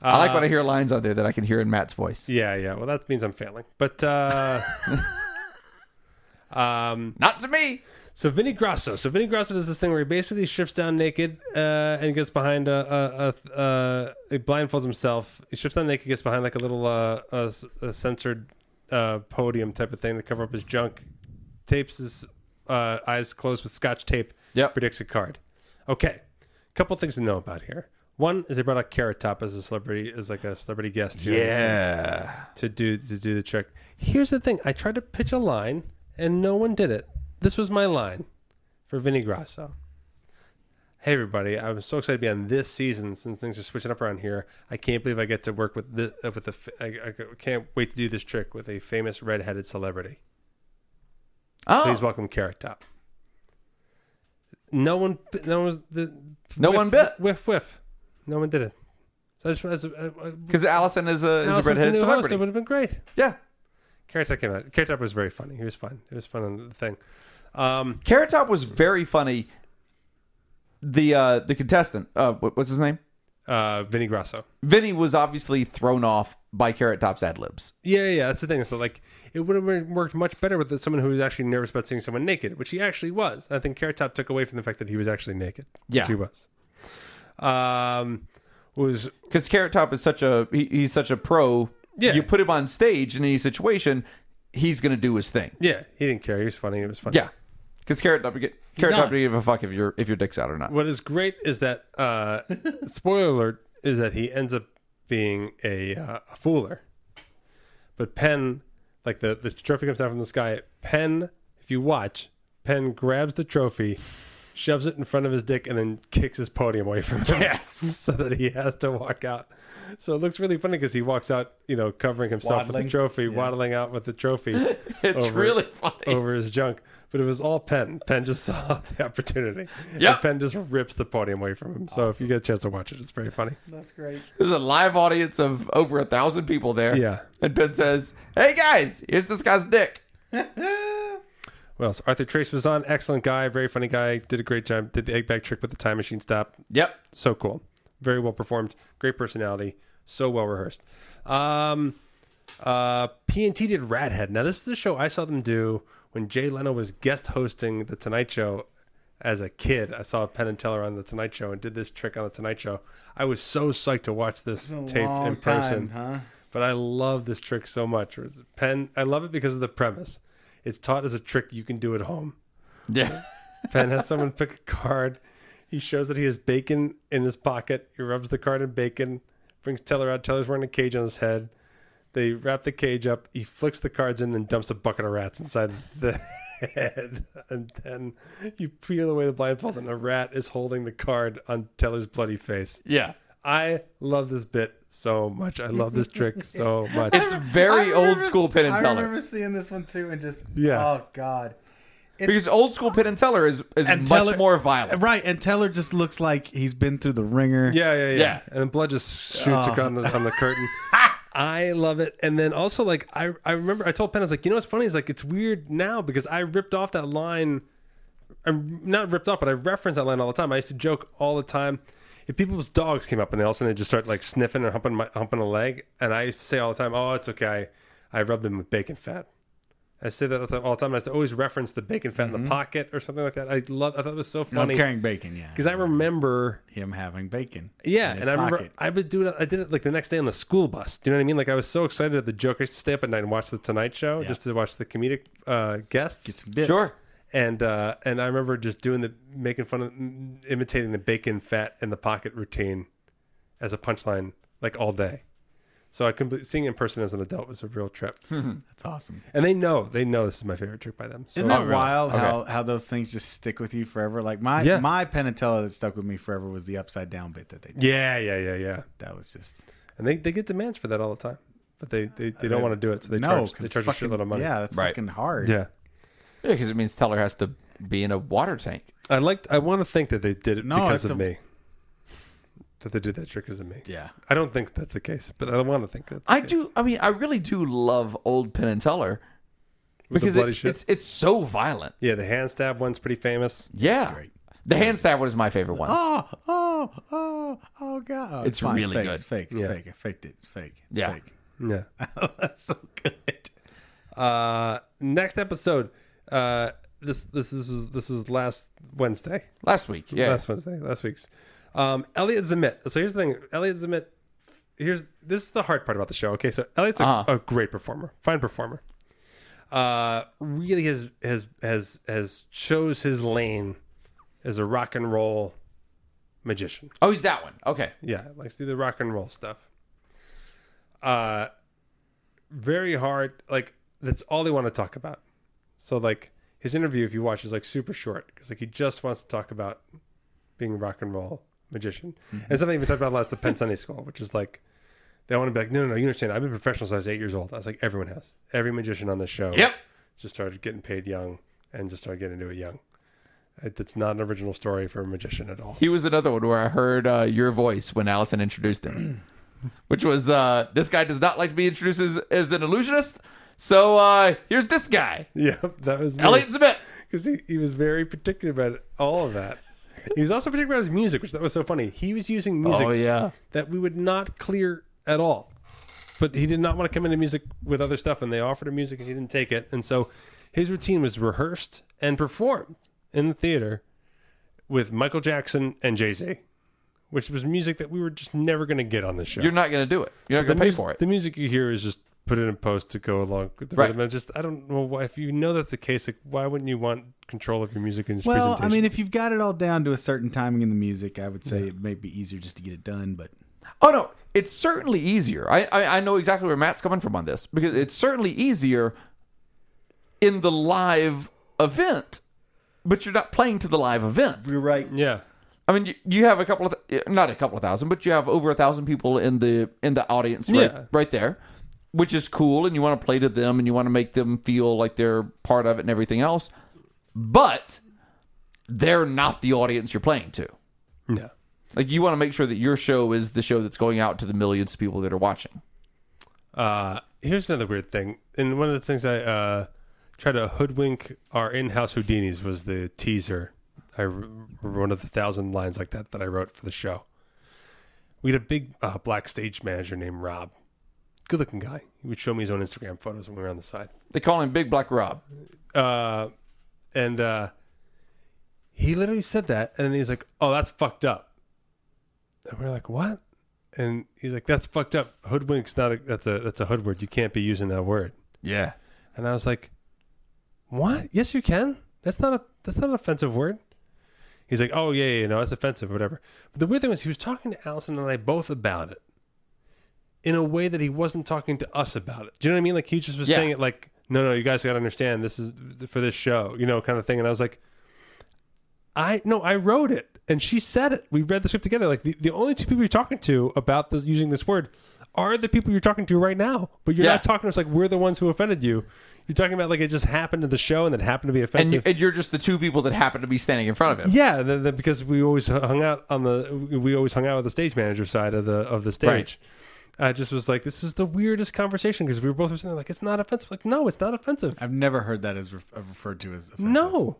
[SPEAKER 3] I like when I hear lines out there that I can hear in Matt's voice.
[SPEAKER 4] Yeah, yeah. Well, that means I'm failing. But uh, um,
[SPEAKER 3] Not to me.
[SPEAKER 4] So Vinny Grasso. So Vinny Grasso does this thing where he basically strips down naked uh, and gets behind a, a, a, a he blindfolds himself. He strips down naked, gets behind like a little uh, a s- a censored uh, podium type of thing to cover up his junk. Tapes his uh, eyes closed with scotch tape.
[SPEAKER 3] Yep.
[SPEAKER 4] Predicts a card. Okay. Couple things to know about here. One is they brought out Carrot Top as a celebrity, as like a celebrity guest. Here this week
[SPEAKER 3] Yeah,
[SPEAKER 4] to do to do the trick. Here's the thing: I tried to pitch a line, and no one did it. This was my line for Vinny Grasso. Hey everybody! I'm so excited to be on this season since things are switching up around here. I can't believe I get to work with the uh, with the. f- I, I can't wait to do this trick with a famous redheaded celebrity.
[SPEAKER 3] Oh.
[SPEAKER 4] Please welcome Carrot Top. No one, no one was the
[SPEAKER 3] No
[SPEAKER 4] whiff,
[SPEAKER 3] one bit.
[SPEAKER 4] whiff whiff. No one did it. So I just, I just I, I,
[SPEAKER 3] because Allison is a is
[SPEAKER 4] Alice
[SPEAKER 3] a
[SPEAKER 4] is the
[SPEAKER 3] redheaded
[SPEAKER 4] new host. It
[SPEAKER 3] celebrity.
[SPEAKER 4] would have been great.
[SPEAKER 3] Yeah,
[SPEAKER 4] Carrot Top came out. Carrot Top was very funny. He was fun. It was fun on the thing. Um,
[SPEAKER 3] Carrot Top was very funny. The uh, the contestant, uh, what, what's his name?
[SPEAKER 4] uh, Vinny Grasso.
[SPEAKER 3] Vinny was obviously thrown off by Carrot Top's ad libs.
[SPEAKER 4] Yeah, yeah, yeah. That's the thing. Is that like it would have worked much better with someone who was actually nervous about seeing someone naked, which he actually was. I think Carrot Top took away from the fact that he was actually naked.
[SPEAKER 3] Yeah.
[SPEAKER 4] which he was. Um, was
[SPEAKER 3] because Carrot Top is such a he, he's such a pro.
[SPEAKER 4] Yeah.
[SPEAKER 3] you put him on stage in any situation, he's gonna do his thing.
[SPEAKER 4] yeah, he didn't care. He was funny. It was funny.
[SPEAKER 3] Yeah, because Carrot Top Carrot Top doesn't give a fuck if your if your dick's out or not.
[SPEAKER 4] What is great is that uh, spoiler alert is that he ends up being a, uh, a fooler. But Penn, like the the trophy comes down from the sky. Penn, if you watch, Penn grabs the trophy, shoves it in front of his dick, and then kicks his podium away from him. Yes, so that he has to walk out. So it looks really funny because he walks out, you know, covering himself with
[SPEAKER 5] Waddling.
[SPEAKER 4] the trophy, waddling out with the trophy.
[SPEAKER 11] It's
[SPEAKER 4] over-
[SPEAKER 11] really funny.
[SPEAKER 4] over his junk, but it was all Penn. Penn just saw the opportunity.
[SPEAKER 11] Yeah.
[SPEAKER 4] and Penn just rips the podium away from him. So if you get a chance to watch it, it's very funny.
[SPEAKER 11] There's a live audience of over a thousand people there.
[SPEAKER 4] Yeah.
[SPEAKER 11] And Ben says, "Hey guys, here's this guy's dick."
[SPEAKER 4] What else? Arthur Trace was on. Excellent guy, very funny guy. Did a great job. Did the egg bag trick with the time machine stop.
[SPEAKER 11] Yep.
[SPEAKER 4] So cool. Very well performed. Great personality. So well rehearsed. Um, uh, P&T did Radhead. Now this is a show I saw them do when Jay Leno was guest hosting the Tonight Show. As a kid, I saw Penn and Teller on the Tonight Show and did this trick on the Tonight Show. I was so psyched to watch this
[SPEAKER 5] a
[SPEAKER 4] taped
[SPEAKER 5] long
[SPEAKER 4] in person.
[SPEAKER 5] time, huh?
[SPEAKER 4] But I love this trick so much. It was- Penn, I love it because of the premise. It's taught as a trick you can do at home.
[SPEAKER 11] Yeah.
[SPEAKER 4] Penn has someone pick a card. He shows that he has bacon in his pocket. He rubs the card in bacon, brings Teller out. Teller's wearing a cage on his head. They wrap the cage up. He flicks the cards in, then dumps a bucket of rats inside the head. And then you peel away the blindfold, and a rat is holding the card on Teller's bloody face.
[SPEAKER 11] Yeah.
[SPEAKER 4] I love this bit so much. I love this trick so much.
[SPEAKER 11] It's very
[SPEAKER 5] I
[SPEAKER 11] old
[SPEAKER 5] remember-
[SPEAKER 11] school Penn and
[SPEAKER 5] I
[SPEAKER 11] Teller.
[SPEAKER 5] remember seeing this one too, and just
[SPEAKER 4] Yeah.
[SPEAKER 5] oh god, it's,
[SPEAKER 11] Because old school Penn and Teller is, is
[SPEAKER 5] And
[SPEAKER 11] much
[SPEAKER 5] Teller-
[SPEAKER 11] more violent.
[SPEAKER 5] right, and Teller just looks like he's been through the ringer.
[SPEAKER 4] Yeah, yeah, yeah.
[SPEAKER 11] Yeah.
[SPEAKER 4] And then blood just shoots
[SPEAKER 5] Oh.
[SPEAKER 4] on the on the curtain. I love it. And then also like I I remember I told Penn I was like, you know what's funny is like it's weird now because I ripped off that line. I'm not ripped off, but I reference that line all the time. I used to joke all the time. If people's dogs came up and they all of a sudden they just start like sniffing or humping my humping a leg, and I used to say all the time, "Oh, it's okay. I rub them with bacon fat." I say that all the all the time. I used to always reference the bacon fat in the pocket or something like that. I love. I thought it was so
[SPEAKER 5] I'm
[SPEAKER 4] funny
[SPEAKER 5] carrying bacon, yeah,
[SPEAKER 4] because I remember
[SPEAKER 5] him having bacon.
[SPEAKER 4] yeah,
[SPEAKER 5] in
[SPEAKER 4] and
[SPEAKER 5] his
[SPEAKER 4] I remember
[SPEAKER 5] pocket.
[SPEAKER 4] I would do it. I did it like the next day on the school bus. Do you know what I mean? Like I was so excited at the joke. I used to stay up at night and watch the Tonight Show just to watch the comedic uh, guests.
[SPEAKER 5] Get some bits.
[SPEAKER 11] Sure.
[SPEAKER 4] And uh, and I remember just doing the making fun of m- imitating the bacon fat in the pocket routine as a punchline like all day. So I complete seeing it in person as an adult was a real trip.
[SPEAKER 5] That's awesome.
[SPEAKER 4] and they know they know this is my favorite trick by them. So,
[SPEAKER 5] Isn't that wild how, how those things just stick with you forever? Like my
[SPEAKER 4] Yeah.
[SPEAKER 5] my Penn and Teller that stuck with me forever was the upside down bit that they did.
[SPEAKER 4] Yeah, yeah, yeah, yeah.
[SPEAKER 5] That was just
[SPEAKER 4] And they, they get demands for that all the time, but they they, they don't want to do it, so they
[SPEAKER 5] no,
[SPEAKER 4] charge
[SPEAKER 5] 'cause
[SPEAKER 4] they
[SPEAKER 5] it's
[SPEAKER 4] charge
[SPEAKER 5] fucking,
[SPEAKER 4] a shitload of money.
[SPEAKER 5] Yeah, that's
[SPEAKER 11] Right.
[SPEAKER 5] fucking hard.
[SPEAKER 4] yeah.
[SPEAKER 11] Yeah, because it means Teller has to be in a water tank.
[SPEAKER 4] I liked. I want to think that they did it
[SPEAKER 5] No,
[SPEAKER 4] because
[SPEAKER 5] it's
[SPEAKER 4] of
[SPEAKER 5] a-
[SPEAKER 4] me. That they did that trick because of me.
[SPEAKER 5] Yeah.
[SPEAKER 4] I don't think that's the case, but I want to think that's. The
[SPEAKER 11] I
[SPEAKER 4] case.
[SPEAKER 11] do. I mean, I really do love old Penn and Teller
[SPEAKER 4] With the
[SPEAKER 11] because
[SPEAKER 4] bloody
[SPEAKER 11] it,
[SPEAKER 4] shit.
[SPEAKER 11] it's it's so violent.
[SPEAKER 4] Yeah, the hand stab one's pretty famous.
[SPEAKER 11] Yeah, the hand stab one is my favorite one.
[SPEAKER 5] Oh, oh, oh, oh god. Oh,
[SPEAKER 11] It's really
[SPEAKER 5] fake,
[SPEAKER 11] good.
[SPEAKER 5] It's fake. It's
[SPEAKER 4] Yeah.
[SPEAKER 5] fake. I faked it. It's fake. It's
[SPEAKER 11] Yeah.
[SPEAKER 5] fake.
[SPEAKER 4] Yeah.
[SPEAKER 5] that's so good.
[SPEAKER 4] Uh, next episode. Uh, this this this was this was last Wednesday.
[SPEAKER 11] Last week, yeah,
[SPEAKER 4] Last Wednesday. Last week's. Um, Elliot Zamit. So here's the thing. Elliot Zamit. Here's this is the hard part about the show. Okay, so Elliot's a,
[SPEAKER 11] Uh-huh.
[SPEAKER 4] a great performer, fine performer. Uh, really has has has has chose his lane as a rock and roll magician.
[SPEAKER 11] oh, he's that one. Okay,
[SPEAKER 4] Yeah, likes to do the rock and roll stuff. Uh very hard, like that's all they want to talk about. So like his interview if you watch is like super short because like he just wants to talk about being a rock and roll magician.
[SPEAKER 11] Mm-hmm.
[SPEAKER 4] And something we talked about last the Penn Sunday School, which is like they want to be like, no, no, no, you understand. I've been professional since I was eight years old. I was like, everyone has. Every magician on this show
[SPEAKER 11] Yep.
[SPEAKER 4] just started getting paid young and just started getting into it young. It- It's not an original story for a magician at all.
[SPEAKER 11] he was another one where I heard uh, your voice when Allison introduced him, which was uh, this guy does not like to be introduced as, as an illusionist. So uh, here's this guy,
[SPEAKER 4] Yeah, that was me.
[SPEAKER 11] Elliot Zabit.
[SPEAKER 4] because he, he was very particular about all of that. He was also particular about his music, which that was so funny. He was using music
[SPEAKER 11] Oh yeah,
[SPEAKER 4] that we would not clear at all, but he did not want to come into music with other stuff, and they offered him music, and he didn't take it, and so his routine was rehearsed and performed in the theater with Michael Jackson and Jay Z, which was music that we were just never going to get on the show.
[SPEAKER 11] you're not gonna do it. You're not gonna
[SPEAKER 4] the
[SPEAKER 11] pay
[SPEAKER 4] mus-
[SPEAKER 11] for it.
[SPEAKER 4] The music you hear is just put in a post to go along with the
[SPEAKER 11] Right.
[SPEAKER 4] rhythm. I just I don't know why if you know that's the case, like why wouldn't you want control of your music and its
[SPEAKER 5] Well, I
[SPEAKER 4] presentation?
[SPEAKER 5] mean, if you've got it all down to a certain timing in the music, I would say it may be easier just to get it done, but
[SPEAKER 11] Oh no, it's certainly easier. I, I I know exactly where Matt's coming from on this because it's certainly easier in the live event but you're not playing to the live event.
[SPEAKER 5] You're right.
[SPEAKER 4] Yeah.
[SPEAKER 11] I mean, you, you have a couple of th- not a couple of thousand, but you have over a thousand people in the in the audience right,
[SPEAKER 4] Yeah.
[SPEAKER 11] right there, which is cool, and you want to play to them, and you want to make them feel like they're part of it and everything else, but they're not the audience you're playing to.
[SPEAKER 4] Yeah.
[SPEAKER 11] Like you want to make sure that your show is the show that's going out to the millions of people that are watching.
[SPEAKER 4] Uh, here's another weird thing, and one of the things I uh, tried to hoodwink our in-house Houdinis was the teaser. I r- one of the thousand lines like that that I wrote for the show. We had a big uh, black stage manager named Rob, good-looking guy. He would show me his own Instagram photos when we were on the side.
[SPEAKER 11] They call him Big Black Rob.
[SPEAKER 4] uh, and uh, he literally said that, and then he was like, "Oh, that's fucked up," and we're like, "What?" And he's like, "That's fucked up. Hoodwink's not a that's a that's a hood word. You can't be using that word."
[SPEAKER 11] Yeah,
[SPEAKER 4] And I was like, "What? Yes, you can. That's not a that's not an offensive word." He's like, "Oh yeah, yeah, no, that's offensive, whatever." But the weird thing was, he was talking to Allison and I both about it in a way that he wasn't talking to us about it. Do you know what I mean? Like he just was
[SPEAKER 11] Yeah.
[SPEAKER 4] saying it like, "No, no, you guys got to understand. This is for this show," you know, kind of thing. And I was like, "I no, I wrote it." And she said it. We read the script together. Like the, the only two people you're talking to about this using this word are the people you're talking to right now. But you're
[SPEAKER 11] Yeah.
[SPEAKER 4] not talking to us like we're the ones who offended you. You're talking about like it just happened to the show and that happened to be
[SPEAKER 11] and, you,
[SPEAKER 4] offensive.
[SPEAKER 11] and you're just the two people that happen to be standing in front of him.
[SPEAKER 4] yeah, the, the, because we always hung out on the we always hung out with the stage manager side of the of the stage.
[SPEAKER 11] Right.
[SPEAKER 4] I just was like, this is the weirdest conversation because we were both sitting there like, it's not offensive. Like, no, it's not offensive.
[SPEAKER 2] I've never heard that as re- referred to as offensive.
[SPEAKER 4] No,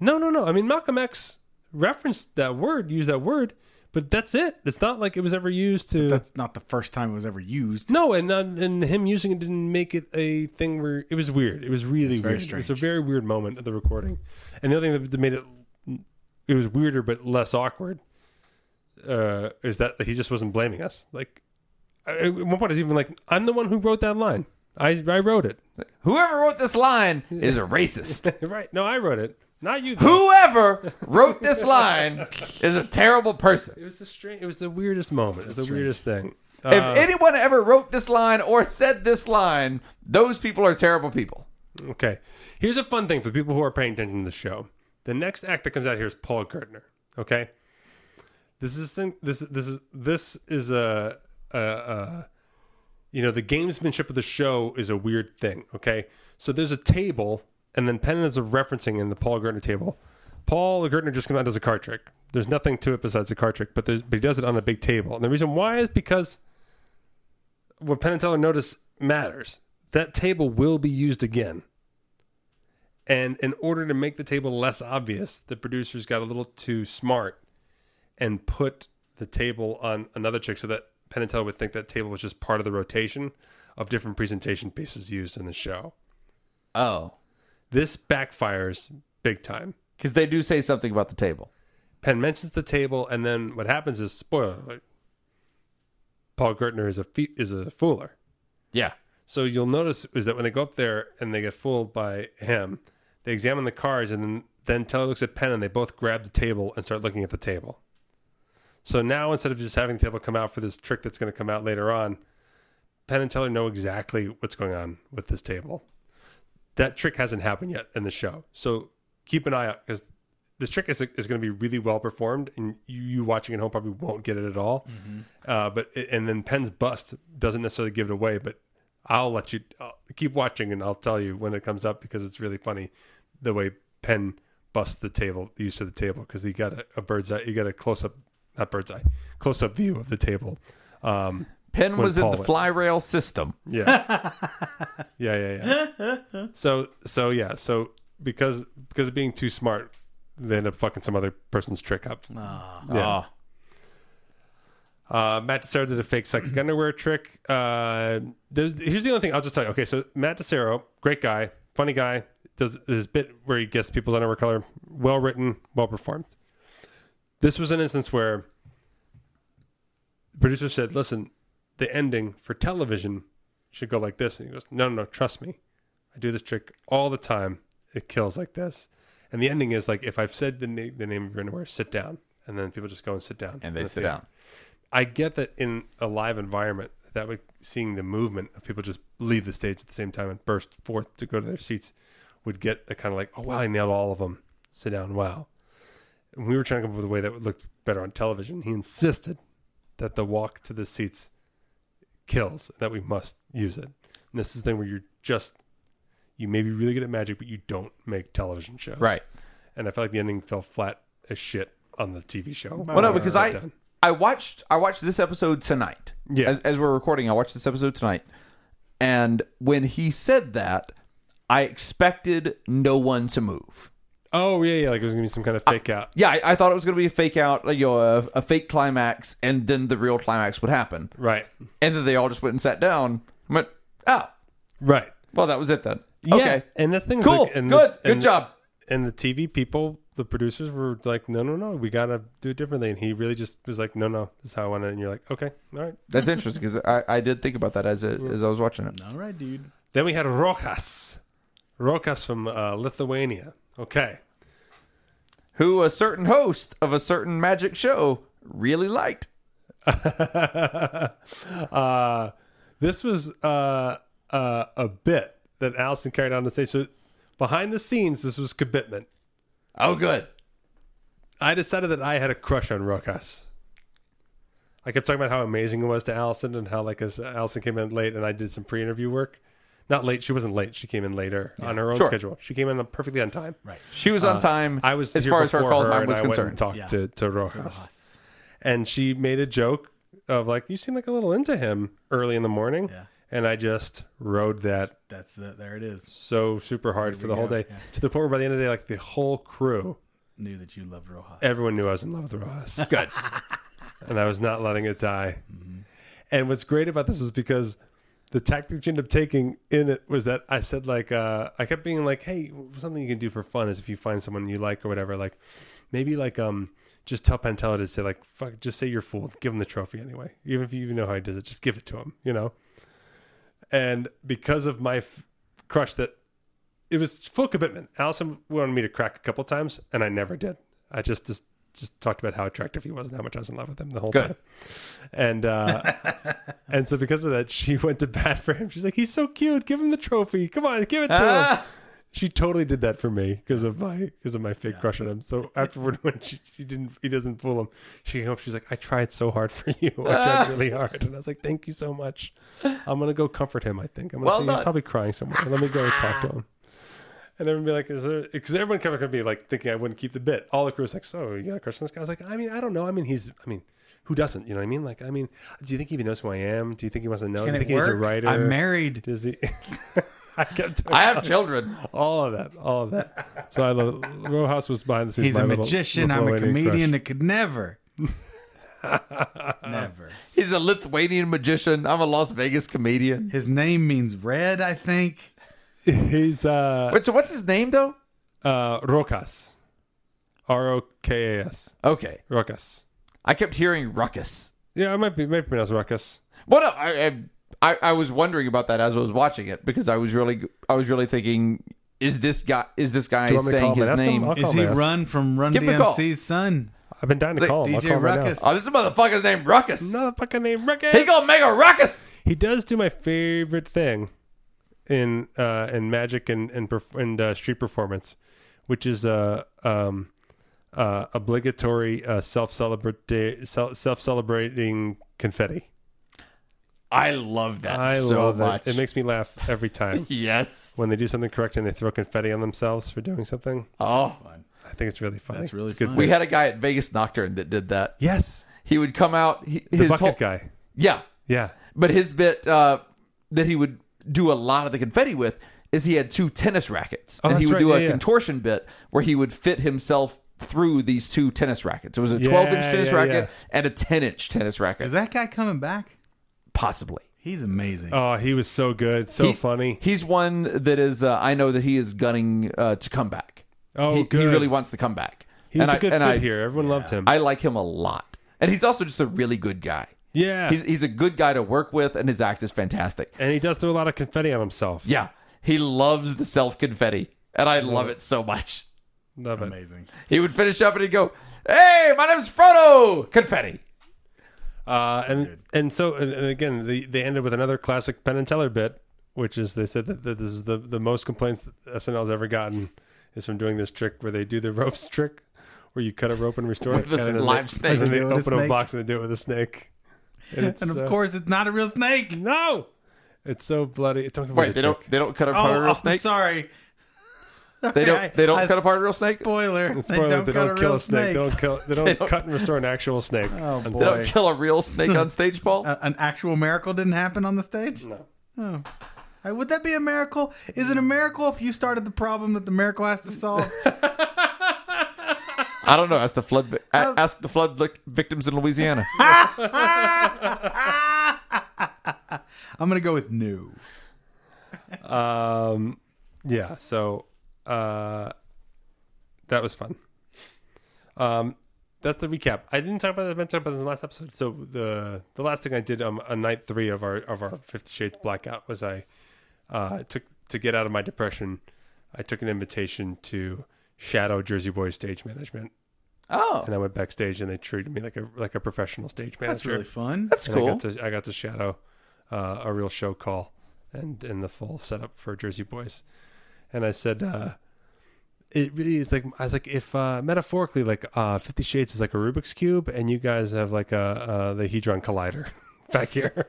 [SPEAKER 4] no, no, no. I mean, Malcolm X referenced that word, used that word, but that's it. It's not like it was ever used to.
[SPEAKER 2] that's not the first time it was ever used.
[SPEAKER 4] No, and uh, and him using it didn't make it a thing where it was weird. It was really weird.
[SPEAKER 2] very
[SPEAKER 4] It was
[SPEAKER 2] strange.
[SPEAKER 4] a very weird moment of the recording. And the other thing that made it it was weirder but less awkward uh, is that he just wasn't blaming us. Like I- at one point, I was even like, "I'm the one who wrote that line. I I wrote it.
[SPEAKER 11] Whoever wrote this line is a racist.
[SPEAKER 4] right? No, I wrote it. Not you. Though.
[SPEAKER 11] Whoever wrote this line is a terrible person.
[SPEAKER 4] It was the strange. It was the weirdest moment. It was the weirdest thing.
[SPEAKER 11] If anyone ever wrote this line or said this line, those people are terrible people.
[SPEAKER 4] Okay. Here's a fun thing for the people who are paying attention to the show. The next act that comes out here is Paul Gertner. Okay. This is thing. This this is this is a, a, a you know the gamesmanship of the show is a weird thing. Okay. So there's a table, and then Penn is referencing in the Paul Gertner table. Paul Gertner just comes out and does a card trick. There's nothing to it besides a card trick, but there's but he does it on a big table, and the reason why is because what Penn and Teller notice matters. That table will be used again. And in order to make the table less obvious, the producers got a little too smart and put the table on another chick so that Penn and Teller would think that table was just part of the rotation of different presentation pieces used in the show.
[SPEAKER 11] Oh,
[SPEAKER 4] This backfires big time.
[SPEAKER 11] because they do say something about the table.
[SPEAKER 4] Penn mentions the table, and then what happens is spoiler alert. Paul Gertner is a fe- is a fooler.
[SPEAKER 11] Yeah.
[SPEAKER 4] So you'll notice is that when they go up there and they get fooled by him, they examine the cars and then, then Teller looks at Penn and they both grab the table and start looking at the table. So now instead of just having the table come out for this trick that's going to come out later on, Penn and Teller know exactly what's going on with this table. That trick hasn't happened yet in the show. So keep an eye out because this trick is, is going to be really well performed and you, you watching at home probably won't get it at all. Uh, but and then Penn's bust doesn't necessarily give it away, but I'll let you uh, keep watching and I'll tell you when it comes up because it's really funny the way Penn busts the table, the use of the table, because he got a, a bird's eye, you got a close up, not bird's eye, close up view of the table. Um,
[SPEAKER 11] Penn
[SPEAKER 4] When
[SPEAKER 11] was
[SPEAKER 4] Paul
[SPEAKER 11] in the
[SPEAKER 4] went.
[SPEAKER 11] fly rail system.
[SPEAKER 4] yeah, yeah, yeah, yeah. So, so yeah, so because because of being too smart, they end up fucking some other person's trick up. Yeah. Uh, Matt Tessero did a fake psychic underwear trick. Uh, there's- here's the only thing I'll just tell you. Okay, so Matt Tessero, great guy, funny guy, does his bit where he gets people's underwear color. Well written, well performed. This was an instance where the producer said, "Listen, the ending for television should go like this," and he goes, "No, no, no, trust me. I do this trick all the time. It kills like this." And the ending is like, if I've said the, na- the name of your underwear, sit down. And then people just go and sit down.
[SPEAKER 11] And
[SPEAKER 4] in
[SPEAKER 11] they
[SPEAKER 4] the
[SPEAKER 11] sit
[SPEAKER 4] theater.
[SPEAKER 11] down.
[SPEAKER 4] I get that in a live environment, that would seeing the movement of people just leave the stage at the same time and burst forth to go to their seats would get a kind of like, oh wow, I nailed all of them. sit down, wow. And we were trying to come up with a way that looked better on television. He insisted that the walk to the seats kills, that we must use it. And this is the thing where you're just, you may be really good at magic, but you don't make television shows.
[SPEAKER 3] Right.
[SPEAKER 4] And I felt like the ending fell flat as shit on the TV show.
[SPEAKER 3] Well, no, because I I watched I watched this episode tonight.
[SPEAKER 4] Yeah.
[SPEAKER 3] As, as we're recording, I watched this episode tonight, and when he said that, I expected no one to move.
[SPEAKER 4] Oh, yeah, yeah. Like it was going to be some kind of
[SPEAKER 3] Ah.
[SPEAKER 4] fake out.
[SPEAKER 3] Yeah, I, I thought it was going to be a fake out, like, you know, a, a fake climax, and then the real climax would happen.
[SPEAKER 4] Right.
[SPEAKER 3] And then they all just went and sat down. I went, oh,
[SPEAKER 4] Right.
[SPEAKER 3] well, that was it then.
[SPEAKER 4] Yeah.
[SPEAKER 3] Okay,
[SPEAKER 4] And that's the thing.
[SPEAKER 3] cool,
[SPEAKER 4] and
[SPEAKER 3] good,
[SPEAKER 4] the-
[SPEAKER 3] good
[SPEAKER 4] and-
[SPEAKER 3] job.
[SPEAKER 4] and the TV people, the producers were like, no, no, no, we gotta do it differently. And he really just was like, no, no, this is how I want it. And you're like, okay, all right.
[SPEAKER 3] That's interesting because I, I did think about that as it, as I was watching it.
[SPEAKER 5] All right, dude.
[SPEAKER 4] Then we had Rokas, Rokas from uh, Lithuania. Okay,
[SPEAKER 3] Who a certain host of a certain magic show really liked.
[SPEAKER 4] uh, this was uh, uh, a bit that Allison carried on the stage. So behind the scenes, this was commitment.
[SPEAKER 3] Oh, good.
[SPEAKER 4] I decided that I had a crush on Rokas. I kept talking about how amazing it was to Allison and how like as Allison came in late and I did some pre-interview work. Not late. She wasn't late. She came in later on her own
[SPEAKER 3] sure.
[SPEAKER 4] schedule. She came in perfectly on time. Right.
[SPEAKER 3] She was on time.
[SPEAKER 4] I was
[SPEAKER 3] as
[SPEAKER 4] here
[SPEAKER 3] far as her
[SPEAKER 4] before
[SPEAKER 3] call time
[SPEAKER 4] and
[SPEAKER 3] was
[SPEAKER 4] I went and
[SPEAKER 3] concerned.
[SPEAKER 4] talked to to Rojas, and she made a joke of like, "You seem like a little into him early in the morning."
[SPEAKER 5] Yeah.
[SPEAKER 4] And I just rode that
[SPEAKER 5] That's the, there it is.
[SPEAKER 4] so super hard for the whole
[SPEAKER 5] go,
[SPEAKER 4] day to the point where by the end of the day, like the whole crew,
[SPEAKER 5] Knew that you loved Rojas.
[SPEAKER 4] everyone knew I was in love with Rojas. Good. and I was not letting it die. And what's great about this is because the tactic you ended up taking in it was that I said like uh, I kept being like, hey, something you can do for fun is if you find someone you like or whatever, like maybe like um just tell Pantella to say like fuck, just say you're fooled, give him the trophy anyway, even if you even know how he does it, just give it to him, you know. And because of my f- crush that it was full commitment. Allison wanted me to crack a couple times, and I never did. I just just, just talked about how attractive he was and how much I was in love with him the whole time. And uh, and so because of that, she went to bat for him. She's like, "He's so cute. Give him the trophy. Come on, give it to
[SPEAKER 3] Ah,
[SPEAKER 4] him." She totally did that for me because of my because of my fake crush on him. So afterward, when she, she didn't, he doesn't fool him. She came up. She's like, "I tried so hard for you. I tried really hard." And I was like, "Thank you so much. I'm gonna go comfort him. I think I'm gonna
[SPEAKER 3] Well
[SPEAKER 4] say he's
[SPEAKER 3] done.
[SPEAKER 4] probably crying somewhere. Let me go talk to him." And everyone be like, is there? Because everyone kept coming to me like thinking I wouldn't keep the bit. All the crew was like, so you got a crush on this guy? I was like, I mean, I don't know. I mean, he's, I mean, who doesn't? You know what I mean? Like, I mean, do you think he even knows who I am? Do you think he wants to know?
[SPEAKER 5] Can
[SPEAKER 4] do you
[SPEAKER 5] it
[SPEAKER 4] think he's a
[SPEAKER 5] work?
[SPEAKER 4] writer?
[SPEAKER 5] I'm married.
[SPEAKER 4] Does he? I kept doing
[SPEAKER 3] I have children.
[SPEAKER 4] all of that, all of that. So I love Rojas was behind the scenes.
[SPEAKER 5] He's
[SPEAKER 4] my
[SPEAKER 5] a
[SPEAKER 4] little-
[SPEAKER 5] magician.
[SPEAKER 4] little
[SPEAKER 5] I'm a
[SPEAKER 4] lady crush.
[SPEAKER 5] comedian that could never. never.
[SPEAKER 3] He's a Lithuanian magician. I'm a Las Vegas comedian.
[SPEAKER 5] His name means red, I think.
[SPEAKER 4] He's uh,
[SPEAKER 3] Wait, so what's his name though?
[SPEAKER 4] uh, Rojas, R O K A S,
[SPEAKER 3] Okay,
[SPEAKER 4] Rojas.
[SPEAKER 3] I kept hearing ruckus.
[SPEAKER 4] Yeah, I might be might pronounce Rojas.
[SPEAKER 3] Well, no, I, I- I I was wondering about that as I was watching it because I was really I was really thinking, is this guy is this guy
[SPEAKER 4] Do you want me to call
[SPEAKER 3] saying
[SPEAKER 4] him and
[SPEAKER 3] his
[SPEAKER 4] ask him?
[SPEAKER 3] name?
[SPEAKER 4] I'll-
[SPEAKER 5] Is
[SPEAKER 4] on,
[SPEAKER 5] he
[SPEAKER 4] man.
[SPEAKER 5] run from Run
[SPEAKER 3] Give him a call.
[SPEAKER 5] DMC's son?
[SPEAKER 4] I've been dying to
[SPEAKER 3] Like
[SPEAKER 4] call him. I'll call
[SPEAKER 5] DJ
[SPEAKER 4] him right now.
[SPEAKER 5] Ruckus.
[SPEAKER 3] Oh, this motherfucker's named Ruckus.
[SPEAKER 4] Another fucking name Rokas.
[SPEAKER 3] He gonna make a ruckus.
[SPEAKER 4] he does do my favorite thing in uh in magic and and, perf- and uh, street performance which is uh um uh obligatory uh self celebrate self celebrating confetti
[SPEAKER 3] I love that
[SPEAKER 4] i
[SPEAKER 3] so
[SPEAKER 4] love
[SPEAKER 3] much.
[SPEAKER 4] it it makes me laugh every time
[SPEAKER 3] yes.
[SPEAKER 4] when they do something correct and they throw confetti on themselves for doing something
[SPEAKER 3] Oh,
[SPEAKER 4] i think it's really funny
[SPEAKER 5] That's really
[SPEAKER 4] It's a good
[SPEAKER 5] fun.
[SPEAKER 3] we
[SPEAKER 4] bit.
[SPEAKER 3] had a guy at Vegas Nocturne that did that.
[SPEAKER 4] yes
[SPEAKER 3] He would come out. He,
[SPEAKER 4] the
[SPEAKER 3] his
[SPEAKER 4] bucket
[SPEAKER 3] whole-
[SPEAKER 4] guy
[SPEAKER 3] Yeah,
[SPEAKER 4] yeah
[SPEAKER 3] But his bit uh, that he would do a lot of the confetti with is he had two tennis rackets, and he
[SPEAKER 4] Oh, that's
[SPEAKER 3] would
[SPEAKER 4] right.
[SPEAKER 3] do
[SPEAKER 4] Yeah,
[SPEAKER 3] a
[SPEAKER 4] yeah.
[SPEAKER 3] contortion bit where he would fit himself through these two tennis rackets. It was a
[SPEAKER 4] Yeah,
[SPEAKER 3] twelve inch tennis
[SPEAKER 4] yeah,
[SPEAKER 3] racket
[SPEAKER 4] yeah.
[SPEAKER 3] and a ten inch tennis racket,
[SPEAKER 5] Is that guy coming back?
[SPEAKER 3] possibly.
[SPEAKER 5] He's amazing.
[SPEAKER 4] oh he was so good so
[SPEAKER 3] He-
[SPEAKER 4] funny
[SPEAKER 3] He's one that is. Uh, I know that he is gunning uh, to come back.
[SPEAKER 4] Oh,
[SPEAKER 3] he, he
[SPEAKER 4] good.
[SPEAKER 3] really wants to come back.
[SPEAKER 4] he was
[SPEAKER 3] a
[SPEAKER 4] a good
[SPEAKER 3] I,
[SPEAKER 4] fit
[SPEAKER 3] and I,
[SPEAKER 4] here everyone loved him
[SPEAKER 3] I like him a lot, and he's also just a really good guy.
[SPEAKER 4] yeah
[SPEAKER 3] He's, he's a good guy to work with, and his act is fantastic.
[SPEAKER 4] and he does throw a lot of confetti on himself
[SPEAKER 3] Yeah, he loves the self confetti, and I love it so much.
[SPEAKER 4] love it
[SPEAKER 5] amazing.
[SPEAKER 3] He would finish up and he'd go, "Hey, my name's Frodo." Confetti.
[SPEAKER 4] Uh, and and so and, and again, they, they ended with another classic Penn and Teller bit, which is they said that, that this is the, the most complaints that SNL has ever gotten is from doing this trick where they do the ropes trick, where you cut a rope and restore it.
[SPEAKER 3] With a
[SPEAKER 4] and then
[SPEAKER 3] live
[SPEAKER 4] they-
[SPEAKER 3] snake.
[SPEAKER 4] And then they
[SPEAKER 5] Do it with a
[SPEAKER 4] open a
[SPEAKER 5] snake.
[SPEAKER 4] box and they do it with a snake. And, it's,
[SPEAKER 5] And of
[SPEAKER 4] uh,
[SPEAKER 5] course, it's not a real snake.
[SPEAKER 4] no, it's so bloody. Don't give away the
[SPEAKER 3] Wait, they don't
[SPEAKER 4] trick.
[SPEAKER 3] they don't cut
[SPEAKER 5] Oh,
[SPEAKER 3] apart a real
[SPEAKER 5] oh,
[SPEAKER 3] snake.
[SPEAKER 5] sorry.
[SPEAKER 3] They
[SPEAKER 5] Sorry,
[SPEAKER 3] don't they don't
[SPEAKER 5] I-
[SPEAKER 3] cut apart a real snake.
[SPEAKER 5] Spoiler.
[SPEAKER 4] Spoiler,
[SPEAKER 5] they don't,
[SPEAKER 4] they
[SPEAKER 5] cut
[SPEAKER 4] don't
[SPEAKER 5] a
[SPEAKER 4] kill
[SPEAKER 5] real
[SPEAKER 4] a snake. They don't kill. They don't,
[SPEAKER 3] don't-
[SPEAKER 4] cut and restore an actual snake.
[SPEAKER 5] Oh,
[SPEAKER 4] And-
[SPEAKER 5] boy.
[SPEAKER 3] They don't kill a real snake on stage, Paul.
[SPEAKER 4] Uh,
[SPEAKER 5] A- an actual miracle didn't happen on the stage? No. Oh. Uh, Would that be a miracle? Is it a miracle if you started the problem that the miracle has to solve?
[SPEAKER 3] I don't know. Ask the flood vi- a-
[SPEAKER 4] uh,
[SPEAKER 3] ask the flood vic- victims in Louisiana.
[SPEAKER 5] I'm going to go with no.
[SPEAKER 4] Um, yeah. So uh, that was fun. Um, that's the recap. I didn't talk about that. I meant to talk about this in the last episode. So the the last thing I did um, on night three of our of our Fifty Shades blackout was I uh, took to get out of my depression. I took an invitation to shadow Jersey Boys stage management,
[SPEAKER 3] oh,
[SPEAKER 4] and I went backstage and they treated me like a like a professional stage manager.
[SPEAKER 5] That's really fun.
[SPEAKER 3] that's
[SPEAKER 4] And I
[SPEAKER 3] cool.
[SPEAKER 4] got to I got to shadow uh, a real show call and and the full setup for Jersey Boys, and I said. Uh, it really is like I was like if uh, metaphorically like uh, Fifty Shades is like a Rubik's cube and you guys have like a uh, the Hedron Collider back here.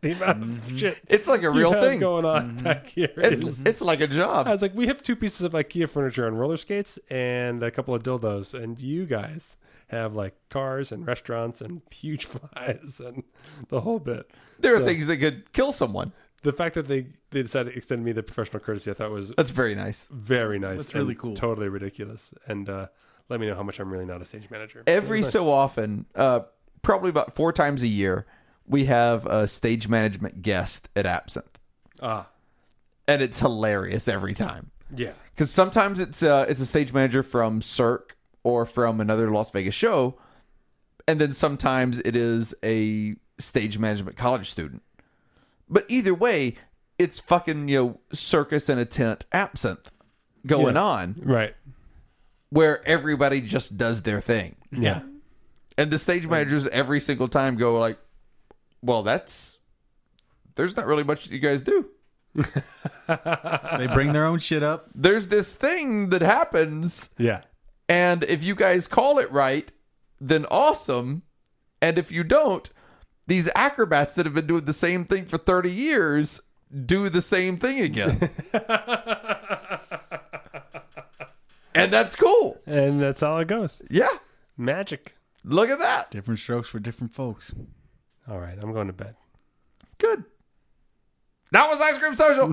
[SPEAKER 4] the amount of shit
[SPEAKER 3] Mm-hmm. It's like a
[SPEAKER 4] you
[SPEAKER 3] real
[SPEAKER 4] have
[SPEAKER 3] thing. Mm-hmm.
[SPEAKER 4] going on back here.
[SPEAKER 3] It's
[SPEAKER 4] is-
[SPEAKER 3] it's like a job.
[SPEAKER 4] I was like, we have two pieces of IKEA furniture and roller skates and a couple of dildos, and you guys have like cars and restaurants and huge flies and the whole bit.
[SPEAKER 3] There are
[SPEAKER 4] So
[SPEAKER 3] things that could kill someone.
[SPEAKER 4] The fact that they they decided to extend me the professional courtesy, I thought was
[SPEAKER 3] That's very nice.
[SPEAKER 4] very nice. That's
[SPEAKER 5] really cool.
[SPEAKER 4] Totally ridiculous, and uh, let me know how much I'm really not a stage manager.
[SPEAKER 3] Every so often, uh, probably about four times a year, we have a stage management guest at Absinthe,
[SPEAKER 4] ah,
[SPEAKER 3] and it's hilarious every time.
[SPEAKER 4] yeah,
[SPEAKER 3] because sometimes it's uh, it's a stage manager from Cirque or from another Las Vegas show, and then sometimes it is a stage management college student. But either way, it's fucking you know circus and a tent absinthe going
[SPEAKER 4] Yeah.
[SPEAKER 3] on
[SPEAKER 4] right,
[SPEAKER 3] where everybody just does their thing,
[SPEAKER 4] yeah.
[SPEAKER 3] and the stage managers every single time go like, "Well, that's there's not really much that you guys do."
[SPEAKER 5] They bring their own shit up.
[SPEAKER 3] There's this thing that happens
[SPEAKER 4] Yeah.
[SPEAKER 3] And if you guys call it right, then awesome. And if you don't, these acrobats that have been doing the same thing for 30 years do the same thing again. and that's cool.
[SPEAKER 4] And that's how it goes.
[SPEAKER 3] Yeah.
[SPEAKER 4] Magic.
[SPEAKER 3] Look at that.
[SPEAKER 2] Different strokes for different folks.
[SPEAKER 4] All right, I'm going to bed.
[SPEAKER 3] Good. That was Ice Cream Social.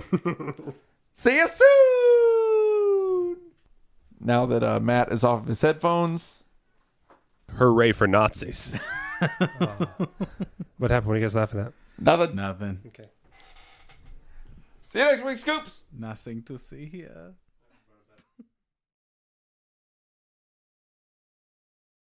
[SPEAKER 3] See you soon. Now that uh, Matt is off of his headphones,
[SPEAKER 4] Hooray for Nazis! Ah. What happened? What are you guys laughing at?
[SPEAKER 3] nothing.
[SPEAKER 5] Nothing.
[SPEAKER 3] See you next week, Scoops.
[SPEAKER 5] Nothing to see here.